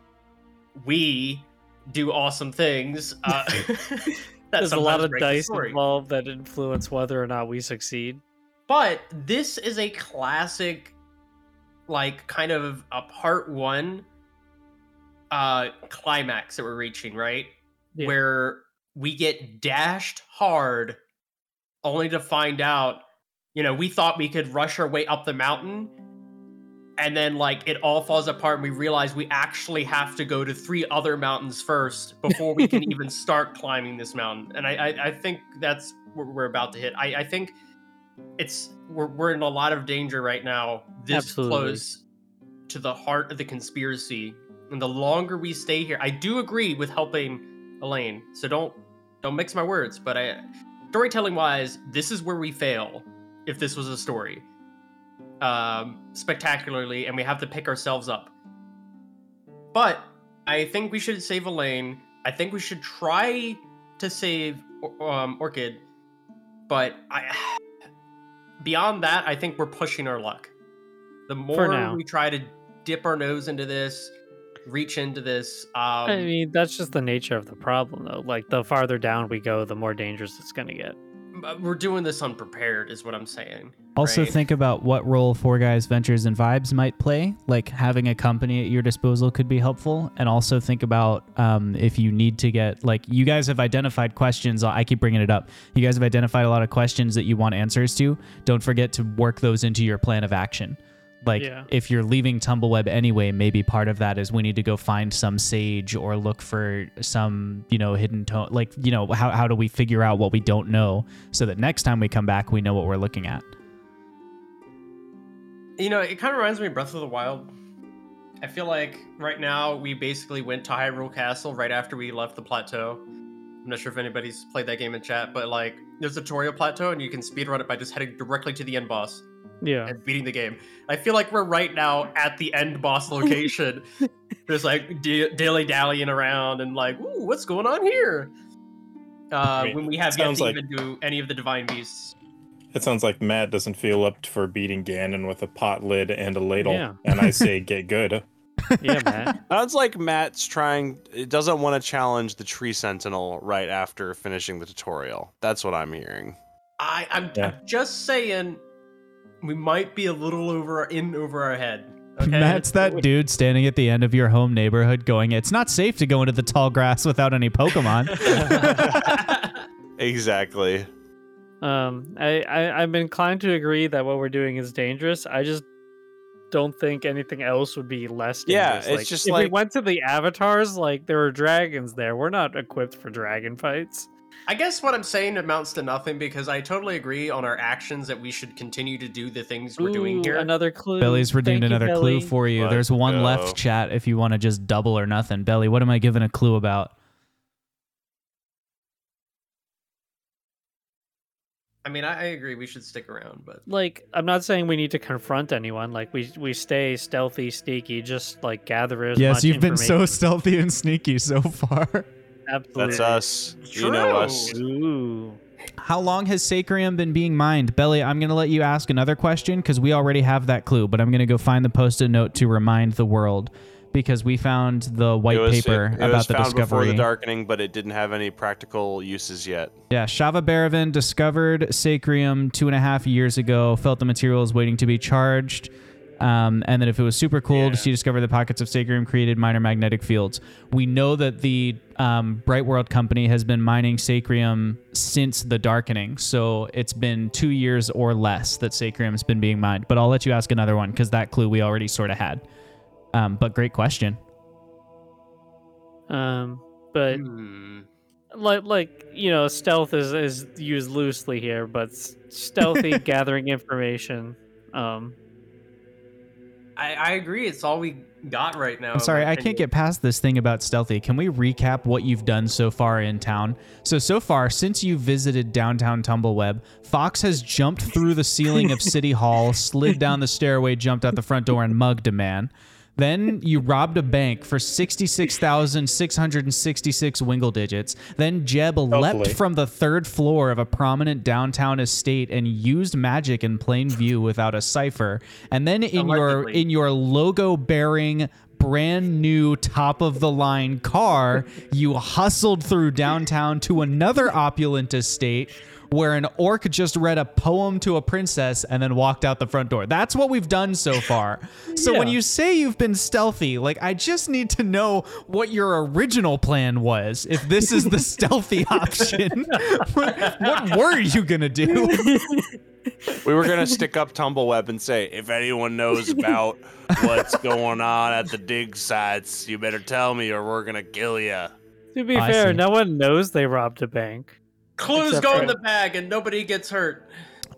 Speaker 5: we do awesome things. Uh, that
Speaker 3: There's a
Speaker 5: sometimes
Speaker 3: lot of
Speaker 5: breaks the
Speaker 3: dice
Speaker 5: story.
Speaker 3: involved that influence whether or not we succeed.
Speaker 5: But this is a classic, like, kind of a part one uh climax that we're reaching, right?
Speaker 3: Yeah.
Speaker 5: Where we get dashed hard only to find out, you know, we thought we could rush our way up the mountain. And then, like, it all falls apart, and we realize we actually have to go to three other mountains first before we can even start climbing this mountain. And I, I, I think that's what we're about to hit. I, I think it's we're, we're in a lot of danger right now this
Speaker 3: Absolutely.
Speaker 5: close to the heart of the conspiracy and the longer we stay here i do agree with helping elaine so don't don't mix my words but i storytelling wise this is where we fail if this was a story um spectacularly and we have to pick ourselves up but i think we should save elaine i think we should try to save Or- um, orchid but i beyond that, I think we're pushing our luck. The more
Speaker 3: now.
Speaker 5: we try to dip our nose into this, reach into this, um,
Speaker 3: I mean, that's just the nature of the problem, though. Like, the farther down we go, the more dangerous it's going to get.
Speaker 5: but we're doing this unprepared, is what I'm saying.
Speaker 1: Also,
Speaker 5: right?
Speaker 1: think about what role Four Guys Ventures and Vibes might play. Like having a company at your disposal could be helpful. And also think about um, if you need to get, like, you guys have identified questions. I keep bringing it up. You guys have identified a lot of questions that you want answers to. Don't forget to work those into your plan of action. Like,
Speaker 3: Yeah.
Speaker 1: if you're leaving Tumbleweb anyway, maybe part of that is we need to go find some sage or look for some, you know, hidden tone. Like, you know, how, how do we figure out what we don't know so that next time we come back, we know what we're looking at?
Speaker 5: You know, it kind of reminds me of Breath of the Wild. I feel like right now we basically went to Hyrule Castle right after we left the plateau. I'm not sure if anybody's played that game in chat, but like there's a tutorial plateau and you can speedrun it by just heading directly to the end boss.
Speaker 3: Yeah.
Speaker 5: and beating the game. I feel like we're right now at the end boss location, just like d- dilly dallying around and like, ooh, what's going on here? Uh,
Speaker 4: mean,
Speaker 5: when we have yet
Speaker 4: sounds
Speaker 5: to
Speaker 4: like-
Speaker 5: even do any of the divine beasts.
Speaker 4: It sounds like Matt doesn't feel up for beating Ganon with a pot lid and a ladle.
Speaker 3: Yeah.
Speaker 4: And I say, get good.
Speaker 3: Yeah, Matt.
Speaker 2: Sounds like Matt's trying. It doesn't want to challenge the tree sentinel right after finishing the tutorial. That's what I'm hearing.
Speaker 5: I, I'm,
Speaker 4: Yeah.
Speaker 5: I'm just saying, we might be a little over in over our head. Okay,
Speaker 1: Matt's that dude standing at the end of your home neighborhood going, It's not safe to go into the tall grass without any Pokemon.
Speaker 2: Exactly.
Speaker 3: Um, I, I I'm inclined to agree that what we're doing is dangerous. I just don't think anything else would be less
Speaker 2: Yeah,
Speaker 3: dangerous.
Speaker 2: it's just
Speaker 3: if we
Speaker 2: like-
Speaker 3: went to the avatars, like there were dragons there. We're not equipped for dragon fights.
Speaker 5: I guess what I'm saying amounts to nothing because I totally agree on our actions that we should continue to do the things we're doing
Speaker 3: Ooh,
Speaker 5: here.
Speaker 3: Another clue.
Speaker 1: Belly's redeemed
Speaker 3: Thank you,
Speaker 1: another
Speaker 3: Belly.
Speaker 1: clue for you.
Speaker 2: Let's
Speaker 1: There's one
Speaker 2: go.
Speaker 1: left chat if you want to just double or nothing. Belly, what am I giving a clue about?
Speaker 5: I mean, I, I agree we should stick around, but
Speaker 3: like I'm not saying we need to confront anyone. Like we we stay stealthy, sneaky, just like gather as much information-
Speaker 1: stealthy and sneaky so far.
Speaker 3: absolutely.
Speaker 2: That's us. You know us.
Speaker 3: Ooh.
Speaker 1: How long has Sacrium been being mined? Belly, I'm going to let you ask another question because we already have that clue, but I'm going to go find the post it note to remind the world because we found the white
Speaker 2: it was,
Speaker 1: paper
Speaker 2: it- it
Speaker 1: about
Speaker 2: was
Speaker 1: the
Speaker 2: found
Speaker 1: discovery.
Speaker 2: before the darkening, but it didn't have any practical uses yet.
Speaker 1: Yeah, Shava Baravan discovered Sacrium two and a half years ago, felt the material is waiting to be charged. Um, and then if it was super cooled, she discovered the pockets of Sacrium created minor magnetic fields. We know that the um, Bright World company has been mining Sacrium since the darkening. So it's been two years or less that Sacrium has been being mined. But I'll let you ask another one because that clue we already sort of had. Um, but great question.
Speaker 3: Um, but
Speaker 5: Hmm.
Speaker 3: like like you know stealth is is used loosely here but s- stealthy gathering information um
Speaker 5: I, I agree. It's all we got right now.
Speaker 1: I'm sorry, I can't get past this thing about stealthy. Can we recap what you've done so far in town? So so far, since you visited downtown Tumbleweb, Fox has jumped through the ceiling of City Hall, slid down the stairway, jumped out the front door, and mugged a man. Then you robbed a bank for sixty-six thousand six hundred and sixty-six wingle digits. Then Jeb leapt
Speaker 4: Hopefully.
Speaker 1: from the third floor of a prominent downtown estate and used magic in plain view without a cipher. And then in your
Speaker 5: Allegedly.
Speaker 1: in your logo bearing brand new top of the line car, you hustled through downtown to another opulent estate where an orc just read a poem to a princess and then walked out the front door. That's what we've done so far. So when
Speaker 3: Yeah.
Speaker 1: you say you've been stealthy, like I just need to know what your original plan was. If this is the stealthy option, what, what were you going to do?
Speaker 2: We were gonna stick up Tumbleweb and say, if anyone knows about what's going on at the dig sites, you better tell me, or we're gonna kill you.
Speaker 3: To be
Speaker 1: Oh, I
Speaker 3: fair,
Speaker 1: see.
Speaker 3: no one knows they robbed a bank.
Speaker 5: Clues
Speaker 3: Except
Speaker 5: go
Speaker 3: for-
Speaker 5: in the bag and nobody gets hurt.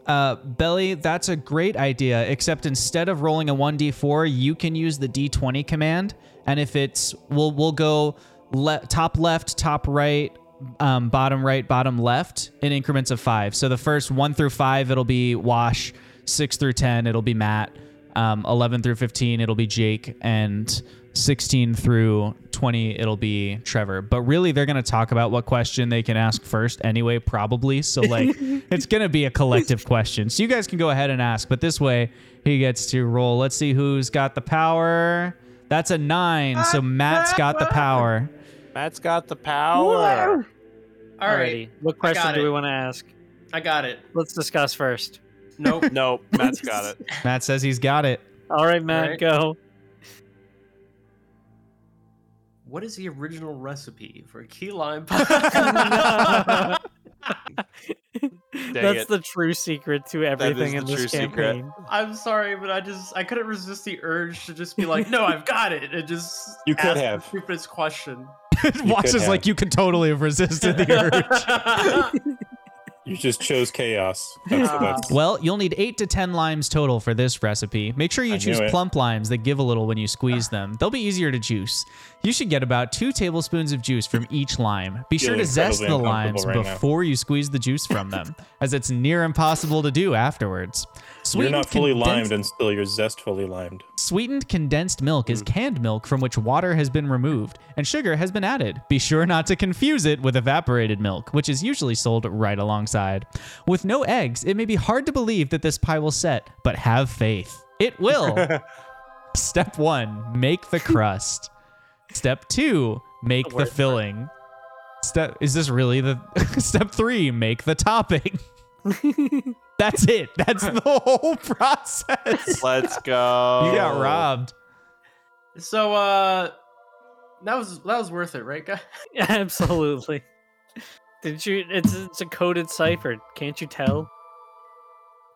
Speaker 1: Uh, Belly, that's a great idea, except instead of rolling a 1d4, you can use the d20 command. And if it's, we'll, we'll go le- top left, top right, um, bottom right, bottom left in increments of five. So the first one through five, it'll be Wash. Six through 10, it'll be Matt. Um, 11 through 15, it'll be Jake. And 16 through 20, it'll be Trevor. But really, they're going to talk about what question they can ask first anyway, probably. So, like, it's going to be a collective question. So, you guys can go ahead and ask. But this way, he gets to roll. Let's see who's got the power. That's a nine. So, Matt's got the power.
Speaker 2: Matt's got the power.
Speaker 5: All
Speaker 3: Alrighty,
Speaker 5: right,
Speaker 3: What question
Speaker 5: got
Speaker 3: do we
Speaker 5: it.
Speaker 3: want to ask?
Speaker 5: I got it.
Speaker 3: Let's discuss first.
Speaker 5: Nope.
Speaker 2: Nope, Matt's got it.
Speaker 1: Matt says he's got it.
Speaker 3: All right, Matt,
Speaker 5: Alright.
Speaker 3: go.
Speaker 5: what is the original recipe for key lime pie?
Speaker 3: That's
Speaker 2: it.
Speaker 3: the true secret to everything
Speaker 2: the
Speaker 3: in this
Speaker 2: true secret.
Speaker 3: campaign.
Speaker 5: I'm sorry, but I just I couldn't resist the urge to just be like, no, I've got it, and just
Speaker 4: You could
Speaker 5: ask the
Speaker 4: have.
Speaker 5: stupidest question.
Speaker 1: Watch
Speaker 4: could
Speaker 1: is
Speaker 4: have.
Speaker 1: like, you could totally have resisted the urge.
Speaker 4: You just chose chaos. That's,
Speaker 5: Ah.
Speaker 4: that's,
Speaker 1: Well, you'll need eight to ten limes total for this recipe. Make sure you
Speaker 4: I knew
Speaker 1: choose
Speaker 4: it.
Speaker 1: plump limes that give a little when you squeeze them. They'll be easier to juice. You should get about two tablespoons of juice from each lime. Be sure
Speaker 4: Feeling
Speaker 1: to zest the
Speaker 4: incredibly
Speaker 1: limes
Speaker 4: uncomfortable right now.
Speaker 1: before you squeeze the juice from them, as it's near impossible to do afterwards.
Speaker 4: you're
Speaker 1: Sweetened
Speaker 4: not fully limed
Speaker 1: condensed-
Speaker 4: and still you're zestfully limed.
Speaker 1: Sweetened condensed milk is canned milk from which water has been removed and sugar has been added. Be sure not to confuse it with evaporated milk, which is usually sold right alongside. With no eggs, it may be hard to believe that this pie will set, but have faith. It will. Step one, make the crust. Step two, make the filling. Step is this really the step three, make the topping. That's it. That's the whole process.
Speaker 2: Let's go.
Speaker 1: You got robbed.
Speaker 5: so uh, that was that was worth it, right, guys?
Speaker 3: Absolutely. Did you? It's it's a coded cipher. Can't you tell?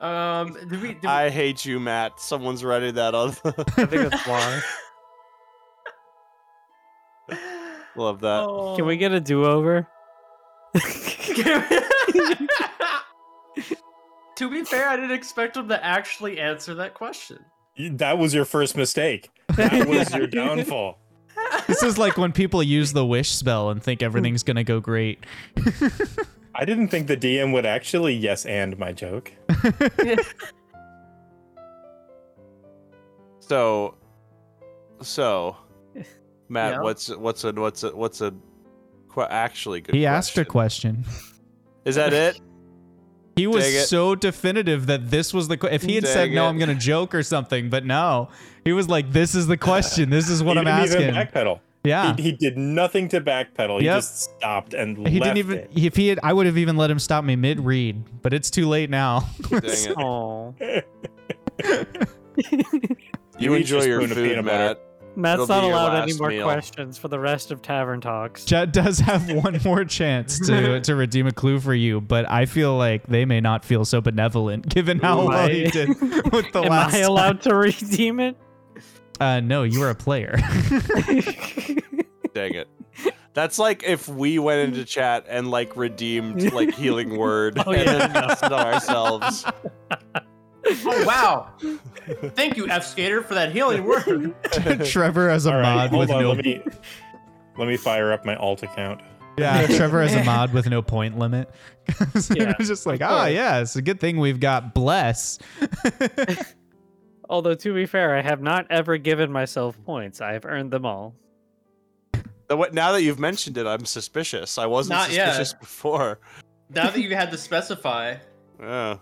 Speaker 5: Um, did we? Did we
Speaker 2: I hate you, Matt. Someone's writing that on.
Speaker 3: I think that's why.
Speaker 2: Love that.
Speaker 5: Oh.
Speaker 3: Can we get a do-over?
Speaker 5: to be fair, I didn't expect him to actually answer that question.
Speaker 4: You- That was your first mistake. That was your downfall.
Speaker 1: This is like when people use the wish spell and think everything's gonna go great.
Speaker 4: I didn't think the DM would actually yes and my joke.
Speaker 2: So, so, Matt,
Speaker 5: Yeah.
Speaker 2: what's what's a what's a what's a qu- actually good?
Speaker 1: He asked a
Speaker 2: question?
Speaker 1: question.
Speaker 2: Is that it?
Speaker 1: He was
Speaker 2: Dig it.
Speaker 1: so definitive that this was the. Que- if he had said
Speaker 2: Dig
Speaker 1: no,
Speaker 2: it.
Speaker 1: I'm gonna joke or something, but no, he was like, "This is the question. This is what
Speaker 4: he
Speaker 1: I'm
Speaker 4: didn't
Speaker 1: asking."
Speaker 4: even backpedal.
Speaker 1: yeah,
Speaker 4: He, he did nothing to backpedal. He
Speaker 1: Yep.
Speaker 4: just stopped and
Speaker 1: he,
Speaker 4: left
Speaker 1: didn't even.
Speaker 4: it.
Speaker 1: If he had, I would have even let him stop me mid read, but it's too late now.
Speaker 2: Dang it.
Speaker 3: Oh,
Speaker 2: You
Speaker 4: eat
Speaker 2: enjoy your
Speaker 4: spoon of
Speaker 2: food,
Speaker 4: peanut butter.
Speaker 2: Matt.
Speaker 3: Matt's
Speaker 2: It'll
Speaker 3: not
Speaker 2: be your
Speaker 3: allowed any
Speaker 2: last
Speaker 3: more
Speaker 2: meal.
Speaker 3: questions for the rest of Tavern Talks.
Speaker 1: Chad does have one more chance to to redeem a clue for you, but I feel like they may not feel so benevolent given how
Speaker 3: Ooh,
Speaker 1: well
Speaker 3: I-
Speaker 1: he did with the
Speaker 3: Am
Speaker 1: last.
Speaker 3: I
Speaker 1: time.
Speaker 3: allowed to redeem it?
Speaker 1: Uh, no, you were a player.
Speaker 2: Dang it. That's like if we went into chat and like redeemed like healing word
Speaker 3: Oh,
Speaker 2: and
Speaker 3: yeah.
Speaker 2: then cast it on ourselves.
Speaker 5: Oh wow! Thank you, F Skater, for that healing word.
Speaker 1: Trevor as a
Speaker 4: All
Speaker 1: mod
Speaker 4: right, hold
Speaker 1: with
Speaker 4: on.
Speaker 1: no.
Speaker 4: Let me let me fire up my alt account.
Speaker 1: Yeah, Trevor as a mod with no point limit.
Speaker 3: Yeah,
Speaker 1: it was just like, oh yeah, it's a good thing we've got bless.
Speaker 3: Although to be fair, I have not ever given myself points. I have earned them all.
Speaker 2: The what- Now that you've mentioned it, I'm suspicious. I wasn't
Speaker 5: Not yet.
Speaker 2: suspicious before.
Speaker 5: Now that you had to specify,
Speaker 2: Uh,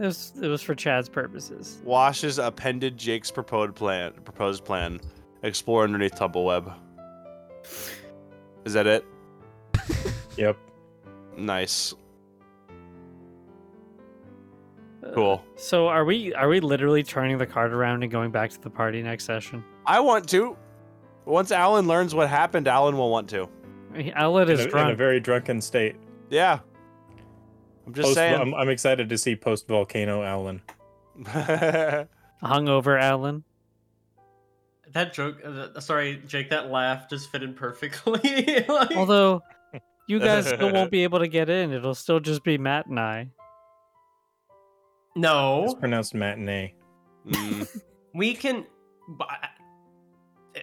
Speaker 3: It was, it was for Chad's purposes.
Speaker 2: Wash has appended Jake's proposed plan. Proposed plan. explore underneath Tumbleweb. Is that it?
Speaker 4: Yep.
Speaker 2: Nice.
Speaker 3: Uh,
Speaker 2: Cool.
Speaker 3: So are we are we literally turning the card around and going back to the party next session?
Speaker 2: I want to. Once Alan learns what happened, Alan will want to.
Speaker 3: Outlet
Speaker 4: In
Speaker 3: is
Speaker 4: a, in a
Speaker 3: drunk.
Speaker 4: very drunken state.
Speaker 2: Yeah. I'm just
Speaker 4: Post,
Speaker 2: saying.
Speaker 4: I'm, I'm excited to see post volcano Alan.
Speaker 3: Hungover Alan.
Speaker 5: That joke, uh, sorry, Jake, that laugh just fit in perfectly. like,
Speaker 3: Although you guys still won't be able to get in. It'll still just be Matt and I.
Speaker 4: It's
Speaker 5: no,
Speaker 4: pronounced matinee.
Speaker 2: Mm,
Speaker 5: we can. but I-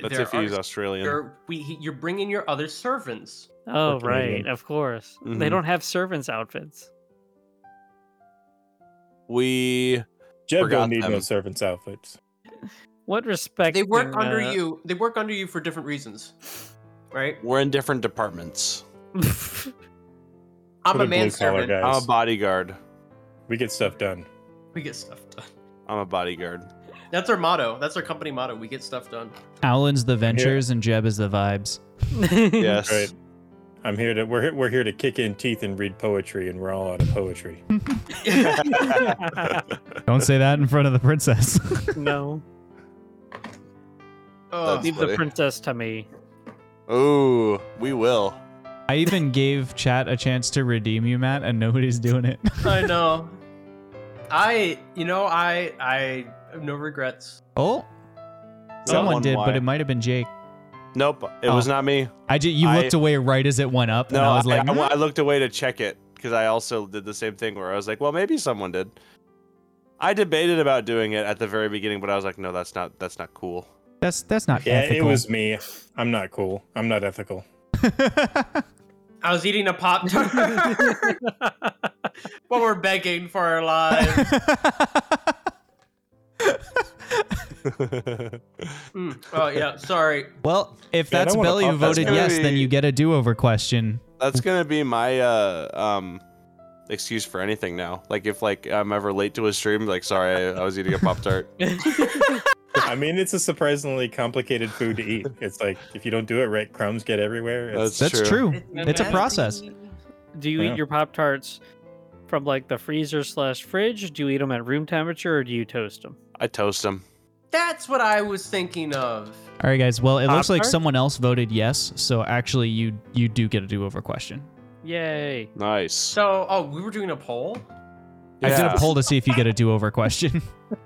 Speaker 2: that's
Speaker 5: there
Speaker 2: if you use
Speaker 5: are-
Speaker 2: Australian.
Speaker 5: You're, we, you're bringing your other servants.
Speaker 3: Oh
Speaker 4: Or
Speaker 3: right,
Speaker 4: Canadian.
Speaker 3: of course. They
Speaker 2: Mhm.
Speaker 3: don't have servants outfits.
Speaker 2: We.
Speaker 4: Jeb
Speaker 2: Forgot
Speaker 4: don't need no
Speaker 2: them.
Speaker 4: servants outfits.
Speaker 3: What respect?
Speaker 5: They work
Speaker 3: can,
Speaker 5: under
Speaker 3: uh,
Speaker 5: you. They work under you for different reasons, right?
Speaker 2: We're in different departments.
Speaker 5: I'm
Speaker 4: For
Speaker 5: a
Speaker 4: the blue-collar
Speaker 5: manservant.
Speaker 4: guys.
Speaker 2: I'm a bodyguard.
Speaker 4: we get stuff done.
Speaker 5: We get stuff done.
Speaker 2: I'm a bodyguard.
Speaker 5: That's our motto. That's our company motto. We get stuff done.
Speaker 1: Alan's the ventures and Jeb is the vibes.
Speaker 2: Yes.
Speaker 4: Right. I'm here to we're here, we're here to kick in teeth and read poetry, and we're all out of poetry.
Speaker 6: Don't say that in front of the princess.
Speaker 3: no,
Speaker 5: Ugh.
Speaker 2: That's-
Speaker 3: leave the
Speaker 2: funny.
Speaker 3: princess to me.
Speaker 2: Ooh, we will.
Speaker 1: I even gave chat a chance to redeem you, Matt, and nobody's doing it.
Speaker 5: I know. I, you know, I, I have no regrets.
Speaker 1: Oh, someone
Speaker 2: one
Speaker 1: did,
Speaker 2: why.
Speaker 1: but it might have been Jake.
Speaker 2: Nope, it
Speaker 1: Oh.
Speaker 2: was not me.
Speaker 1: I ju- you
Speaker 2: I-
Speaker 1: looked away right as it went up,
Speaker 2: No,
Speaker 1: and I was like,
Speaker 2: I, I looked away to check it because I also did the same thing where I was like, well, maybe someone did. I debated about doing it at the very beginning, but I was like, no, that's not that's not cool.
Speaker 1: "Hmm, "That's that's not
Speaker 4: Yeah,
Speaker 1: ethical."
Speaker 4: it was me. I'm not cool. I'm not ethical.
Speaker 5: I was eating a pop tart while we're begging for our lives. Mm. Oh yeah, sorry.
Speaker 1: well, if
Speaker 4: Yeah, I
Speaker 1: that's
Speaker 4: don't wanna
Speaker 1: Belly who
Speaker 4: pop that
Speaker 1: voted
Speaker 2: guy.
Speaker 1: yes, then
Speaker 2: Hey.
Speaker 1: you get a do-over question.
Speaker 2: that's gonna be my uh um excuse for anything now. Like if like I'm ever late to a stream, like sorry, I, I was eating a pop tart.
Speaker 4: I mean, it's a surprisingly complicated food to eat. It's like if you don't do it right, crumbs get everywhere. It's,
Speaker 1: That's true. It's a
Speaker 3: Matt,
Speaker 1: process.
Speaker 3: Do you
Speaker 4: Yeah.
Speaker 3: eat your pop tarts from like the freezer slash fridge? Do you eat them at room temperature, or do you toast them?
Speaker 2: I toast them.
Speaker 5: That's what I was thinking of.
Speaker 1: All right, guys. Well, it looks like
Speaker 3: Pop-Tart?
Speaker 1: someone else voted yes, so actually, you you do get a do-over question.
Speaker 3: Yay!
Speaker 2: Nice.
Speaker 5: So, oh, we were doing a poll.
Speaker 1: I did
Speaker 2: Yeah.
Speaker 1: a poll to see if you get a do-over question.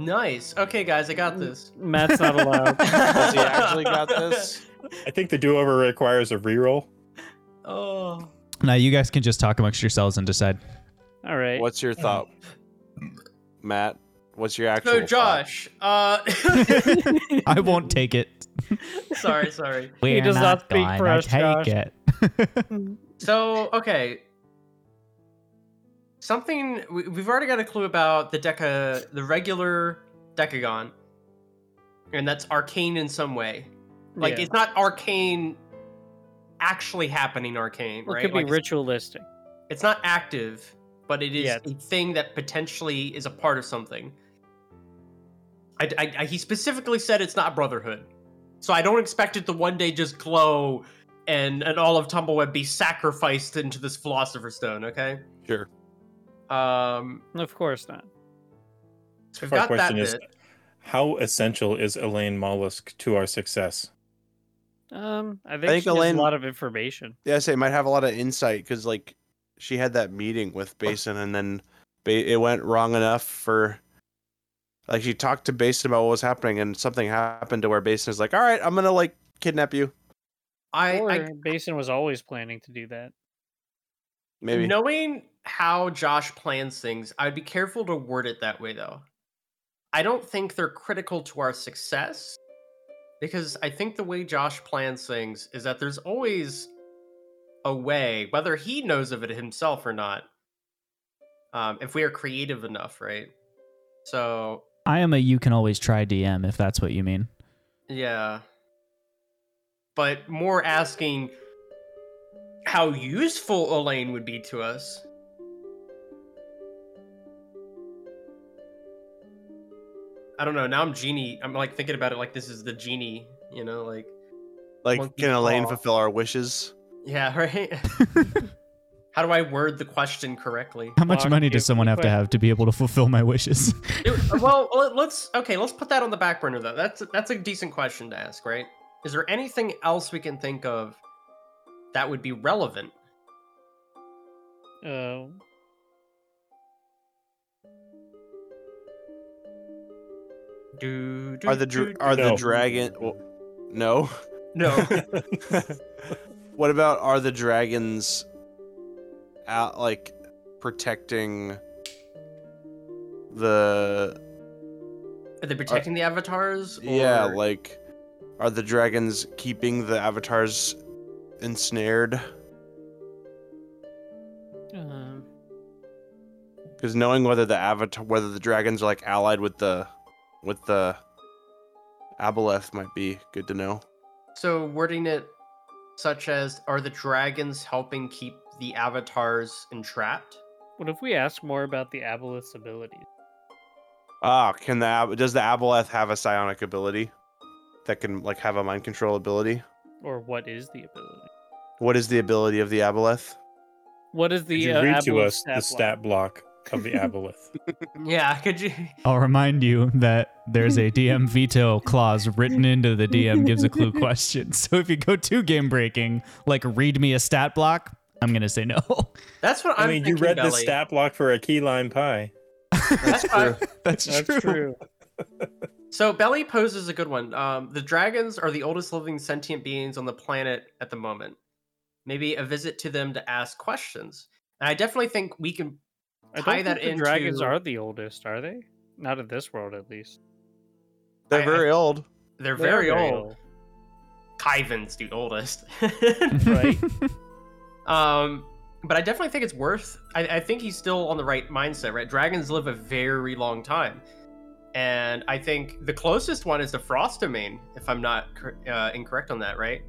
Speaker 5: Nice. Okay, guys, I
Speaker 3: Mm.
Speaker 5: got this.
Speaker 3: Matt's not allowed.
Speaker 2: Has he actually got this?
Speaker 4: I think the do-over requires a reroll.
Speaker 5: Oh.
Speaker 1: now you guys can just talk amongst yourselves and decide.
Speaker 3: All right.
Speaker 2: What's your thought, Matt? What's your actual?
Speaker 5: So,
Speaker 2: thought?
Speaker 5: Josh. Uh,
Speaker 1: I won't take it.
Speaker 5: sorry, sorry.
Speaker 3: He does not speak for us, Josh.
Speaker 1: it.
Speaker 5: So, okay. Something we, we've already got a clue about the deca, the regular decagon, and that's arcane in some way. Like
Speaker 3: Yeah.
Speaker 5: it's not arcane, actually happening arcane,
Speaker 3: Well,
Speaker 5: right?
Speaker 3: it could be
Speaker 5: Like, it's-
Speaker 3: ritualistic.
Speaker 5: It's, not active, but it is
Speaker 3: Yeah.
Speaker 5: a thing that potentially is a part of something. I, I, I, he specifically said it's not brotherhood, so I don't expect it to one day just glow. And, and all of Tumbleweb be sacrificed into this philosopher's stone, okay?
Speaker 2: Sure.
Speaker 5: Um,
Speaker 3: Of course not.
Speaker 5: so we've
Speaker 4: Our
Speaker 5: got that
Speaker 4: question is,
Speaker 5: bit.
Speaker 4: how essential is Elaine Mollusk to our success?
Speaker 3: Um, I think,
Speaker 2: think
Speaker 3: she has
Speaker 2: Elaine-
Speaker 3: a lot of information.
Speaker 2: Yeah, I say might have a lot of insight because like she had that meeting with Basin, and then ba- it went wrong enough for like she talked to Basin about what was happening, and something happened to where Basin is like, "All right, I'm gonna like kidnap you."
Speaker 5: I,
Speaker 3: or
Speaker 5: I
Speaker 3: Basin was always planning to do that.
Speaker 2: Maybe.
Speaker 5: Knowing how Josh plans things, I'd be careful to word it that way though. I don't think they're critical to our success because I think the way Josh plans things is that there's always a way, whether he knows of it himself or not, um, if we are creative enough, right? So,
Speaker 1: I am a you can always try DM if that's what you mean.
Speaker 5: yeah. But more asking how useful Elaine would be to us. I don't know. Now I'm genie. I'm like thinking about it like this is the genie. You know, like
Speaker 2: Like,
Speaker 5: Monkey
Speaker 2: can Elaine
Speaker 5: paw.
Speaker 2: fulfill our wishes?
Speaker 5: yeah, right. How do I word the question correctly?
Speaker 1: How much
Speaker 3: Fuck,
Speaker 1: money
Speaker 3: dude,
Speaker 1: does someone have to
Speaker 3: quick.
Speaker 1: have to be able to fulfill my wishes?
Speaker 5: It- well, let- let's okay. Let's put that on the back burner though. That's that's a decent question to ask, right? Is there anything else we can think of that would be relevant?
Speaker 3: Uh,
Speaker 5: Do, do,
Speaker 2: Are the
Speaker 5: do,
Speaker 2: dr- are the
Speaker 4: No.
Speaker 2: dragon? Well, no.
Speaker 5: no?
Speaker 2: what about are the dragons out like protecting the
Speaker 5: Are they protecting the avatars?
Speaker 2: yeah
Speaker 5: or-
Speaker 2: like are the dragons keeping the avatars ensnared
Speaker 3: um,
Speaker 2: because knowing whether the avatar whether the dragons are like allied with the with the aboleth might be good to know
Speaker 5: So wording it such as are the dragons helping keep the avatars entrapped?
Speaker 3: what if we ask more about the abolith's abilities?
Speaker 2: ah can the ab- does the aboleth have a psionic ability that can like have a mind control ability
Speaker 3: Or what is the ability?
Speaker 2: what is the ability of the aboleth
Speaker 3: What is
Speaker 4: Could
Speaker 3: the
Speaker 4: you
Speaker 3: uh,
Speaker 4: read to
Speaker 3: abolith's
Speaker 4: us the
Speaker 3: line?
Speaker 4: stat block of the aboleth?
Speaker 5: Yeah, could you?
Speaker 1: I'll remind you that there's a DM veto clause written into the DM gives a clue question. So if you go too game breaking, like read me a stat block, I'm gonna say no.
Speaker 5: That's what
Speaker 4: I
Speaker 5: I'm
Speaker 4: mean, you
Speaker 5: thinking,
Speaker 4: read the
Speaker 5: Belly.
Speaker 4: stat block for a key lime pie.
Speaker 5: That's true.
Speaker 1: That's,
Speaker 3: That's true.
Speaker 5: So Belly poses a good one. Um, the dragons are the oldest living sentient beings on the planet at the moment. Maybe a visit to them to ask questions. And I definitely think we can.
Speaker 3: I
Speaker 5: Tie
Speaker 3: don't
Speaker 5: that
Speaker 3: think the dragins
Speaker 5: into-
Speaker 3: are the oldest, are they? Not in this world, at least.
Speaker 2: they're
Speaker 5: I- I-
Speaker 2: very old
Speaker 5: They're
Speaker 3: They are
Speaker 5: very, old. Kyvan's the oldest.
Speaker 3: Right.
Speaker 5: um, but I definitely think it's worth. I, I think he's still on the right mindset, right? Dragons live a very long time, and I think the closest one is the frost domain, if I'm not cor- uh, incorrect on that, right?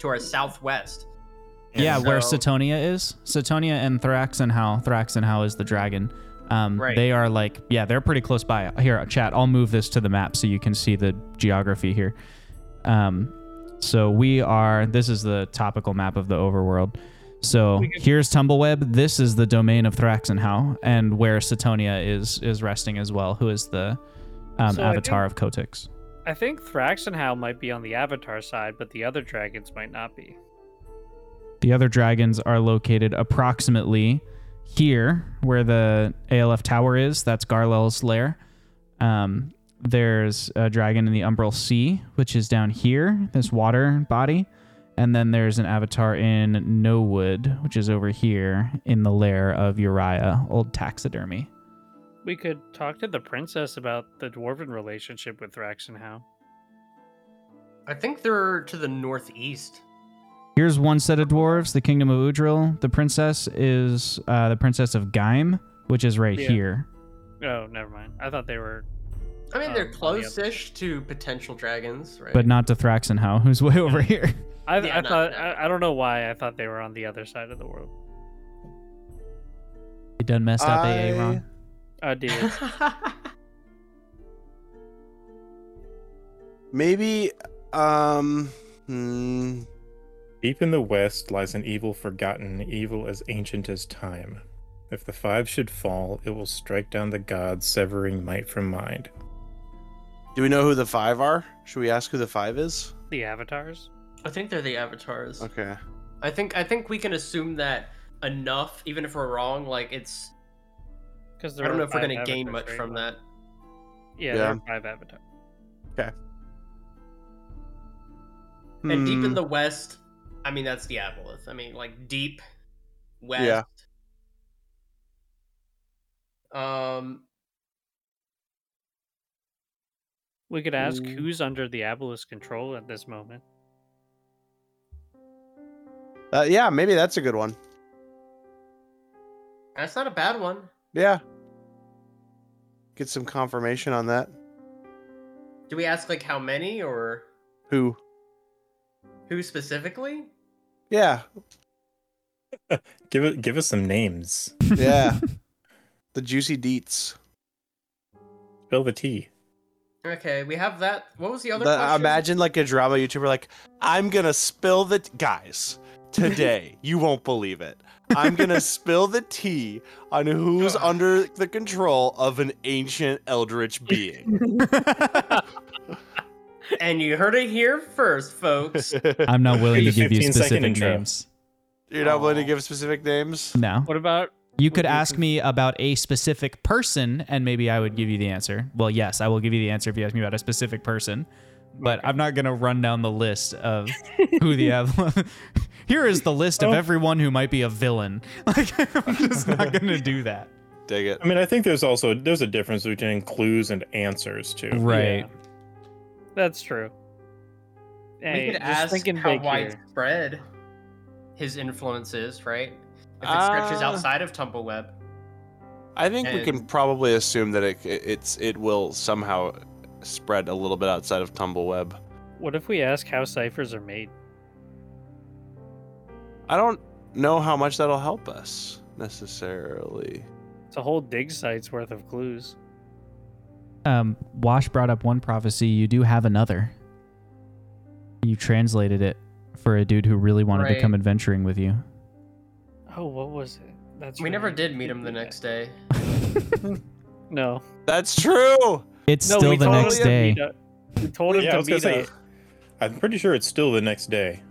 Speaker 5: To our southwest.
Speaker 1: Yeah,
Speaker 5: And
Speaker 1: where
Speaker 5: so-
Speaker 1: Satonia is. Satonia and Thrax and How. Thrax and How is the dragon. Um,
Speaker 5: Right.
Speaker 1: They are like, yeah, they're pretty close by. Here, chat, I'll move this to the map so you can see the geography here. Um, so we are, this is the topical map of the overworld. So here's Tumbleweb. This is the domain of Thrax and How, and where Satonia is is resting as well, who is the um,
Speaker 3: So I
Speaker 1: avatar of Kotix.
Speaker 3: I think Thraxenhow might be on the Avatar side, but the other dragons might not be.
Speaker 1: The other dragons are located approximately here, where the ALF tower is. That's Garlel's lair. Um, there's a dragon in the Umbral Sea, which is down here, this water body. And then there's an avatar in No Wood, which is over here in the lair of Uriah, old taxidermy.
Speaker 3: We could talk to the princess about the dwarven relationship with Thraxenhow.
Speaker 5: I think they're to the northeast.
Speaker 1: Here's one set of dwarves, the kingdom of Udril. The princess is uh, the princess of Gaim, which is right
Speaker 3: Yeah.
Speaker 1: here.
Speaker 3: Oh, never mind. I thought they were.
Speaker 5: I mean, they're
Speaker 3: Um, on the other
Speaker 5: close-ish to potential dragons, right?
Speaker 1: But not to Thraxenhow, who's way over here.
Speaker 3: I,
Speaker 5: Yeah,
Speaker 3: I
Speaker 5: no,
Speaker 3: thought.
Speaker 5: no.
Speaker 3: I, I don't know why. I thought they were on the other side of the world.
Speaker 1: You done messed up
Speaker 2: I-
Speaker 1: AA wrong.
Speaker 3: I did.
Speaker 2: Maybe, um, hmm,
Speaker 4: Deep in the west lies an evil forgotten, evil as ancient as time. If the five should fall, it will strike down the gods, severing might from mind.
Speaker 2: do we know who the five are? Should we ask who the five is?
Speaker 3: the avatars.
Speaker 5: I think they're the avatars.
Speaker 2: Okay.
Speaker 5: I think I think we can assume that enough, even if we're wrong. Like it's,
Speaker 3: Because
Speaker 5: I don't know if we're gonna gain much from that.
Speaker 3: Yeah,
Speaker 2: Yeah.
Speaker 3: there are five avatars.
Speaker 5: And deep in
Speaker 2: Hmm,
Speaker 5: the west, I mean that's the aboleth. I mean like deep west.
Speaker 2: Yeah.
Speaker 5: Um.
Speaker 3: We could ask
Speaker 5: Ooh.
Speaker 3: who's under the Abolus control at this moment.
Speaker 2: uh, yeah, maybe that's a good one.
Speaker 5: That's not a bad one.
Speaker 2: Yeah. Get some confirmation on that.
Speaker 5: Do we ask like how many or
Speaker 2: Who?
Speaker 5: who specifically?
Speaker 2: Yeah,
Speaker 4: Give it, give us some names.
Speaker 2: yeah. the juicy deets.
Speaker 4: Spell the T.
Speaker 5: Okay, we have that. What was the other
Speaker 2: The-
Speaker 5: question?
Speaker 2: imagine like a drama YouTuber, like I'm gonna spill the t- guys today. you won't believe it. I'm gonna spill the tea on who's under the control of an ancient eldritch being.
Speaker 5: And you heard it here first, folks.
Speaker 6: I'm not willing to
Speaker 4: Give you
Speaker 6: give you
Speaker 4: 15 second
Speaker 6: specific
Speaker 4: intro.
Speaker 6: names.
Speaker 2: You're not willing to give specific names.
Speaker 6: No.
Speaker 3: What about
Speaker 1: You could ask me about a specific person, and maybe I would give you the answer. Well, yes, I will give you the answer if you ask me about a specific person, but I'm not going to run down the list of who the Avalon. Here is the list of everyone who might be a villain. Like, I'm just not going to do that.
Speaker 2: Dig it.
Speaker 4: I mean, I think there's also there's a difference between clues and answers too.
Speaker 3: Right. That's true. Hey,
Speaker 5: we could
Speaker 3: just
Speaker 5: ask
Speaker 3: thinking
Speaker 5: how
Speaker 3: big here.
Speaker 5: widespread his influence is, right? If it stretches
Speaker 2: Uh,
Speaker 5: outside of Tumbleweb.
Speaker 2: I think we can
Speaker 5: And-
Speaker 2: probably assume that it it's it will somehow spread a little bit outside of Tumbleweb.
Speaker 3: What if we ask how ciphers are made?
Speaker 2: I don't know how much that'll help us necessarily.
Speaker 3: It's a whole dig site's worth of clues.
Speaker 1: Um, Wash brought up one prophecy. You do have another. You translated it for a dude who really wanted to
Speaker 5: Right.
Speaker 1: come adventuring with you.
Speaker 3: Oh, what was it? That's
Speaker 5: We never
Speaker 3: right.
Speaker 5: did meet him the next day.
Speaker 3: No.
Speaker 2: That's true.
Speaker 1: It's
Speaker 3: no,
Speaker 1: still
Speaker 3: we
Speaker 1: the
Speaker 3: told
Speaker 1: next
Speaker 3: him to
Speaker 1: day.
Speaker 3: meet up. We told him
Speaker 4: Yeah, I
Speaker 3: to
Speaker 4: was gonna
Speaker 3: meet
Speaker 4: say.
Speaker 3: up.
Speaker 4: I'm pretty sure it's still the next day.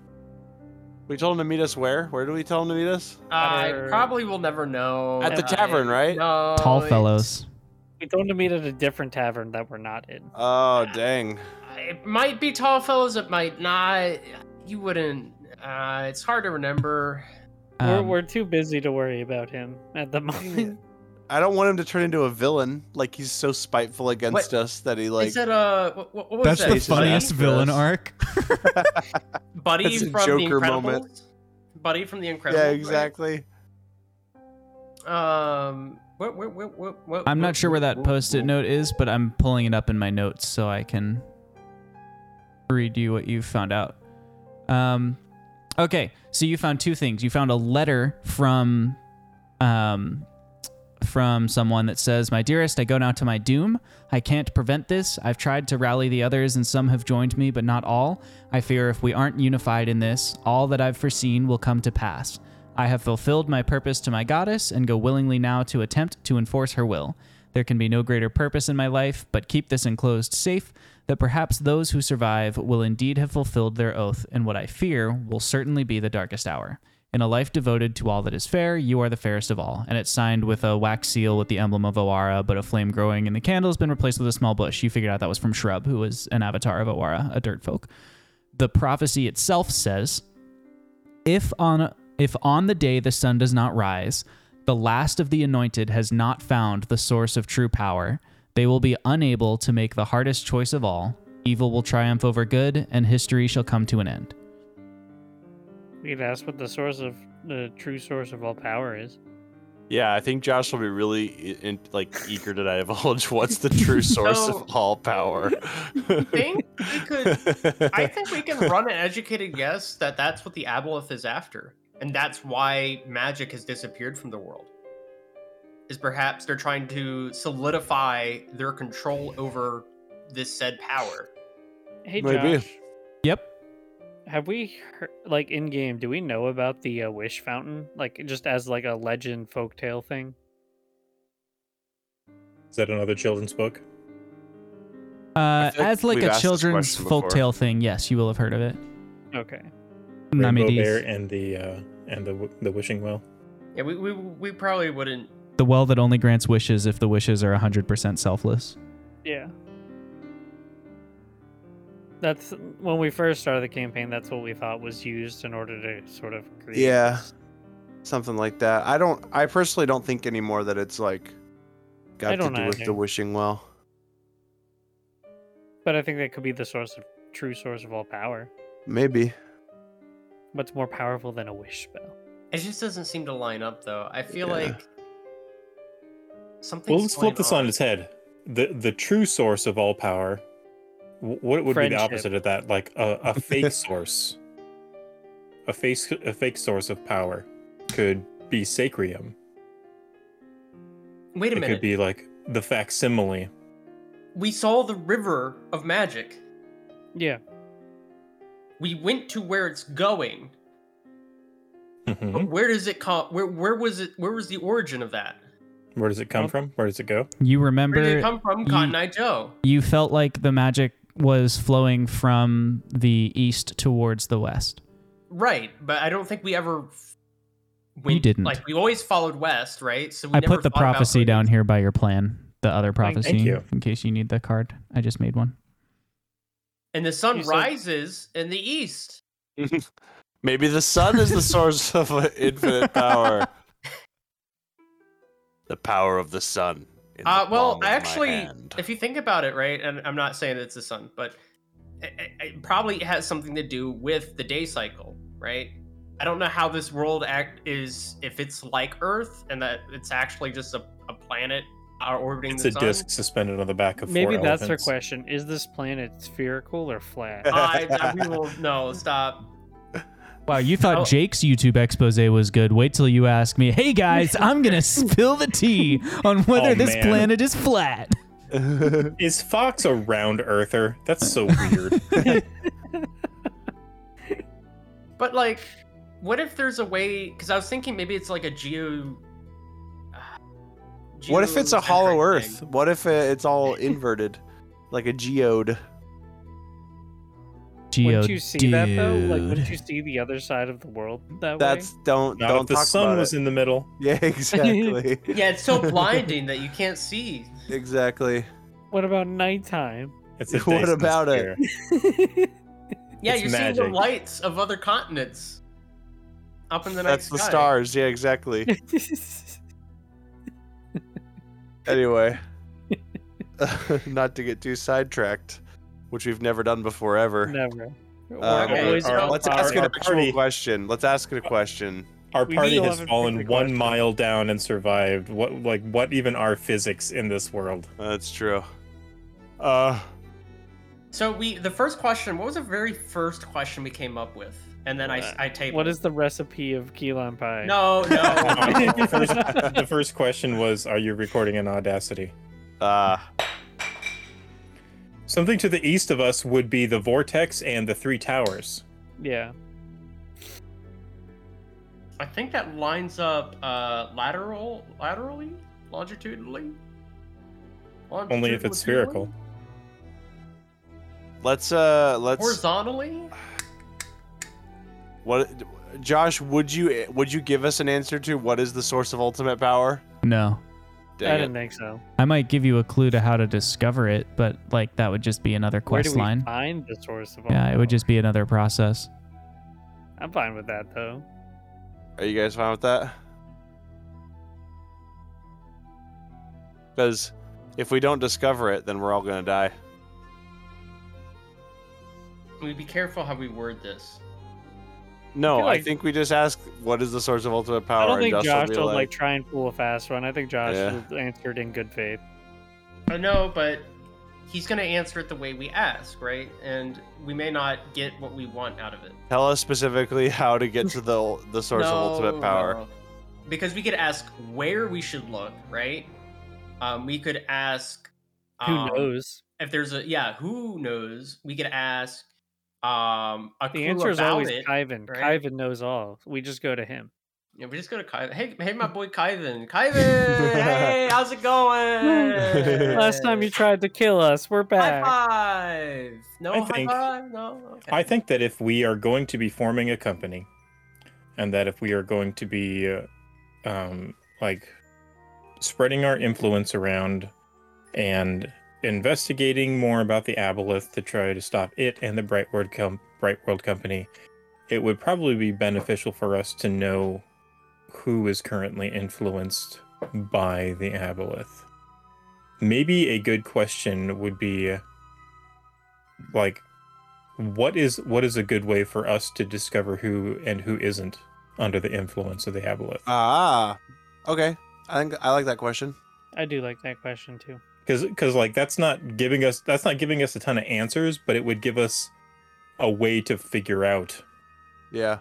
Speaker 2: We told him to meet us where? Where did we tell him to meet us?
Speaker 5: I
Speaker 3: Better-
Speaker 5: probably will never know.
Speaker 2: At the
Speaker 5: I-
Speaker 2: tavern, right?
Speaker 5: No,
Speaker 1: Tall
Speaker 3: Oh,
Speaker 5: it's-
Speaker 1: fellows.
Speaker 3: We told him to meet at a different tavern that we're not in.
Speaker 2: Oh dang.
Speaker 5: It might be tall fellows. It might not. You wouldn't. Uh, it's hard to remember.
Speaker 3: we're,
Speaker 1: Um,
Speaker 3: we're too busy to worry about him at the moment.
Speaker 2: I don't want him to turn into a villain. Like he's so spiteful against us that he like
Speaker 5: is it a uh, what, what was
Speaker 6: That's
Speaker 5: that?
Speaker 6: the
Speaker 2: He's just
Speaker 6: funniest
Speaker 2: after
Speaker 6: villain
Speaker 2: us.
Speaker 6: arc.
Speaker 5: Buddy
Speaker 2: That's a
Speaker 5: from the
Speaker 2: Joker
Speaker 5: Incredibles.
Speaker 2: moment.
Speaker 5: Buddy from the Incredibles.
Speaker 2: Yeah,
Speaker 5: right?
Speaker 2: exactly.
Speaker 5: Um, what, what, what, what, what,
Speaker 1: I'm
Speaker 5: what-
Speaker 1: not sure where that
Speaker 5: what-
Speaker 1: post-it note is, but I'm pulling it up in my notes so I can read you what you found out. Um, okay, so you found two things. You found a letter from, um, from someone that says, "My dearest, I go now to my doom. I can't prevent this. I've tried to rally the others, and some have joined me, but not all. I fear if we aren't unified in this, all that I've foreseen will come to pass." I have fulfilled my purpose to my goddess and go willingly now to attempt to enforce her will. There can be no greater purpose in my life, but keep this enclosed safe, that perhaps those who survive will indeed have fulfilled their oath, and what I fear will certainly be the darkest hour. In a life devoted to all that is fair, you are the fairest of all. And it's signed with a wax seal with the emblem of Owara, but a flame growing in the candle has been replaced with a small bush. You figured out that was from Shrub, who was an avatar of Owara, a dirt folk. The prophecy itself says if on if on the day the sun does not rise the last of the anointed has not found the source of true power they will be unable to make the hardest choice of all evil will triumph over good and history shall come to an end
Speaker 3: we could ask what the source of the true source of all power is.
Speaker 2: Yeah, I think Josh will be really e-, in, like eager to divulge what's the true source
Speaker 5: No.
Speaker 2: of all power.
Speaker 5: I think we could. I think we can run an educated guess that that's what the aboleth is after, and that's why magic has disappeared from the world. Is perhaps they're trying to solidify their control over this said power.
Speaker 3: Hey
Speaker 2: Maybe.
Speaker 3: Josh,
Speaker 1: yep
Speaker 3: have we heard, like in game? Do we know about the uh, wish fountain? Like just as like a legend folktale thing?
Speaker 4: Is that another children's book?
Speaker 1: uh,
Speaker 2: feel like
Speaker 1: as like
Speaker 2: we've asked
Speaker 1: a
Speaker 2: this
Speaker 1: children's
Speaker 2: question before.
Speaker 1: folktale thing yes you will have heard of it
Speaker 3: Okay.
Speaker 4: Rainbow
Speaker 1: Namidis.
Speaker 4: Bear and the uh, and the w- the wishing well.
Speaker 5: Yeah, we, we, we probably wouldn't.
Speaker 1: the well that only grants wishes if the wishes are 100% selfless
Speaker 3: Yeah. That's when we first started the campaign. That's what we thought was used in order to sort of create.
Speaker 2: Yeah.
Speaker 3: this.
Speaker 2: Something like that. I don't. I personally don't think anymore that it's like
Speaker 3: I
Speaker 2: got to
Speaker 3: don't
Speaker 2: do with
Speaker 3: either.
Speaker 2: the wishing well.
Speaker 3: But I think that could be the source of true source of all power.
Speaker 2: Maybe.
Speaker 3: What's more powerful than a wish spell?
Speaker 5: It just doesn't seem to line up, though. I feel
Speaker 2: Yeah.
Speaker 5: like something.
Speaker 4: Well, let's flip this on its head. The the true source of all power. wh- What would be
Speaker 3: Friendship.
Speaker 4: the opposite of that? Like a, a fake source. A fake a fake source of power could be sacrium.
Speaker 5: Wait a
Speaker 4: It
Speaker 5: minute.
Speaker 4: could be like the facsimile.
Speaker 5: we saw the river of magic.
Speaker 3: Yeah.
Speaker 5: We went to where it's going.
Speaker 4: Mhm.
Speaker 3: Oh.
Speaker 5: But where does it come? Where where was it? Where was the origin of that?
Speaker 4: Where does it
Speaker 3: Oh.
Speaker 4: come from? Where does it go?
Speaker 1: You
Speaker 5: Where did it
Speaker 1: remember
Speaker 5: come from,
Speaker 1: you-
Speaker 5: Cotton Eye Joe?
Speaker 1: you felt like the magic was flowing from the east towards the west.
Speaker 5: Right, but I don't think we ever.
Speaker 1: You didn't.
Speaker 5: Like we always followed west, right? So we
Speaker 1: I
Speaker 5: never
Speaker 1: put the
Speaker 5: thought about
Speaker 1: prophecy
Speaker 5: going
Speaker 1: down
Speaker 5: east.
Speaker 1: here by your plan. The other prophecy,
Speaker 4: you.
Speaker 1: in case you need the card. I just made one.
Speaker 5: And the sun
Speaker 3: You said-
Speaker 5: rises in the east.
Speaker 2: Maybe the sun is the source of uh, infinite power. the power of the sun. in the
Speaker 5: Uh, well,
Speaker 2: palm of
Speaker 5: I
Speaker 2: my
Speaker 5: actually,
Speaker 2: hand.
Speaker 5: if you think about it, right, and I'm not saying it's the sun, but it, it- it probably has something to do with the day cycle, right? I don't know how this world act is if it's like Earth and that it's actually just a, a planet uh, orbiting
Speaker 4: It's
Speaker 5: the
Speaker 4: a
Speaker 5: sun.
Speaker 4: disc suspended on the back of
Speaker 3: Maybe
Speaker 4: four
Speaker 3: that's their
Speaker 4: elephants.
Speaker 3: question. Is this planet spherical or flat?
Speaker 5: I, I- we will no stop.
Speaker 1: Wow, you thought
Speaker 5: Oh.
Speaker 1: Jake's YouTube expose was good. Wait till you ask me, hey guys, I'm going to spill the tea on whether
Speaker 4: Oh,
Speaker 1: this
Speaker 4: man.
Speaker 1: planet is flat.
Speaker 4: Is Fox a round earther? That's so weird.
Speaker 5: But like, what if there's a way? Because I was thinking maybe it's like a geo. uh,
Speaker 2: what if it's a hollow
Speaker 5: geocentric
Speaker 2: Earth?
Speaker 5: thing.
Speaker 2: What if it- it's all inverted, like a geode?
Speaker 1: Geo,
Speaker 3: Wouldn't you see that though? Like,
Speaker 1: dude.
Speaker 3: wouldn't you see the other side of the world that
Speaker 2: That's
Speaker 3: way?
Speaker 2: don't
Speaker 4: Not
Speaker 2: don't
Speaker 4: if the
Speaker 2: talk
Speaker 4: sun
Speaker 2: about
Speaker 4: was
Speaker 2: it.
Speaker 4: in the middle.
Speaker 2: Yeah, exactly,
Speaker 5: Yeah, it's so blinding that you can't see.
Speaker 2: exactly.
Speaker 3: What about nighttime?
Speaker 4: It's a
Speaker 2: What
Speaker 4: Dyson
Speaker 2: about it?
Speaker 4: sphere.
Speaker 5: Yeah,
Speaker 4: It's
Speaker 5: you're seeing
Speaker 4: magic.
Speaker 5: the lights of other continents up in the night
Speaker 2: That's the
Speaker 5: sky.
Speaker 2: stars. Yeah, exactly. anyway, not to get too sidetracked, which we've never done before ever.
Speaker 3: Never. We're
Speaker 2: Uh,
Speaker 5: okay,
Speaker 3: always
Speaker 5: all right,
Speaker 3: on
Speaker 2: Let's
Speaker 3: par.
Speaker 2: ask an
Speaker 4: our
Speaker 2: actual
Speaker 4: party-
Speaker 2: question. Let's ask it a question.
Speaker 4: Our
Speaker 3: We
Speaker 4: party
Speaker 3: still
Speaker 4: has
Speaker 3: haven't
Speaker 4: fallen
Speaker 3: figured
Speaker 4: one
Speaker 3: question.
Speaker 4: mile down and survived. What like what even are physics in this world?
Speaker 2: That's true. Uh,
Speaker 5: So we, the first question, what was the very first question we came up with? And then I, I tabled.
Speaker 3: What is the recipe of key lime pie?
Speaker 5: No, no.
Speaker 4: Um, the, first, the first question was, are you recording in Audacity?
Speaker 2: uh,
Speaker 4: Something to the east of us would be the vortex and the three towers.
Speaker 3: Yeah.
Speaker 5: I think that lines up uh, lateral, laterally, longitudinally.
Speaker 4: Only if it's spherical.
Speaker 2: let's uh, let's
Speaker 5: Horizontally?
Speaker 2: what? Josh, would you would you give us an answer to what is the source of ultimate power?
Speaker 1: No.
Speaker 3: I
Speaker 2: Dang it.
Speaker 3: didn't think so.
Speaker 1: I might give you a clue to how to discover it, but like that would just be another
Speaker 3: Where do
Speaker 1: quest
Speaker 3: we
Speaker 1: line.
Speaker 3: find the source of all?
Speaker 1: Yeah, it would
Speaker 3: power?
Speaker 1: just be another process.
Speaker 3: I'm fine with that though.
Speaker 2: Are you guys fine with that? Because if we don't discover it, then we're all gonna die.
Speaker 5: We be careful how we word this.
Speaker 2: No, I,
Speaker 3: I feel like-
Speaker 2: think we just ask what is the source of ultimate power.
Speaker 3: I don't
Speaker 2: and
Speaker 3: think
Speaker 2: Josh will
Speaker 3: Josh
Speaker 2: be
Speaker 3: will like try and pull a fast one. I think Josh
Speaker 2: Yeah.
Speaker 3: will answered in good faith.
Speaker 5: I know, but he's going to answer it the way we ask, right? And we may not get what we want out of it.
Speaker 2: Tell us specifically how to get to the the source of ultimate
Speaker 5: No,
Speaker 2: power.
Speaker 5: no. Because we could ask where we should look, right? Um, we could ask
Speaker 3: Who
Speaker 5: um,
Speaker 3: knows?
Speaker 5: if there's a yeah. Who knows? We could ask um, a
Speaker 3: The
Speaker 5: clue
Speaker 3: answer is
Speaker 5: about
Speaker 3: always
Speaker 5: it.
Speaker 3: Kyvan.
Speaker 5: right?
Speaker 3: Kyvan knows all. We just go to him.
Speaker 5: Yeah, we just go to Kyvan. Hey, hey, my boy Kyvan. Kyvan, hey, how's it going?
Speaker 3: Last time you tried to kill us, we're
Speaker 5: High
Speaker 3: back.
Speaker 5: five. No
Speaker 4: I
Speaker 5: high
Speaker 4: think-
Speaker 5: five. No. Okay.
Speaker 4: I think that if we are going to be forming a company, and that if we are going to be, uh, um, like, spreading our influence around, and investigating more about the aboleth to try to stop it and the Bright World Com- Bright World Company, it would probably be beneficial for us to know who is currently influenced by the aboleth. Maybe a good question would be, like, what is what is a good way for us to discover who and who isn't under the influence of the aboleth
Speaker 2: Ah, okay. I think I like that question.
Speaker 3: I do like that question too.
Speaker 4: because because like that's not giving us that's not giving us a ton of answers but it would give us a way to figure out
Speaker 2: Yeah.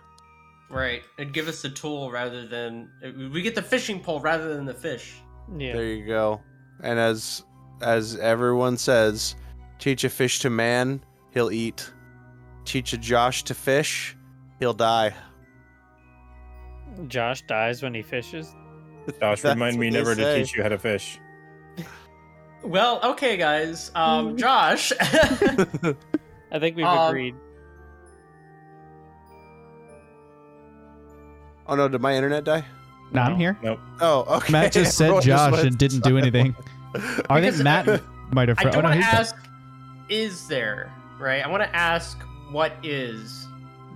Speaker 5: Right. It'd give us the tool rather than we get the fishing pole rather than the fish.
Speaker 3: Yeah.
Speaker 2: There you go. And as as everyone says, teach a fish to man, he'll eat. Teach a Josh to fish, he'll die.
Speaker 3: Josh dies when he fishes.
Speaker 4: Josh,
Speaker 2: That's
Speaker 4: remind
Speaker 2: what
Speaker 4: me
Speaker 2: they
Speaker 4: never
Speaker 2: say.
Speaker 4: to teach you how to fish.
Speaker 5: Well, okay, guys. Um, Josh.
Speaker 3: I think we've
Speaker 5: Um,
Speaker 3: agreed.
Speaker 2: Oh no, did my internet die?
Speaker 1: No, I'm
Speaker 3: No.
Speaker 1: here.
Speaker 2: Oh, okay.
Speaker 1: Matt just said
Speaker 2: Everyone just
Speaker 1: Josh
Speaker 2: went
Speaker 1: and didn't do anything.
Speaker 2: silent.
Speaker 1: I think
Speaker 5: Because-
Speaker 1: Matt might have.
Speaker 5: I
Speaker 1: fro-
Speaker 5: don't
Speaker 1: oh, no,
Speaker 5: want to
Speaker 1: he's back.
Speaker 5: ask, is there, right? I want to ask, what is.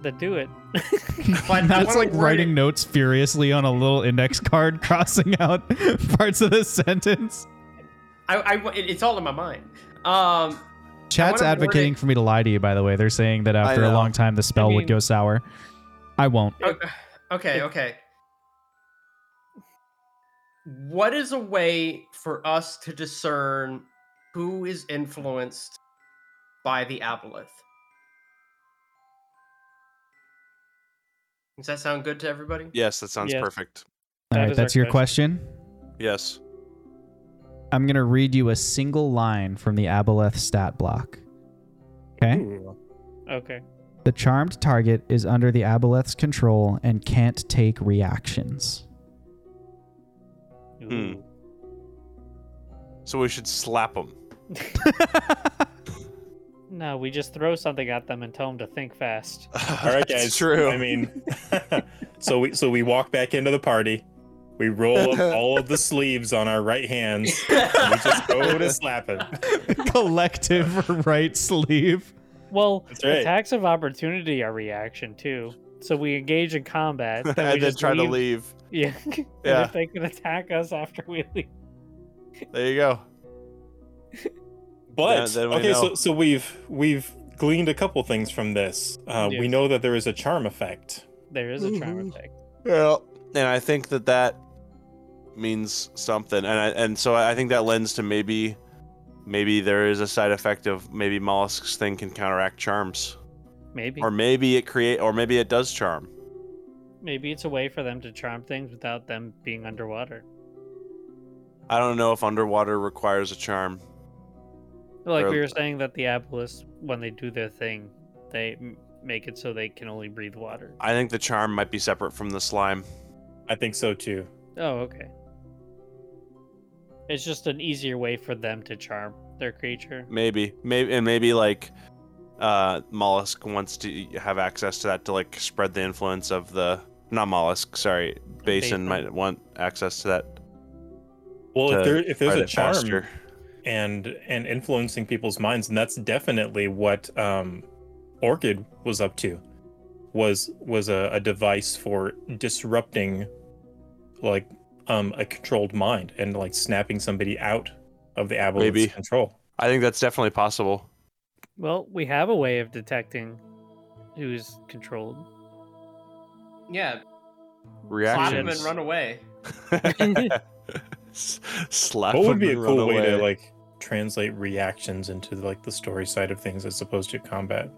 Speaker 3: The do it.
Speaker 5: But I
Speaker 1: Matt's
Speaker 5: wanna
Speaker 1: like
Speaker 5: word
Speaker 1: writing
Speaker 5: it-
Speaker 1: notes furiously on a little index card, crossing out parts of the sentence.
Speaker 5: I, I wa- it- it's all in my mind. Um,
Speaker 1: Chat's
Speaker 5: wanna word
Speaker 1: advocating
Speaker 5: it-
Speaker 1: for me to lie to you, by the way. They're saying that after a
Speaker 2: know.
Speaker 1: long time, the spell would
Speaker 3: mean-
Speaker 1: go sour. I won't.
Speaker 5: o- okay, okay. What is a way for us to discern who is influenced by the aboleth? Does that sound good to everybody?
Speaker 2: Yes, that sounds
Speaker 3: Yes.
Speaker 2: perfect.
Speaker 1: All
Speaker 3: That
Speaker 1: right,
Speaker 3: is our
Speaker 1: that's your question.
Speaker 2: Yes.
Speaker 1: I'm going to read you a single line from the Aboleth stat block. Okay?
Speaker 4: Ooh.
Speaker 3: Okay.
Speaker 1: The charmed target is under the Aboleth's control and can't take reactions.
Speaker 2: Hmm. So we should slap him.
Speaker 3: No, we just throw something at them and tell them to think fast.
Speaker 4: All right, guys.
Speaker 2: True.
Speaker 4: I mean, so we so we walk back into the party. We roll up all of the sleeves on our right hands. And we just go to slap him.
Speaker 1: Collective right sleeve.
Speaker 3: Well,
Speaker 4: That's right.
Speaker 3: attacks of opportunity are reaction too. So we engage in combat, then we
Speaker 2: and then
Speaker 3: just
Speaker 2: try to leave.
Speaker 3: Yeah. And
Speaker 2: Yeah.
Speaker 3: if they can attack us after we leave.
Speaker 2: There you go.
Speaker 4: But
Speaker 2: Then- then we
Speaker 4: okay,
Speaker 2: know.
Speaker 4: so so we've we've gleaned a couple things from this. Uh,
Speaker 3: Yeah.
Speaker 4: We know that there is a charm effect.
Speaker 3: There is a charm
Speaker 2: Mhm.
Speaker 3: effect.
Speaker 2: Yeah. And I think that that means something, and I, and so I think that lends to maybe, maybe there is a side effect of maybe mollusk's thing can counteract charms,
Speaker 3: Maybe.
Speaker 2: or maybe it create, or maybe it does charm.
Speaker 3: Maybe it's a way for them to charm things without them being underwater.
Speaker 2: I don't know if underwater requires a charm.
Speaker 3: Like
Speaker 2: Or-
Speaker 3: we were saying that the abolists, when they do their thing, they m- make it so they can only breathe water.
Speaker 2: I think the charm might be separate from the slime.
Speaker 4: I think so too.
Speaker 3: Oh, okay. It's just an easier way for them to charm their creature.
Speaker 2: Maybe, maybe, and maybe like, uh, mollusk wants to have access to that to like spread the influence of the not mollusk, sorry, basin
Speaker 3: Basin.
Speaker 2: might want access to that.
Speaker 4: Well,
Speaker 2: to
Speaker 4: if there if there's
Speaker 2: spread
Speaker 4: a
Speaker 2: it
Speaker 4: charm
Speaker 2: faster.
Speaker 4: and and influencing people's minds, and that's definitely what um, Orchid was up to. Was was a, a device for disrupting, like um, a controlled mind and like snapping somebody out of the
Speaker 2: Maybe.
Speaker 4: avalanche control.
Speaker 2: I think that's definitely possible.
Speaker 3: Well, we have a way of detecting who's controlled.
Speaker 5: Yeah, slap him and
Speaker 2: Reactions.
Speaker 5: run away.
Speaker 2: S- Slap
Speaker 4: What would
Speaker 2: him
Speaker 4: be a
Speaker 2: and run
Speaker 4: cool way to
Speaker 2: away.
Speaker 4: like translate reactions into like the story side of things as opposed to combat?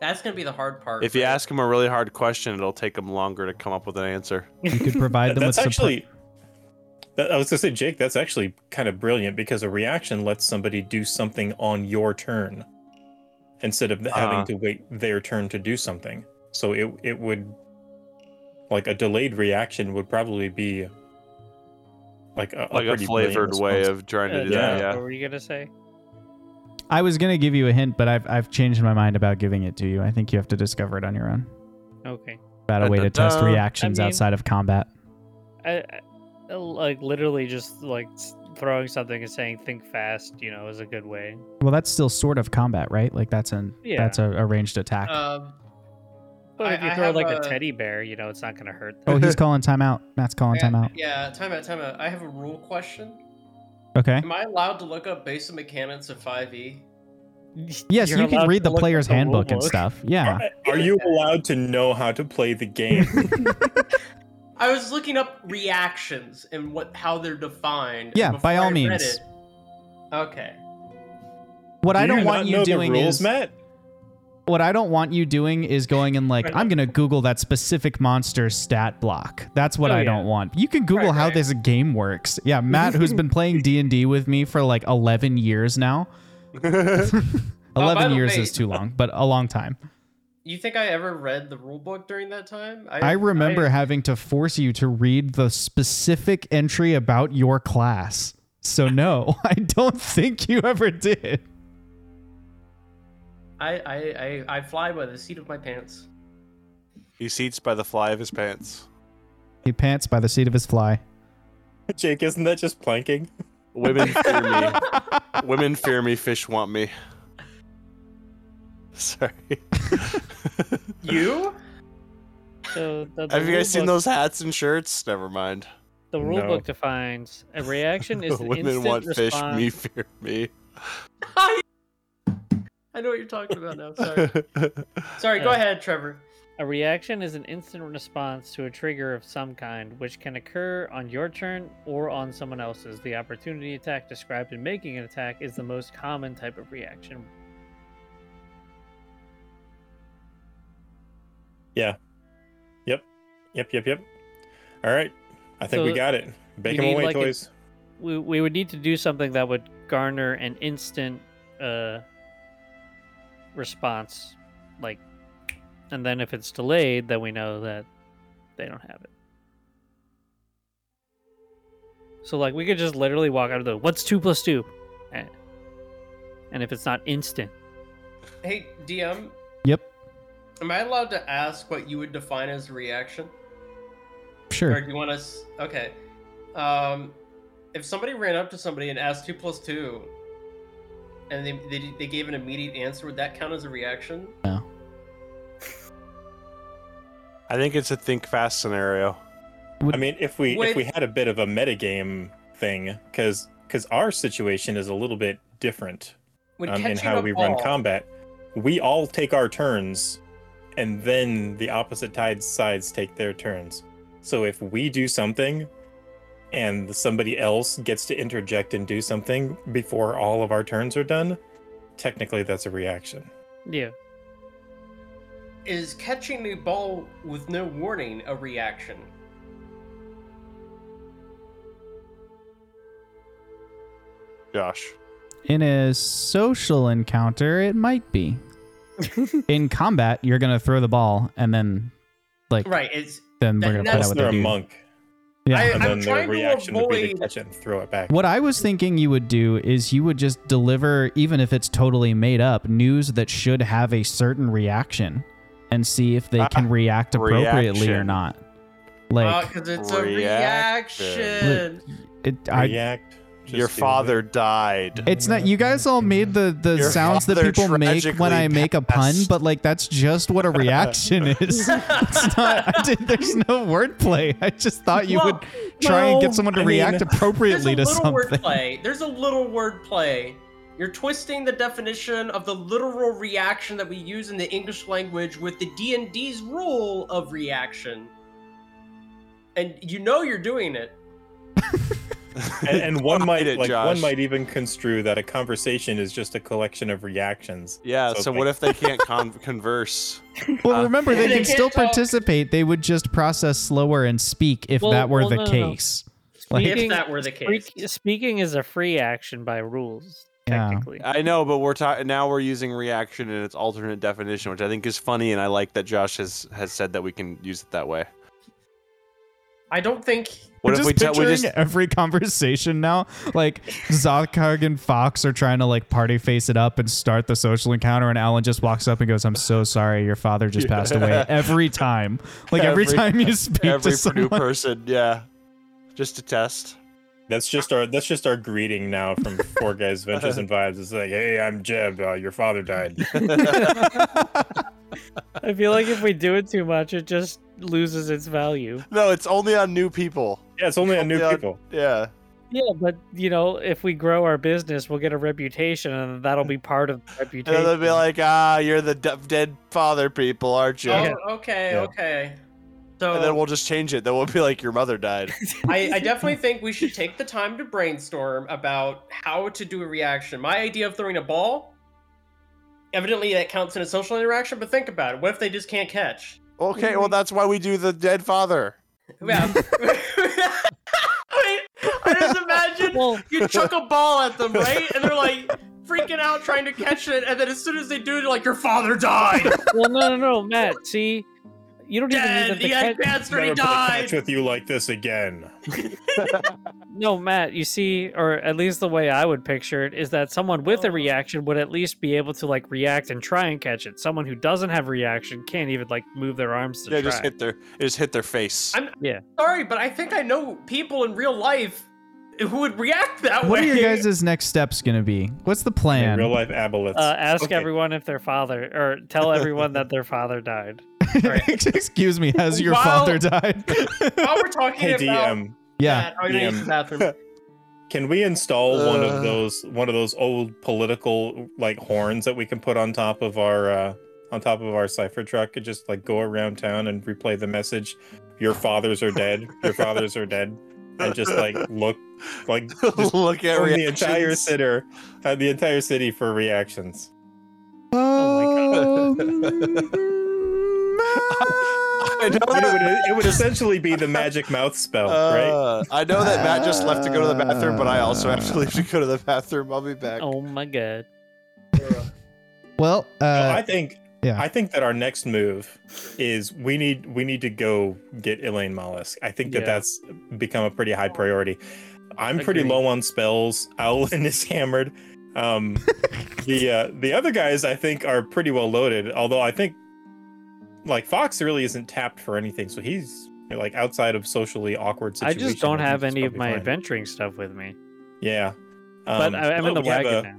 Speaker 5: That's gonna be the hard part.
Speaker 2: If you
Speaker 5: right?
Speaker 2: ask him a really hard question, it'll take him longer to come up with an answer.
Speaker 1: You could provide
Speaker 4: That-
Speaker 1: them with
Speaker 4: that's
Speaker 1: support.
Speaker 4: actually. that- I was gonna say, Jake, that's actually kind of brilliant because a reaction lets somebody do something on your turn, instead of
Speaker 2: Uh-huh.
Speaker 4: having to wait their turn to do something. So it it would, like a delayed reaction would probably be. Like a,
Speaker 2: Like a
Speaker 4: pretty brilliant
Speaker 2: flavored way
Speaker 4: response.
Speaker 2: of trying to
Speaker 3: Uh,
Speaker 2: do
Speaker 4: yeah.
Speaker 2: that.
Speaker 3: What
Speaker 2: Yeah.
Speaker 3: were you gonna say?
Speaker 1: I was going to give you a hint, but I've, I've changed my mind about giving it to you. I think you have to discover it on your own.
Speaker 3: Okay.
Speaker 1: About a way to test
Speaker 2: Da-da-da.
Speaker 1: reactions
Speaker 3: I mean-
Speaker 1: outside of combat.
Speaker 3: I, I like literally just like s- throwing something and saying "think fast," you know, is a good way.
Speaker 1: Well, that's still sort of combat, right? Like that's an
Speaker 3: Yeah.
Speaker 1: that's a, a ranged attack.
Speaker 3: Uh,
Speaker 5: Um,
Speaker 3: But
Speaker 5: I-
Speaker 3: if you
Speaker 5: I
Speaker 3: throw
Speaker 5: have
Speaker 3: like a...
Speaker 5: a-
Speaker 3: teddy bear, you know, it's not gonna hurt. Them.
Speaker 1: oh, he's calling timeout. Matt's calling
Speaker 5: yeah,
Speaker 1: timeout.
Speaker 5: yeah, time out, time out. I have a rule question.
Speaker 1: Okay.
Speaker 5: Am I allowed to look up basic mechanics of E? 5e?
Speaker 1: Yes,
Speaker 3: You're
Speaker 1: you can
Speaker 3: allowed
Speaker 1: read
Speaker 3: to
Speaker 1: the
Speaker 3: look up
Speaker 1: player's
Speaker 3: the
Speaker 1: handbook and
Speaker 3: rulebook.
Speaker 1: stuff. Yeah.
Speaker 4: Are, Uh, are you allowed to know how to play the game?
Speaker 5: I was looking up reactions and what how they're defined.
Speaker 1: Yeah,
Speaker 5: before
Speaker 1: by all
Speaker 5: I read
Speaker 1: means.
Speaker 5: it- Okay.
Speaker 1: What
Speaker 4: Do
Speaker 1: I don't
Speaker 4: you
Speaker 1: want
Speaker 4: not
Speaker 1: you
Speaker 4: know the
Speaker 1: doing
Speaker 4: rules,
Speaker 1: is
Speaker 4: Matt.
Speaker 1: what I don't want you doing is going and like, I'm gonna Google that specific monster stat block. That's what
Speaker 3: Oh,
Speaker 1: I
Speaker 3: yeah.
Speaker 1: don't want. You can Google
Speaker 3: Right,
Speaker 1: how
Speaker 3: right.
Speaker 1: this game works. Yeah, Matt, who's been playing D and D with me for like 11 years now.
Speaker 5: by
Speaker 1: 11
Speaker 5: the
Speaker 1: years
Speaker 5: way-
Speaker 1: is too long, but a long time.
Speaker 5: You think I ever read the rule book during that time?
Speaker 1: I remember
Speaker 5: I-
Speaker 1: having to force you to read the specific entry about your class. So no, I don't think you ever did.
Speaker 5: I, I, I, I fly by the seat of my pants.
Speaker 2: He seats by the fly of his pants.
Speaker 1: He pants by the seat of his fly.
Speaker 4: Jake, isn't that just planking?
Speaker 2: Women fear me. Women fear me. Fish want me. Sorry.
Speaker 5: You?
Speaker 3: So the, the
Speaker 2: Have you
Speaker 3: rule
Speaker 2: guys seen
Speaker 3: book-
Speaker 2: those hats and shirts? Never mind.
Speaker 3: The rule
Speaker 4: No.
Speaker 3: book defines a reaction is the
Speaker 2: Women
Speaker 3: instant
Speaker 2: want fish.
Speaker 3: response.
Speaker 2: Me fear me.
Speaker 5: I know what you're talking about now. Sorry. Sorry, go
Speaker 3: Uh,
Speaker 5: ahead, Trevor.
Speaker 3: A reaction is an instant response to a trigger of some kind, which can occur on your turn or on someone else's. The opportunity attack described in making an attack is the most common type of reaction.
Speaker 4: Yep, yep, yep. All right. I think we
Speaker 3: So,
Speaker 4: got it. Bake
Speaker 3: you
Speaker 4: them
Speaker 3: need,
Speaker 4: away,
Speaker 3: like, a-
Speaker 4: toys.
Speaker 3: We, we would need to do something that would garner an instant uh, response, like, and then if it's delayed, then we know that they don't have it. So, like, we could just literally walk out of the what's two plus two, Eh. and if it's not instant.
Speaker 5: Hey, DM,
Speaker 1: Yep,
Speaker 5: am I allowed to ask what you would define as a reaction? Or
Speaker 1: sure.
Speaker 5: do you want us? Okay. Um, if somebody ran up to somebody and asked two plus two, and they, they they gave an immediate answer, would that count as a reaction?
Speaker 2: I think it's a think fast scenario.
Speaker 4: I mean, if we if
Speaker 5: Wait.
Speaker 4: we had a bit of a metagame thing, because because our situation is a little bit different
Speaker 5: Would
Speaker 4: um, in
Speaker 5: catching
Speaker 4: how
Speaker 5: a
Speaker 4: we
Speaker 5: ball-
Speaker 4: run combat. We all take our turns, and then the opposite tide sides take their turns. So if we do something, and somebody else gets to interject and do something before all of our turns are done, technically that's a reaction.
Speaker 3: Yeah.
Speaker 5: Is catching a ball with no warning a reaction?
Speaker 2: Josh.
Speaker 1: In a social encounter, it might be. In combat, you're gonna throw the ball, and then, like,
Speaker 5: Right. It's.
Speaker 1: then we're
Speaker 5: That-
Speaker 1: gonna find
Speaker 5: that's
Speaker 1: out
Speaker 4: Unless
Speaker 1: what
Speaker 4: they're
Speaker 1: they
Speaker 4: a
Speaker 1: do.
Speaker 4: monk,
Speaker 1: Yeah.
Speaker 5: I,
Speaker 4: and
Speaker 5: I'm
Speaker 4: then their
Speaker 5: trying
Speaker 4: reaction
Speaker 5: to
Speaker 4: would be to
Speaker 5: avoid.
Speaker 4: catch it and throw it back.
Speaker 1: What I was thinking you would do is you would just deliver, even if it's totally made up, news that should have a certain reaction, and see if they can
Speaker 2: Ah,
Speaker 1: react appropriately or
Speaker 2: reaction.
Speaker 1: not. Like,
Speaker 5: because uh, it's a
Speaker 2: Reaction.
Speaker 5: reaction.
Speaker 1: it, I,
Speaker 4: React. just
Speaker 2: Your
Speaker 4: do it.
Speaker 2: father died.
Speaker 1: It's not you guys all made the the
Speaker 2: Your
Speaker 1: sounds that
Speaker 2: father
Speaker 1: people make when I
Speaker 2: tragically
Speaker 1: make a pun,
Speaker 2: passed.
Speaker 1: but like that's just what a reaction is. It's not. I did, there's no wordplay. I just thought you
Speaker 5: Well,
Speaker 1: would try and get
Speaker 4: well,
Speaker 1: someone to
Speaker 4: I mean,
Speaker 1: react
Speaker 5: There's a
Speaker 1: appropriately to
Speaker 5: little
Speaker 1: something.
Speaker 5: wordplay. There's a little wordplay. You're twisting the definition of the literal reaction that we use in the English language with the D&D's rule of reaction. And you know you're doing it.
Speaker 4: and, and one
Speaker 2: I
Speaker 4: might
Speaker 2: hate it,
Speaker 4: like one
Speaker 2: Josh.
Speaker 4: might even construe that a conversation is just a collection of reactions.
Speaker 2: Yeah.
Speaker 4: So
Speaker 2: So,
Speaker 4: it's
Speaker 2: what
Speaker 4: like-
Speaker 2: if they can't con- converse?
Speaker 1: Well, remember they
Speaker 5: They
Speaker 1: can
Speaker 5: can't
Speaker 1: still
Speaker 5: talk.
Speaker 1: participate. They would just process slower and speak if
Speaker 3: Well,
Speaker 1: that were
Speaker 3: well,
Speaker 1: the
Speaker 3: no, no, no.
Speaker 1: case. Like-
Speaker 5: If
Speaker 3: Speaking,
Speaker 5: that were the case.
Speaker 3: freak- speaking is a free action by rules,
Speaker 1: Yeah.
Speaker 3: technically.
Speaker 2: I know, but we're talking now. We're using reaction in its alternate definition, which I think is funny, and I like that Josh has has said that we can use it that way.
Speaker 5: I don't think
Speaker 1: We're
Speaker 2: What if
Speaker 1: just
Speaker 2: we tell we
Speaker 1: picturing
Speaker 2: just
Speaker 1: every conversation now. Like Zokarg and Fox are trying to like party face it up and start the social encounter, and Alan just walks up and goes, "I'm so sorry, your father just passed away."
Speaker 2: Yeah.
Speaker 1: Every time, like every,
Speaker 2: Every-
Speaker 1: time you speak
Speaker 2: every
Speaker 1: to
Speaker 2: new
Speaker 1: someone,
Speaker 2: person? Yeah, just to test.
Speaker 4: That's just our that's just our greeting now from Four Guys Ventures and Vibes. It's like, hey, I'm Jeb. Uh, your father died.
Speaker 3: I feel like if we do it too much, it just loses its value.
Speaker 2: No, it's only on new people.
Speaker 4: Yeah, it's only on new
Speaker 2: Yeah.
Speaker 4: people.
Speaker 2: Yeah.
Speaker 3: Yeah, but you know, if we grow our business, we'll get a reputation, and that'll be part of the
Speaker 2: And
Speaker 3: reputation.
Speaker 2: then they'll be like, ah, you're the de- dead father people, aren't you?
Speaker 5: Oh, okay,
Speaker 4: Yeah.
Speaker 5: okay. So
Speaker 2: And then we'll just change it. Then we'll be like, your mother died.
Speaker 5: I, I definitely think we should take the time to brainstorm about how to do a reaction. My idea of throwing a ball evidently that counts in a social interaction, but think about it. What if they just can't catch?
Speaker 2: Okay, well that's why we do the dead father.
Speaker 5: Yeah. I mean, I just imagine
Speaker 3: Well,
Speaker 5: you chuck a ball at them, right? And they're like freaking out trying to catch it, and then as soon as they do, they're like, "Your father died.
Speaker 3: well, no, no, no, Matt. See, you don't even
Speaker 5: Dad,
Speaker 3: need
Speaker 5: he
Speaker 3: them
Speaker 5: had
Speaker 3: to catch.
Speaker 5: cancer. He
Speaker 4: Never put a catch
Speaker 5: died."
Speaker 4: with you like this again.
Speaker 3: No, Matt. You see, or at least the way I would picture it is that someone with a reaction would at least be able to like react and try and catch it. Someone who doesn't have reaction can't even like move their arms to
Speaker 2: Yeah,
Speaker 3: try.
Speaker 2: just hit their just hit their face.
Speaker 5: I'm- Sorry, but I think I know people in real life who would react that
Speaker 1: What are
Speaker 5: way.
Speaker 1: your guys' next steps gonna be? What's the plan?
Speaker 4: Real life aboliths.
Speaker 3: uh, ask
Speaker 4: Okay.
Speaker 3: everyone if their father, or tell everyone that their father died.
Speaker 1: Excuse me, has your
Speaker 5: Wow.
Speaker 1: father died?
Speaker 5: While we're talking
Speaker 4: hey
Speaker 5: about
Speaker 4: DM,
Speaker 1: yeah.
Speaker 5: that, I'm gonna use the bathroom.
Speaker 4: can we install one
Speaker 2: Uh.
Speaker 4: of those one of those old political like horns that we can put on top of our uh, on top of our cipher truck and just like go around town and replay the message? Your fathers are dead. Your fathers are dead. And just like look like just
Speaker 2: Look at
Speaker 4: on the entire
Speaker 2: reactions.
Speaker 4: city, uh, the entire city for reactions.
Speaker 1: Oh
Speaker 2: I know
Speaker 4: But it Oh,
Speaker 2: that-
Speaker 4: would it would essentially be the magic mouth spell, right?
Speaker 2: Uh, I know that Matt just left to go to the bathroom, but I also have
Speaker 4: Ah.
Speaker 2: to leave to go to the bathroom. I'll be back.
Speaker 3: Oh my god.
Speaker 1: well,
Speaker 4: So I
Speaker 1: uh,
Speaker 4: think
Speaker 1: yeah.
Speaker 4: I think that our next move is we need we need to go get Elaine Mollusk. I think that
Speaker 3: Yeah.
Speaker 4: that's become a pretty high priority. I'm pretty
Speaker 3: Agreed.
Speaker 4: low on spells. Owlin is hammered. Um, the uh, the other guys I think are pretty well loaded. Although I think like Fox really isn't tapped for anything, so he's like outside of socially awkward
Speaker 3: I
Speaker 4: situations.
Speaker 3: just don't have any of my
Speaker 4: adventures.
Speaker 3: adventuring stuff with me.
Speaker 4: Yeah.
Speaker 3: But
Speaker 4: Um,
Speaker 3: I, I'm
Speaker 4: oh,
Speaker 3: in the
Speaker 4: we have
Speaker 3: wagon
Speaker 4: a-
Speaker 3: now.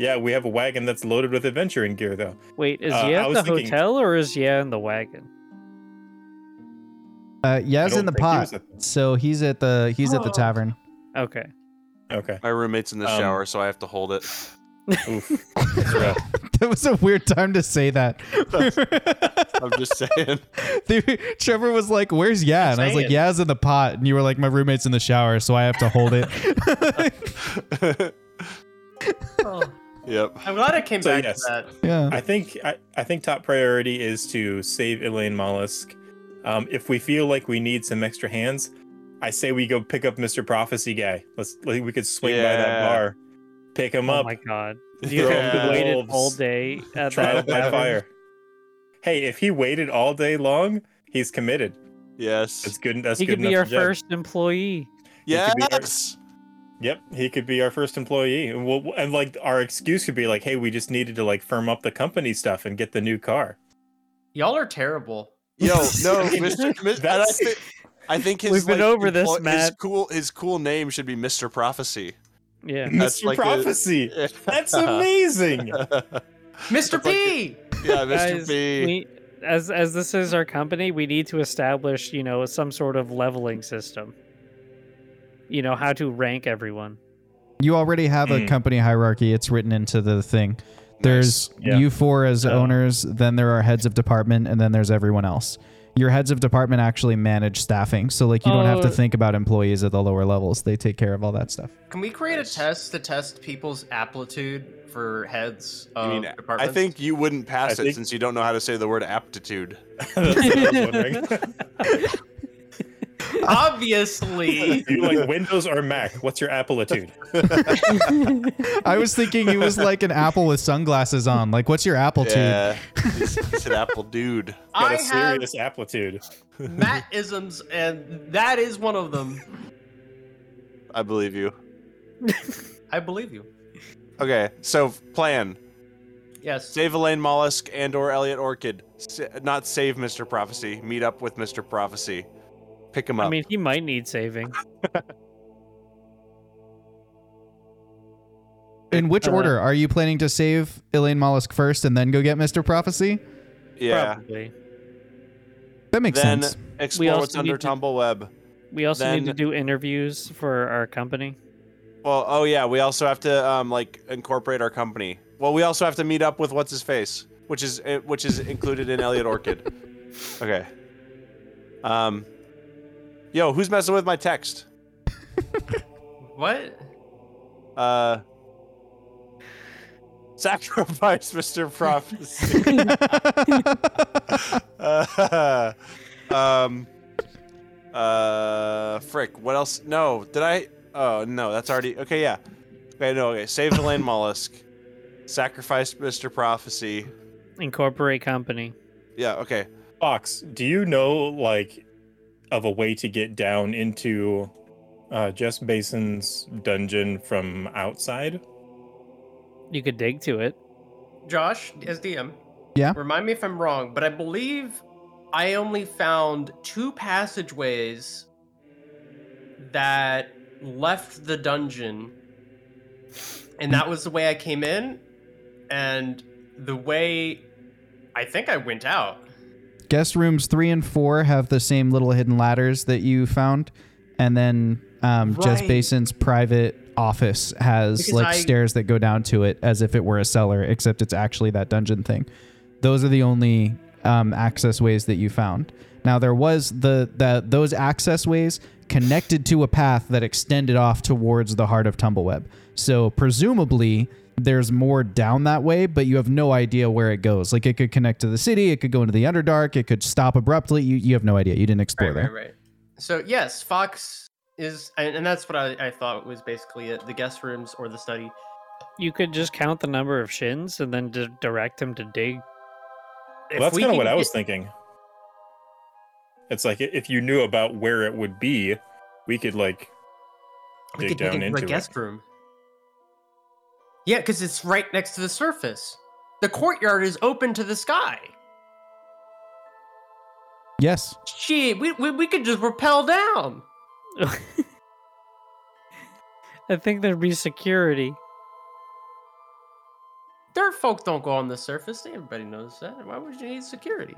Speaker 4: yeah, we have a wagon that's loaded with adventuring gear, though.
Speaker 3: Wait, is
Speaker 4: uh,
Speaker 3: yeah
Speaker 4: I
Speaker 3: at
Speaker 4: was
Speaker 3: the
Speaker 4: thinking-
Speaker 3: hotel or is yeah in the wagon?
Speaker 1: uh,
Speaker 4: I
Speaker 1: Yaz
Speaker 4: don't
Speaker 1: in the
Speaker 4: think he
Speaker 1: pot,
Speaker 4: was at-
Speaker 1: so he's at the he's at the
Speaker 5: Oh.
Speaker 1: tavern.
Speaker 3: Okay.
Speaker 4: Okay.
Speaker 2: My roommate's in the
Speaker 4: Um,
Speaker 2: shower, so I have to hold it.
Speaker 4: Oof. That's rough.
Speaker 1: That was a weird time to say that.
Speaker 2: I'm just saying.
Speaker 1: Dude, Trevor was like, "Where's Yaz?" And I was like,
Speaker 5: Saying.
Speaker 1: "Yaz in the pot," and you were like, "My roommate's in the shower, so I have to hold it."
Speaker 2: yep.
Speaker 5: I'm glad I came
Speaker 4: So,
Speaker 5: back
Speaker 4: yes.
Speaker 5: to that.
Speaker 1: yeah.
Speaker 4: I think I, I think top priority is to save Elaine Mollusk. Um, if we feel like we need some extra hands, I say we go pick up Mr. Prophecy guy. Let's like, we could swing by that
Speaker 2: Yeah.
Speaker 4: bar, pick him
Speaker 3: oh
Speaker 4: up,
Speaker 3: my god.
Speaker 4: throw
Speaker 3: You
Speaker 4: him
Speaker 3: guys
Speaker 4: to the
Speaker 3: waited
Speaker 4: wolves,
Speaker 3: all day at
Speaker 4: trial
Speaker 3: that
Speaker 4: by
Speaker 3: tavern?
Speaker 4: fire. Hey, if he waited all day long, he's committed. That's
Speaker 2: Yes.
Speaker 4: good. That's
Speaker 3: He
Speaker 4: good
Speaker 3: could be
Speaker 4: enough
Speaker 3: our
Speaker 4: for Jed.
Speaker 3: first employee.
Speaker 2: Yes.
Speaker 4: could be our- Yep, he could be our first employee, and, we'll, and like our excuse could be like, "Hey, we just needed to like firm up the company stuff and get the new car."
Speaker 5: Y'all are terrible.
Speaker 2: Yo, no, Mr. Mi- and I,
Speaker 4: That's-
Speaker 2: thi- I think his
Speaker 3: We've been
Speaker 2: like,
Speaker 3: over this,
Speaker 2: employ- His
Speaker 3: Matt.
Speaker 2: cool, his cool name should be Mr. Prophecy.
Speaker 3: Yeah.
Speaker 2: That's
Speaker 4: Mr.
Speaker 2: like a-
Speaker 4: Prophecy.
Speaker 2: yeah,
Speaker 4: That's amazing.
Speaker 5: Mr. P!
Speaker 2: Mr.
Speaker 3: Guys,
Speaker 2: B.
Speaker 3: We, as as this is our company, we need to establish, you know, some sort of leveling system. You know, how to rank everyone.
Speaker 1: You already have a
Speaker 4: Mm.
Speaker 1: company hierarchy. It's written into the thing. There's
Speaker 4: Yeah.
Speaker 1: you four as
Speaker 4: Yeah.
Speaker 1: owners, then there are heads of department, and then there's everyone else. Your heads of department actually manage staffing, so like you don't have to
Speaker 3: Oh.
Speaker 1: think about employees at the lower levels. They take care of all that stuff.
Speaker 5: Can we create a test to test people's aptitude for heads
Speaker 2: I
Speaker 5: of
Speaker 2: mean, I
Speaker 5: Uh, departments?
Speaker 2: think you wouldn't pass
Speaker 4: I
Speaker 2: it
Speaker 4: think-
Speaker 2: since you don't know how to say the word aptitude.
Speaker 4: That's what I was wondering.
Speaker 5: obviously.
Speaker 4: you like Windows or Mac? What's your aptitude?
Speaker 1: I was thinking he was like an apple with sunglasses on. Like, what's your apple yeah.
Speaker 2: Yeah, he's, he's an apple dude.
Speaker 4: Got
Speaker 5: I
Speaker 4: a
Speaker 5: have
Speaker 4: serious aptitude.
Speaker 5: Matt-isms, and that is one of them.
Speaker 2: I believe you.
Speaker 5: I believe you.
Speaker 2: Okay, so plan:
Speaker 5: Yes.
Speaker 2: save Elaine Mollusk and/or Elliot Orchid. Sa- not save Mr. Prophecy. Meet up with Mr. Prophecy. Pick him up.
Speaker 3: I mean, he might need saving.
Speaker 1: In which
Speaker 3: Uh,
Speaker 1: order are you planning to save Elaine Mollusk first and then go get Mr. Prophecy?
Speaker 2: yeah.
Speaker 3: Probably.
Speaker 1: That makes
Speaker 2: Then
Speaker 1: sense.
Speaker 2: explore
Speaker 3: also
Speaker 2: what's under
Speaker 3: need to-
Speaker 2: Tumbleweb.
Speaker 3: We also need to
Speaker 2: Then-
Speaker 3: do interviews for our company.
Speaker 2: Well, oh yeah, we also have to um like incorporate our company. Well, we also have to meet up with what's his face, which is eh, which is included in Elliot Orchid. Okay. Um. Yo, who's messing with my text?
Speaker 5: What?
Speaker 2: Uh. Sacrifice, Mr. Prophecy. uh, um, uh, frick. What else? No, did I? Oh no, that's already okay. Yeah. Okay, no. Okay, save Elaine Mollusk. Sacrifice, Mr. Prophecy.
Speaker 3: Incorporate company.
Speaker 2: Yeah. Okay.
Speaker 4: Fox, do you know like of a way to get down into uh, Jess Basin's dungeon from outside?
Speaker 3: You could dig to it.
Speaker 5: Josh, as DM.
Speaker 1: Yeah?
Speaker 5: Remind me if I'm wrong, but I believe I only found two passageways that left the dungeon. And that was the way I came in and the way I think I went out.
Speaker 1: Guest rooms three and four have the same little hidden ladders that you found, and then um, Jess
Speaker 5: Right.
Speaker 1: Basin's private office has
Speaker 5: Because
Speaker 1: like
Speaker 5: I-
Speaker 1: stairs that go down to it as if it were a cellar, except it's actually that dungeon thing. Those are the only um, access ways that you found. Now there was the the those access ways connected to a path that extended off towards the heart of Tumbleweb. So presumably there's more down that way, but you have no idea where it goes. Like it could connect to the city, it could go into the Underdark, it could stop abruptly. You you have no idea. You didn't explore
Speaker 5: Right,
Speaker 1: there.
Speaker 5: right, right. So yes, Fox is, and, and that's what I, I thought was basically it: the guest rooms or the study.
Speaker 3: You could just count the number of shins and then d- direct him to dig.
Speaker 5: If
Speaker 4: Well, that's
Speaker 5: we
Speaker 4: kind of
Speaker 5: can
Speaker 4: what I
Speaker 5: get-
Speaker 4: was thinking. It's like i- if you knew about where it would be, we could like
Speaker 5: we
Speaker 4: dig
Speaker 5: could dig
Speaker 4: down
Speaker 5: into
Speaker 4: into
Speaker 5: the guest
Speaker 4: it.
Speaker 5: room. Yeah, because it's right next to the surface. The courtyard is open to the sky.
Speaker 1: Yes.
Speaker 5: Shit, we, we, we could just rappel down.
Speaker 3: I think there'd be security.
Speaker 5: Dirt folk don't go on the surface. Everybody knows that. Why would you need security?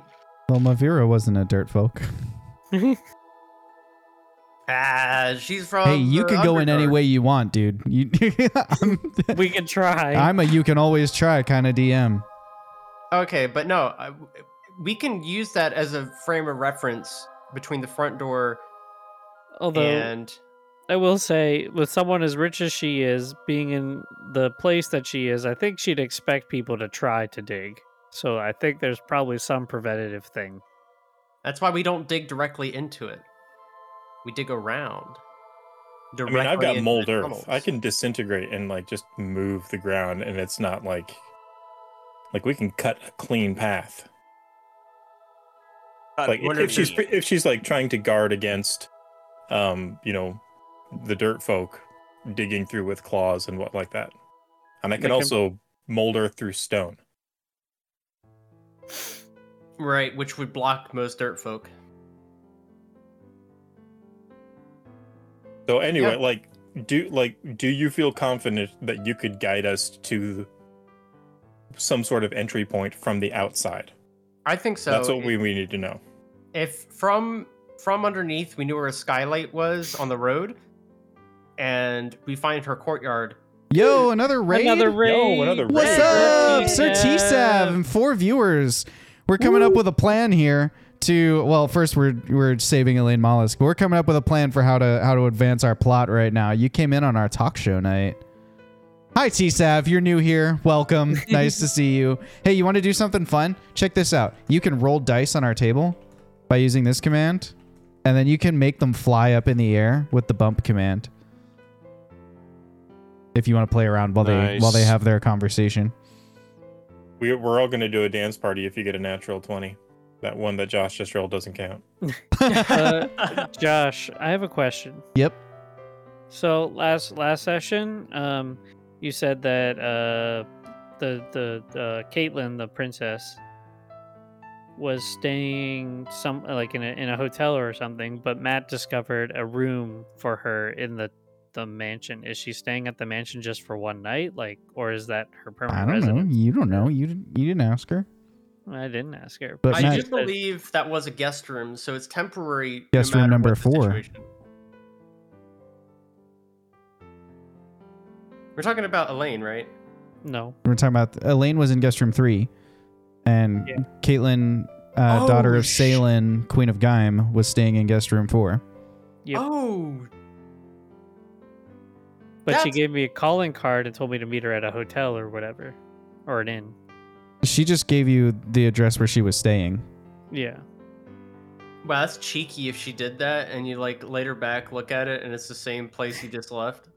Speaker 1: Well, Mavira wasn't a dirt folk.
Speaker 5: Ah, she's from.
Speaker 1: hey, you
Speaker 5: the
Speaker 1: could go in any
Speaker 5: Underdark.
Speaker 1: way you want, dude. You, I'm,
Speaker 3: we could try.
Speaker 1: I'm a you can always try kind of DM.
Speaker 5: Okay, but no, I, we can use that as a frame of reference between the front door
Speaker 3: Although
Speaker 5: and
Speaker 3: I will say, with someone as rich as she is, being in the place that she is, I think she'd expect people to try to dig. So I think there's probably some preventative thing.
Speaker 5: that's why we don't dig directly into it. We dig around.
Speaker 4: I mean, I've
Speaker 5: directly
Speaker 4: got
Speaker 5: into
Speaker 4: mold
Speaker 5: the
Speaker 4: earth.
Speaker 5: tunnels.
Speaker 4: I can disintegrate and like just move the ground, and it's not like like we can cut a clean path.
Speaker 2: God,
Speaker 4: Like
Speaker 2: I
Speaker 4: if,
Speaker 2: wonder
Speaker 4: if she's
Speaker 2: there's-
Speaker 4: if she's like trying to guard against, um, you know, the dirt folk digging through with claws and what like that, and I
Speaker 5: Like
Speaker 4: could
Speaker 5: a-
Speaker 4: also mold earth through stone.
Speaker 5: Right, which would block most dirt folk.
Speaker 4: So anyway, like do like do you feel confident that you could guide us to some sort of entry point from the outside?
Speaker 5: I think so.
Speaker 4: That's what
Speaker 5: i-
Speaker 4: we, we need to know.
Speaker 5: If from from underneath we knew where a skylight was on the road, and we find her courtyard.
Speaker 1: Yo, another raid.
Speaker 3: Another raid.
Speaker 4: Yo, another
Speaker 1: What's
Speaker 4: Hey,
Speaker 1: up, Sir
Speaker 3: Sir
Speaker 1: T Sav and four viewers? We're coming up with a plan here to well, first we're we're saving Elaine Mollusk. We're coming up with a plan for how to how to advance our plot right now. You came in on our talk show night. Hi T Sav, you're new here. Welcome. nice to see you. Hey, you want to do something fun? Check this out. You can roll dice on our table by using this command, and then you can make them fly up in the air with the bump command. If you want to play around while they while they
Speaker 2: Nice.
Speaker 1: have their conversation.
Speaker 4: We, we're all going to do a dance party if you get a natural 20. That one that Josh just rolled doesn't count.
Speaker 3: Uh, Josh, I have a question.
Speaker 1: Yep.
Speaker 3: So last last session, um, you said that uh, the the uh, Caitlin, the princess, was staying some like in a in a hotel or something. But Matt discovered a room for her in the the mansion. Is she staying at the mansion just for one night, like, or is that her
Speaker 1: I
Speaker 3: permanent
Speaker 1: don't know.
Speaker 3: residence?
Speaker 1: You don't know. You didn't, you didn't ask her.
Speaker 3: I didn't ask her.
Speaker 1: But
Speaker 5: I
Speaker 1: Matt-
Speaker 5: just believe that was a guest room, so it's temporary.
Speaker 1: Guest room
Speaker 5: matter
Speaker 1: number
Speaker 5: what the
Speaker 1: four.
Speaker 5: situation. We're talking about Elaine, right?
Speaker 3: no.
Speaker 1: We're talking about Elaine was in guest room three, and
Speaker 3: Yeah.
Speaker 1: Caitlin, uh, daughter
Speaker 5: Oh,
Speaker 1: of
Speaker 5: sh-
Speaker 1: Salen, queen of Gaim, was staying in guest room four.
Speaker 3: Yep.
Speaker 5: Oh,
Speaker 3: But she
Speaker 5: That's-
Speaker 3: gave me a calling card and told me to meet her at a hotel or whatever. or an inn.
Speaker 6: She just gave you the address where she was staying.
Speaker 3: Yeah.
Speaker 5: Wow, that's cheeky if she did that and you like later back look at it and it's the same place you just left.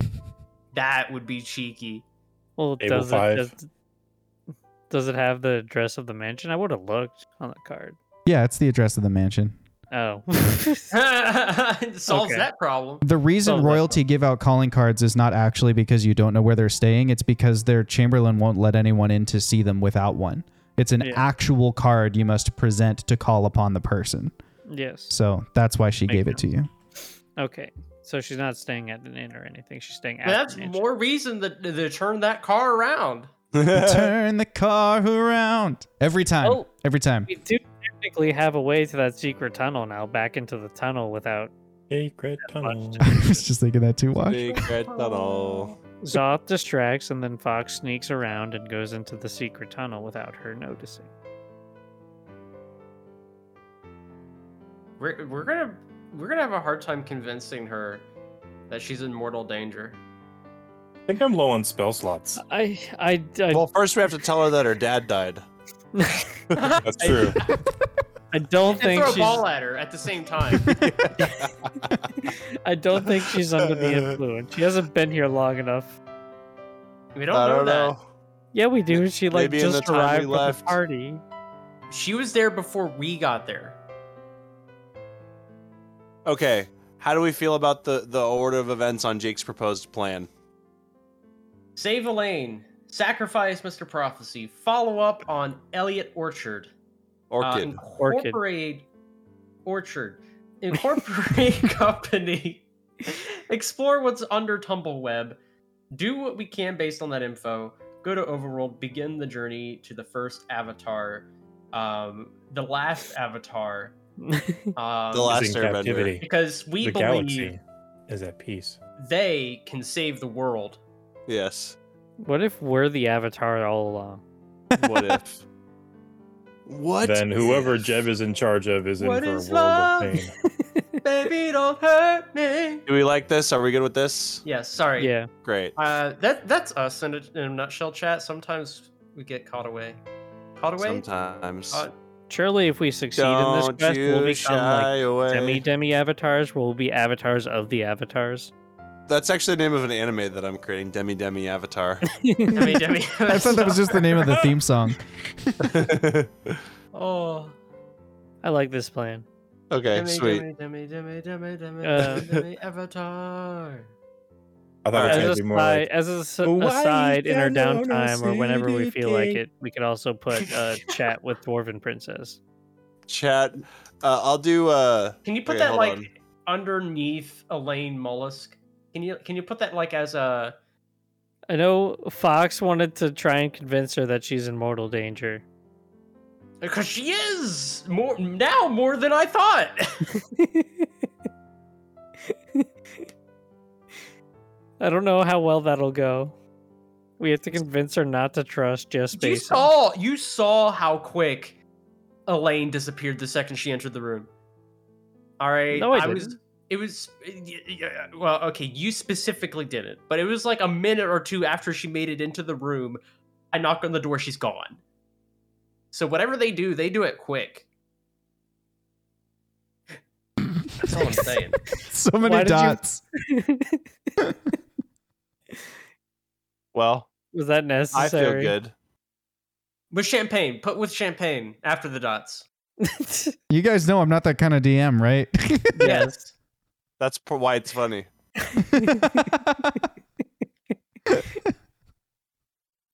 Speaker 5: That would be cheeky.
Speaker 3: Well,
Speaker 4: Table
Speaker 3: does it
Speaker 4: five.
Speaker 3: does, does it have the address of the mansion? I would have looked on the card.
Speaker 6: Yeah, it's the address of the mansion.
Speaker 3: Oh.
Speaker 5: It Solves
Speaker 3: Okay.
Speaker 5: that problem.
Speaker 6: The
Speaker 3: Oh,
Speaker 6: reason
Speaker 3: that's
Speaker 6: royalty give out calling cards is not actually because you don't know where they're staying, it's because their chamberlain won't let anyone in to see them without one. It's an
Speaker 3: Yeah.
Speaker 6: actual card you must present to call upon the person.
Speaker 3: yes.
Speaker 6: So that's why she
Speaker 3: Makes
Speaker 6: gave it to you.
Speaker 3: Okay. So she's not staying at an inn or anything. She's staying at.
Speaker 5: But that's
Speaker 3: the mansion.
Speaker 5: more reason that to turn that car around.
Speaker 6: Turn the car around. Every time.
Speaker 3: Oh.
Speaker 6: Every time.
Speaker 3: We do technically have a way to that secret tunnel now, back into the tunnel without
Speaker 4: Secret tunnel.
Speaker 6: I was just thinking that too, Wash.
Speaker 2: Big red tunnel.
Speaker 3: Zoth distracts, and then Fox sneaks around and goes into the secret tunnel without her noticing.
Speaker 5: We're, we're gonna we're gonna have a hard time convincing her that she's in mortal danger.
Speaker 4: I think I'm low on spell slots.
Speaker 3: I, I, I,
Speaker 2: Well, first we have to tell her that her dad died.
Speaker 4: That's true.
Speaker 3: I don't
Speaker 5: And
Speaker 3: think
Speaker 5: throw a
Speaker 3: she's.
Speaker 5: ball at her at the same time.
Speaker 3: I don't think she's under the influence. She hasn't been here long enough.
Speaker 5: we don't,
Speaker 2: I
Speaker 5: know
Speaker 2: don't
Speaker 5: that.
Speaker 2: know.
Speaker 3: Yeah, we do. She like
Speaker 2: Maybe in the
Speaker 3: just
Speaker 2: time we
Speaker 3: arrived at the
Speaker 2: left.
Speaker 3: party.
Speaker 5: She was there before we got there.
Speaker 2: Okay, how do we feel about the the order of events on Jake's proposed plan?
Speaker 5: Save Elaine. Sacrifice Mr. Prophecy. Follow up on Elliot Orchard. Uh,
Speaker 4: Um,
Speaker 2: Orchid.
Speaker 3: Orchid.
Speaker 5: incorporate orchard incorporate company explore what's under tumbleweb do what we can based on that info go to overworld begin the journey to the first avatar um the last avatar um,
Speaker 2: The last
Speaker 4: Is in
Speaker 2: Airbender.
Speaker 4: captivity.
Speaker 5: because we
Speaker 4: The
Speaker 5: believe
Speaker 4: galaxy is at peace.
Speaker 5: they can save the world
Speaker 2: yes.
Speaker 3: What if we're the avatar all along?
Speaker 2: What if? What?
Speaker 4: Then whoever
Speaker 2: if?
Speaker 4: Jeb is in charge of is in
Speaker 5: What
Speaker 4: for a
Speaker 5: is
Speaker 4: world
Speaker 5: love?
Speaker 4: of pain.
Speaker 5: baby don't hurt me
Speaker 2: Do we like this? Are we good with this?
Speaker 5: yeah sorry
Speaker 3: Yeah.
Speaker 2: Great.
Speaker 5: Uh, that that's us in a, in a nutshell. Chat. Sometimes we get caught away. Caught away. Uh,
Speaker 2: Sometimes.
Speaker 5: Caught-
Speaker 3: Surely, if we succeed Uh, in this
Speaker 2: Don't
Speaker 3: quest, we'll
Speaker 2: you
Speaker 3: become like
Speaker 2: shy away.
Speaker 3: demi demi avatars. We'll be avatars of the avatars.
Speaker 2: That's actually the name of an anime that I'm creating, Demi Demi Avatar.
Speaker 5: Demi, Demi,
Speaker 6: I thought that was just the name of the theme song.
Speaker 5: Oh.
Speaker 3: I like this plan.
Speaker 2: okay,
Speaker 5: Demi,
Speaker 2: sweet.
Speaker 5: Demi, Demi, Demi, Demi,
Speaker 3: Uh,
Speaker 5: Demi, Demi, Avatar.
Speaker 4: I thought it was
Speaker 3: As
Speaker 4: going
Speaker 3: a
Speaker 4: to be more
Speaker 3: side,
Speaker 4: like
Speaker 3: as a s-
Speaker 4: "Hawaii
Speaker 3: aside in our
Speaker 4: down on a
Speaker 3: downtime or whenever we feel like
Speaker 4: city
Speaker 3: it, we could also put uh, chat with dwarven princess.
Speaker 2: Chat. Uh, I'll do. Uh,
Speaker 5: Can you put
Speaker 2: Wait,
Speaker 5: that
Speaker 2: hold
Speaker 5: like
Speaker 2: on.
Speaker 5: underneath Elaine Mollusk? Can you can you put that like as a
Speaker 3: I know Fox wanted to try and convince her that she's in mortal danger.
Speaker 5: because she is more now more than I thought.
Speaker 3: I don't know how well that'll go. We have to convince her not to trust just
Speaker 5: you
Speaker 3: based.
Speaker 5: saw you saw how quick Elaine disappeared the second she entered the room. All right,
Speaker 3: No, I
Speaker 5: was.
Speaker 3: didn't.
Speaker 5: It was y- y- well, okay. You specifically did it, but it was like a minute or two after she made it into the room. I knock on the door. She's gone. So whatever they do, they do it quick. That's all I'm saying.
Speaker 6: So
Speaker 3: Why
Speaker 6: many
Speaker 3: did you-
Speaker 6: dots.
Speaker 2: well,
Speaker 3: Was that
Speaker 2: I feel
Speaker 3: necessary?
Speaker 2: good.
Speaker 5: With champagne, put with champagne after the dots.
Speaker 3: good.
Speaker 6: You... guys know I'm not that kind of DM, right?
Speaker 5: Yes.
Speaker 2: That's p- why it's funny.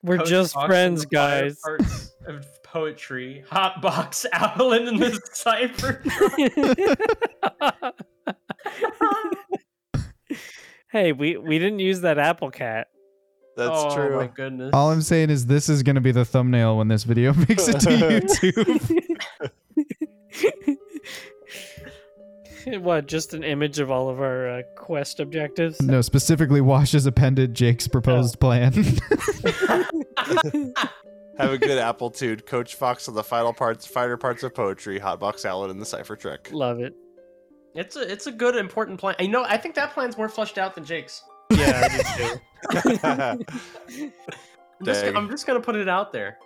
Speaker 3: We're
Speaker 5: Post
Speaker 3: just
Speaker 5: box in
Speaker 3: friends,
Speaker 5: the fire
Speaker 3: guys.
Speaker 5: Parts of poetry, hot box owl in the cipher.
Speaker 3: hey, we we didn't use that apple cat.
Speaker 2: That's
Speaker 5: oh,
Speaker 2: true.
Speaker 5: my goodness.
Speaker 6: All I'm saying is this is going to be the thumbnail when this video makes it to YouTube.
Speaker 3: what? Just an image of all of our uh, quest objectives.
Speaker 6: No, specifically Wash's appended
Speaker 2: Oh.
Speaker 6: Jake's proposed plan.
Speaker 2: Have a good applitude, Coach Fox on the final parts, finer parts of poetry, Hotbox Salad, and the Cipher Trick.
Speaker 3: Love it.
Speaker 5: It's a it's a good important plan. You know, I think that plan's more fleshed out than Jake's.
Speaker 3: Yeah, I do too.
Speaker 5: I'm just,
Speaker 2: Dang.
Speaker 5: I'm just gonna put it out there.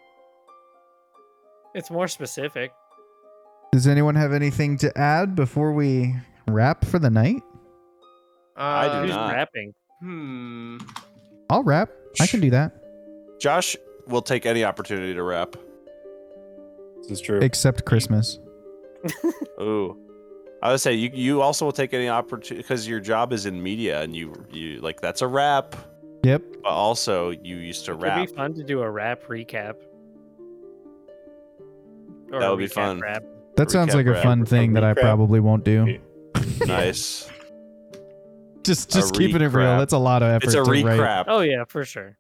Speaker 3: It's more specific.
Speaker 1: Does anyone have anything to add before we wrap for the night?
Speaker 5: Uh,
Speaker 2: I do
Speaker 3: Who's
Speaker 2: not.
Speaker 3: rapping?
Speaker 5: Hmm.
Speaker 1: I'll wrap. I can do that.
Speaker 2: Josh will take any opportunity to rap.
Speaker 4: This is true.
Speaker 1: Except Christmas.
Speaker 2: Ooh. I would say you, you also will take any opportunity because your job is in media and you you like that's a rap,
Speaker 1: Yep.
Speaker 2: but also you used to
Speaker 3: It'd
Speaker 2: rap.
Speaker 3: be fun to do a rap recap. Or
Speaker 2: That
Speaker 3: a
Speaker 2: would be
Speaker 3: recap
Speaker 2: fun.
Speaker 3: Rap.
Speaker 1: That sounds
Speaker 2: Recap
Speaker 1: like a
Speaker 2: rap.
Speaker 1: fun thing that I
Speaker 4: Recap.
Speaker 1: probably won't do.
Speaker 2: Nice.
Speaker 1: Just
Speaker 2: A
Speaker 1: just keeping it real.
Speaker 2: recrap.
Speaker 1: That's a lot of effort.
Speaker 2: it's a
Speaker 1: to write.
Speaker 2: recrap.
Speaker 3: Oh yeah, for sure.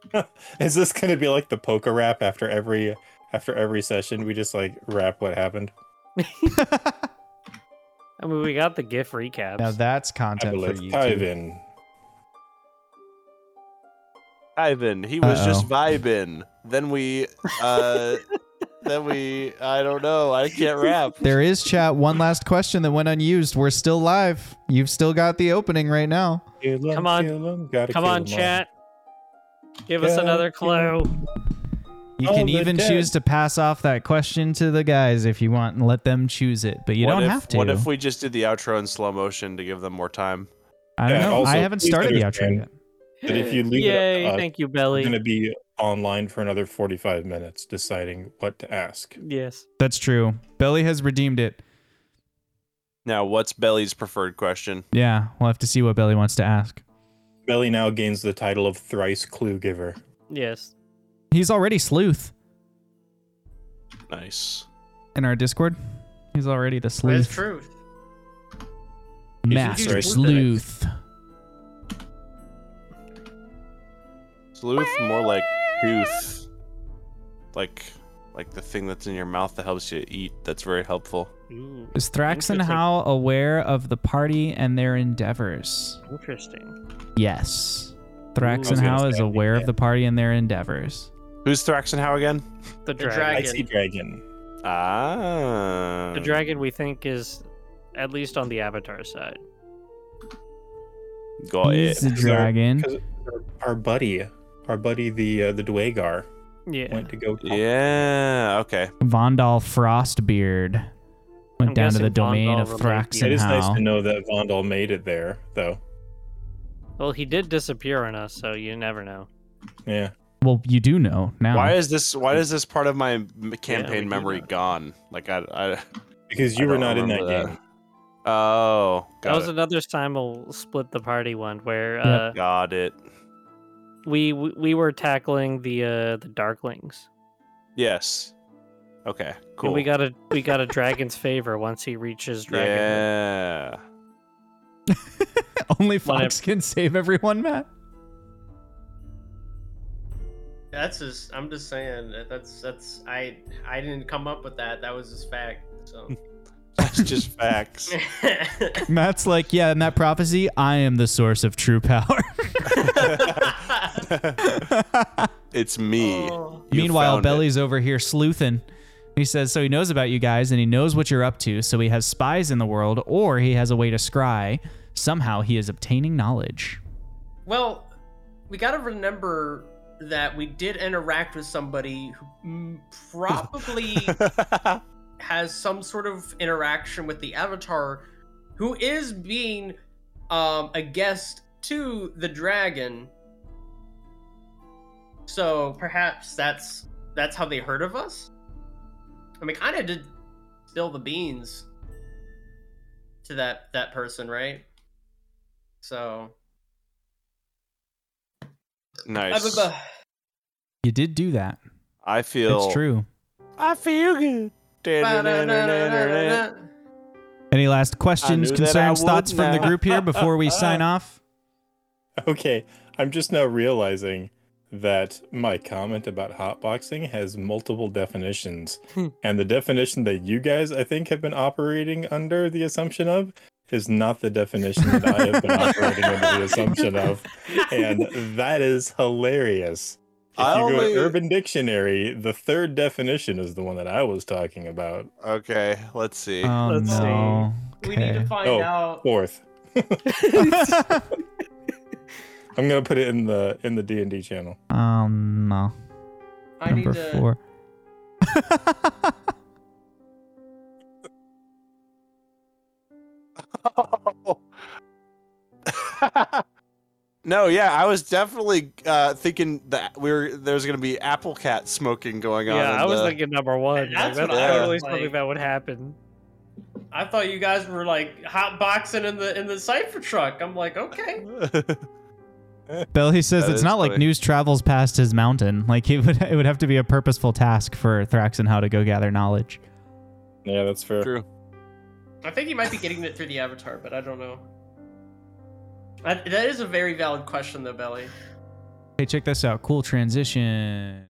Speaker 4: Is this gonna be like the poker rap after every after every session? We just like rap what happened.
Speaker 3: I mean, we got the GIF recaps.
Speaker 1: Now that's content for
Speaker 4: Let's
Speaker 1: you.
Speaker 4: dive in.
Speaker 2: Ivan, he was just
Speaker 1: Uh-oh.
Speaker 2: vibing. Then we uh then we I don't know. I can't rap.
Speaker 1: There is chat. One last question that went unused. We're still live. You've still got the opening right now.
Speaker 4: Kill 'em,
Speaker 3: Come on.
Speaker 4: kill 'em, gotta
Speaker 3: Come
Speaker 4: kill
Speaker 3: on,
Speaker 4: 'em all.
Speaker 3: chat. Give us
Speaker 4: Yeah,
Speaker 3: another
Speaker 4: yeah.
Speaker 3: clue.
Speaker 1: You
Speaker 4: Oh,
Speaker 1: can
Speaker 4: they're
Speaker 1: even
Speaker 4: dead.
Speaker 1: choose to pass off that question to the guys if you want and let them choose it, but you
Speaker 2: what
Speaker 1: don't
Speaker 2: if,
Speaker 1: have to.
Speaker 2: What if we just did the outro in slow motion to give them more time?
Speaker 1: I don't
Speaker 4: Yeah,
Speaker 1: know.
Speaker 4: also,
Speaker 1: I haven't
Speaker 4: please
Speaker 1: started the outro
Speaker 4: understand-
Speaker 1: yet.
Speaker 4: But if you leave it
Speaker 3: Yay!
Speaker 4: up,
Speaker 3: thank you,
Speaker 4: We're
Speaker 3: Belly.
Speaker 4: gonna be online for another forty-five minutes deciding what to ask.
Speaker 3: Yes.
Speaker 1: That's true. Belly has redeemed it.
Speaker 2: Now, what's Belly's preferred question?
Speaker 1: Yeah, we'll have to see what Belly wants to ask.
Speaker 4: Belly now gains the title of thrice clue giver.
Speaker 3: Yes.
Speaker 1: He's already sleuth
Speaker 2: Nice.
Speaker 1: in our Discord. He's already the
Speaker 5: That's
Speaker 1: sleuth.
Speaker 5: truth.
Speaker 1: Master
Speaker 4: Sorry.
Speaker 1: sleuth.
Speaker 2: Sleuth, more like tooth. Like like the thing that's in your mouth that helps you eat. That's very helpful.
Speaker 3: Ooh,
Speaker 1: Is Thraxen
Speaker 3: Interesting.
Speaker 1: How aware of the party and their endeavors?
Speaker 3: interesting.
Speaker 1: Yes.
Speaker 3: I
Speaker 1: Thraxen
Speaker 3: was
Speaker 4: gonna
Speaker 1: How is
Speaker 4: say,
Speaker 1: aware
Speaker 4: yeah.
Speaker 1: of the party and their endeavors.
Speaker 2: Who's Thraxen How again?
Speaker 3: The
Speaker 5: The
Speaker 3: dragon.
Speaker 4: I see dragon.
Speaker 2: Ah.
Speaker 3: The dragon we think is at least on the Avatar side.
Speaker 2: Got it.
Speaker 1: He's a dragon.
Speaker 4: Because our buddy, our buddy the uh, the Dwagar
Speaker 3: Yeah.
Speaker 4: went to go. talk-
Speaker 2: Yeah. Okay.
Speaker 1: Vondal Frostbeard went
Speaker 3: I'm
Speaker 1: down to the
Speaker 3: guessing
Speaker 1: domain
Speaker 3: Vondal
Speaker 1: of
Speaker 3: relates-
Speaker 4: It
Speaker 1: Thraxen
Speaker 4: is
Speaker 1: How.
Speaker 4: nice to know that Vondal made it there, though.
Speaker 3: Well, he did disappear on us, so you never know.
Speaker 4: Yeah.
Speaker 1: Well, you do know now.
Speaker 2: Why is this? Why is this part of my m-
Speaker 3: we
Speaker 2: campaign
Speaker 3: do
Speaker 2: memory
Speaker 3: that.
Speaker 2: gone? Like I, I
Speaker 4: Because you
Speaker 2: I
Speaker 4: were
Speaker 2: don't
Speaker 4: not in that,
Speaker 2: remember
Speaker 4: game.
Speaker 2: Oh,
Speaker 3: that
Speaker 2: got
Speaker 3: was
Speaker 2: it.
Speaker 3: another time we'll split the party one where
Speaker 1: Yep.
Speaker 3: uh,
Speaker 2: Got it.
Speaker 3: we we we were tackling the uh, the Darklings.
Speaker 2: Yes. Okay. Cool.
Speaker 3: And we got a we got a dragon's favor once he reaches dragon.
Speaker 2: Yeah.
Speaker 1: Only
Speaker 3: Whatever.
Speaker 1: Fox can save everyone, Matt.
Speaker 5: That's just. I'm just saying. that- That's that's. I I didn't come up with that. That was just fact. So.
Speaker 2: That's just facts.
Speaker 1: Matt's like, yeah, in that prophecy, I am the source of true power.
Speaker 2: it's me.
Speaker 5: Oh.
Speaker 2: You
Speaker 1: Meanwhile,
Speaker 2: found it.
Speaker 1: Belly's over here sleuthing. He says, so he knows about you guys and he knows what you're up to, so he has spies in the world or he has a way to scry. Somehow he is obtaining knowledge.
Speaker 5: Well, we got to remember that we did interact with somebody who mm, probably has some sort of interaction with the avatar who is being um, a guest to the dragon. So perhaps that's that's how they heard of us. I mean, kind of did spill the beans to that that person, right? So
Speaker 2: nice.
Speaker 5: Ababa.
Speaker 1: You did do that.
Speaker 2: I feel.
Speaker 1: It's true.
Speaker 2: I feel good.
Speaker 5: Well,
Speaker 1: Any last questions,
Speaker 2: I knew that I
Speaker 1: concerns, thoughts
Speaker 2: would
Speaker 1: from the
Speaker 2: now.
Speaker 1: group here before we sign off?
Speaker 4: Okay, I'm just now realizing that my comment about hotboxing has multiple definitions.
Speaker 3: Hmm.
Speaker 4: and the definition that you guys, I think, have been operating under the assumption of is not the definition that I have been operating under the assumption of. And that is hilarious. If
Speaker 2: I
Speaker 4: you go
Speaker 2: only-
Speaker 4: to Urban Dictionary, the third definition is the one that I was talking about.
Speaker 2: Okay, let's see.
Speaker 1: Oh,
Speaker 3: Let's see.
Speaker 1: no.
Speaker 5: We need to
Speaker 1: Okay.
Speaker 5: find
Speaker 4: Oh.
Speaker 5: out.
Speaker 4: Fourth. I'm gonna put it in the in the D and D channel.
Speaker 1: Um, no.
Speaker 5: I
Speaker 1: Number
Speaker 5: need to.
Speaker 1: four.
Speaker 2: no, yeah, I was definitely uh, thinking that we were there's gonna be apple cat smoking going on.
Speaker 3: yeah,
Speaker 2: in
Speaker 3: I was
Speaker 2: the-
Speaker 3: thinking number one. Like,
Speaker 5: That's
Speaker 3: that's
Speaker 5: what
Speaker 2: I was
Speaker 3: totally
Speaker 5: like-
Speaker 3: something that would happen.
Speaker 5: I thought you guys were like hot boxing in the in the cipher truck. I'm like, okay.
Speaker 1: Belly says
Speaker 2: That
Speaker 1: it's
Speaker 2: is
Speaker 1: not like
Speaker 2: funny.
Speaker 1: news travels past his mountain. Like it would, it would have to be a purposeful task for Thrax and how to go gather knowledge.
Speaker 4: Yeah, that's fair.
Speaker 2: True.
Speaker 5: I think he might be getting it through the avatar, but I don't know. I, that is a very valid question, though, Belly.
Speaker 1: Hey, check this out. Cool transition.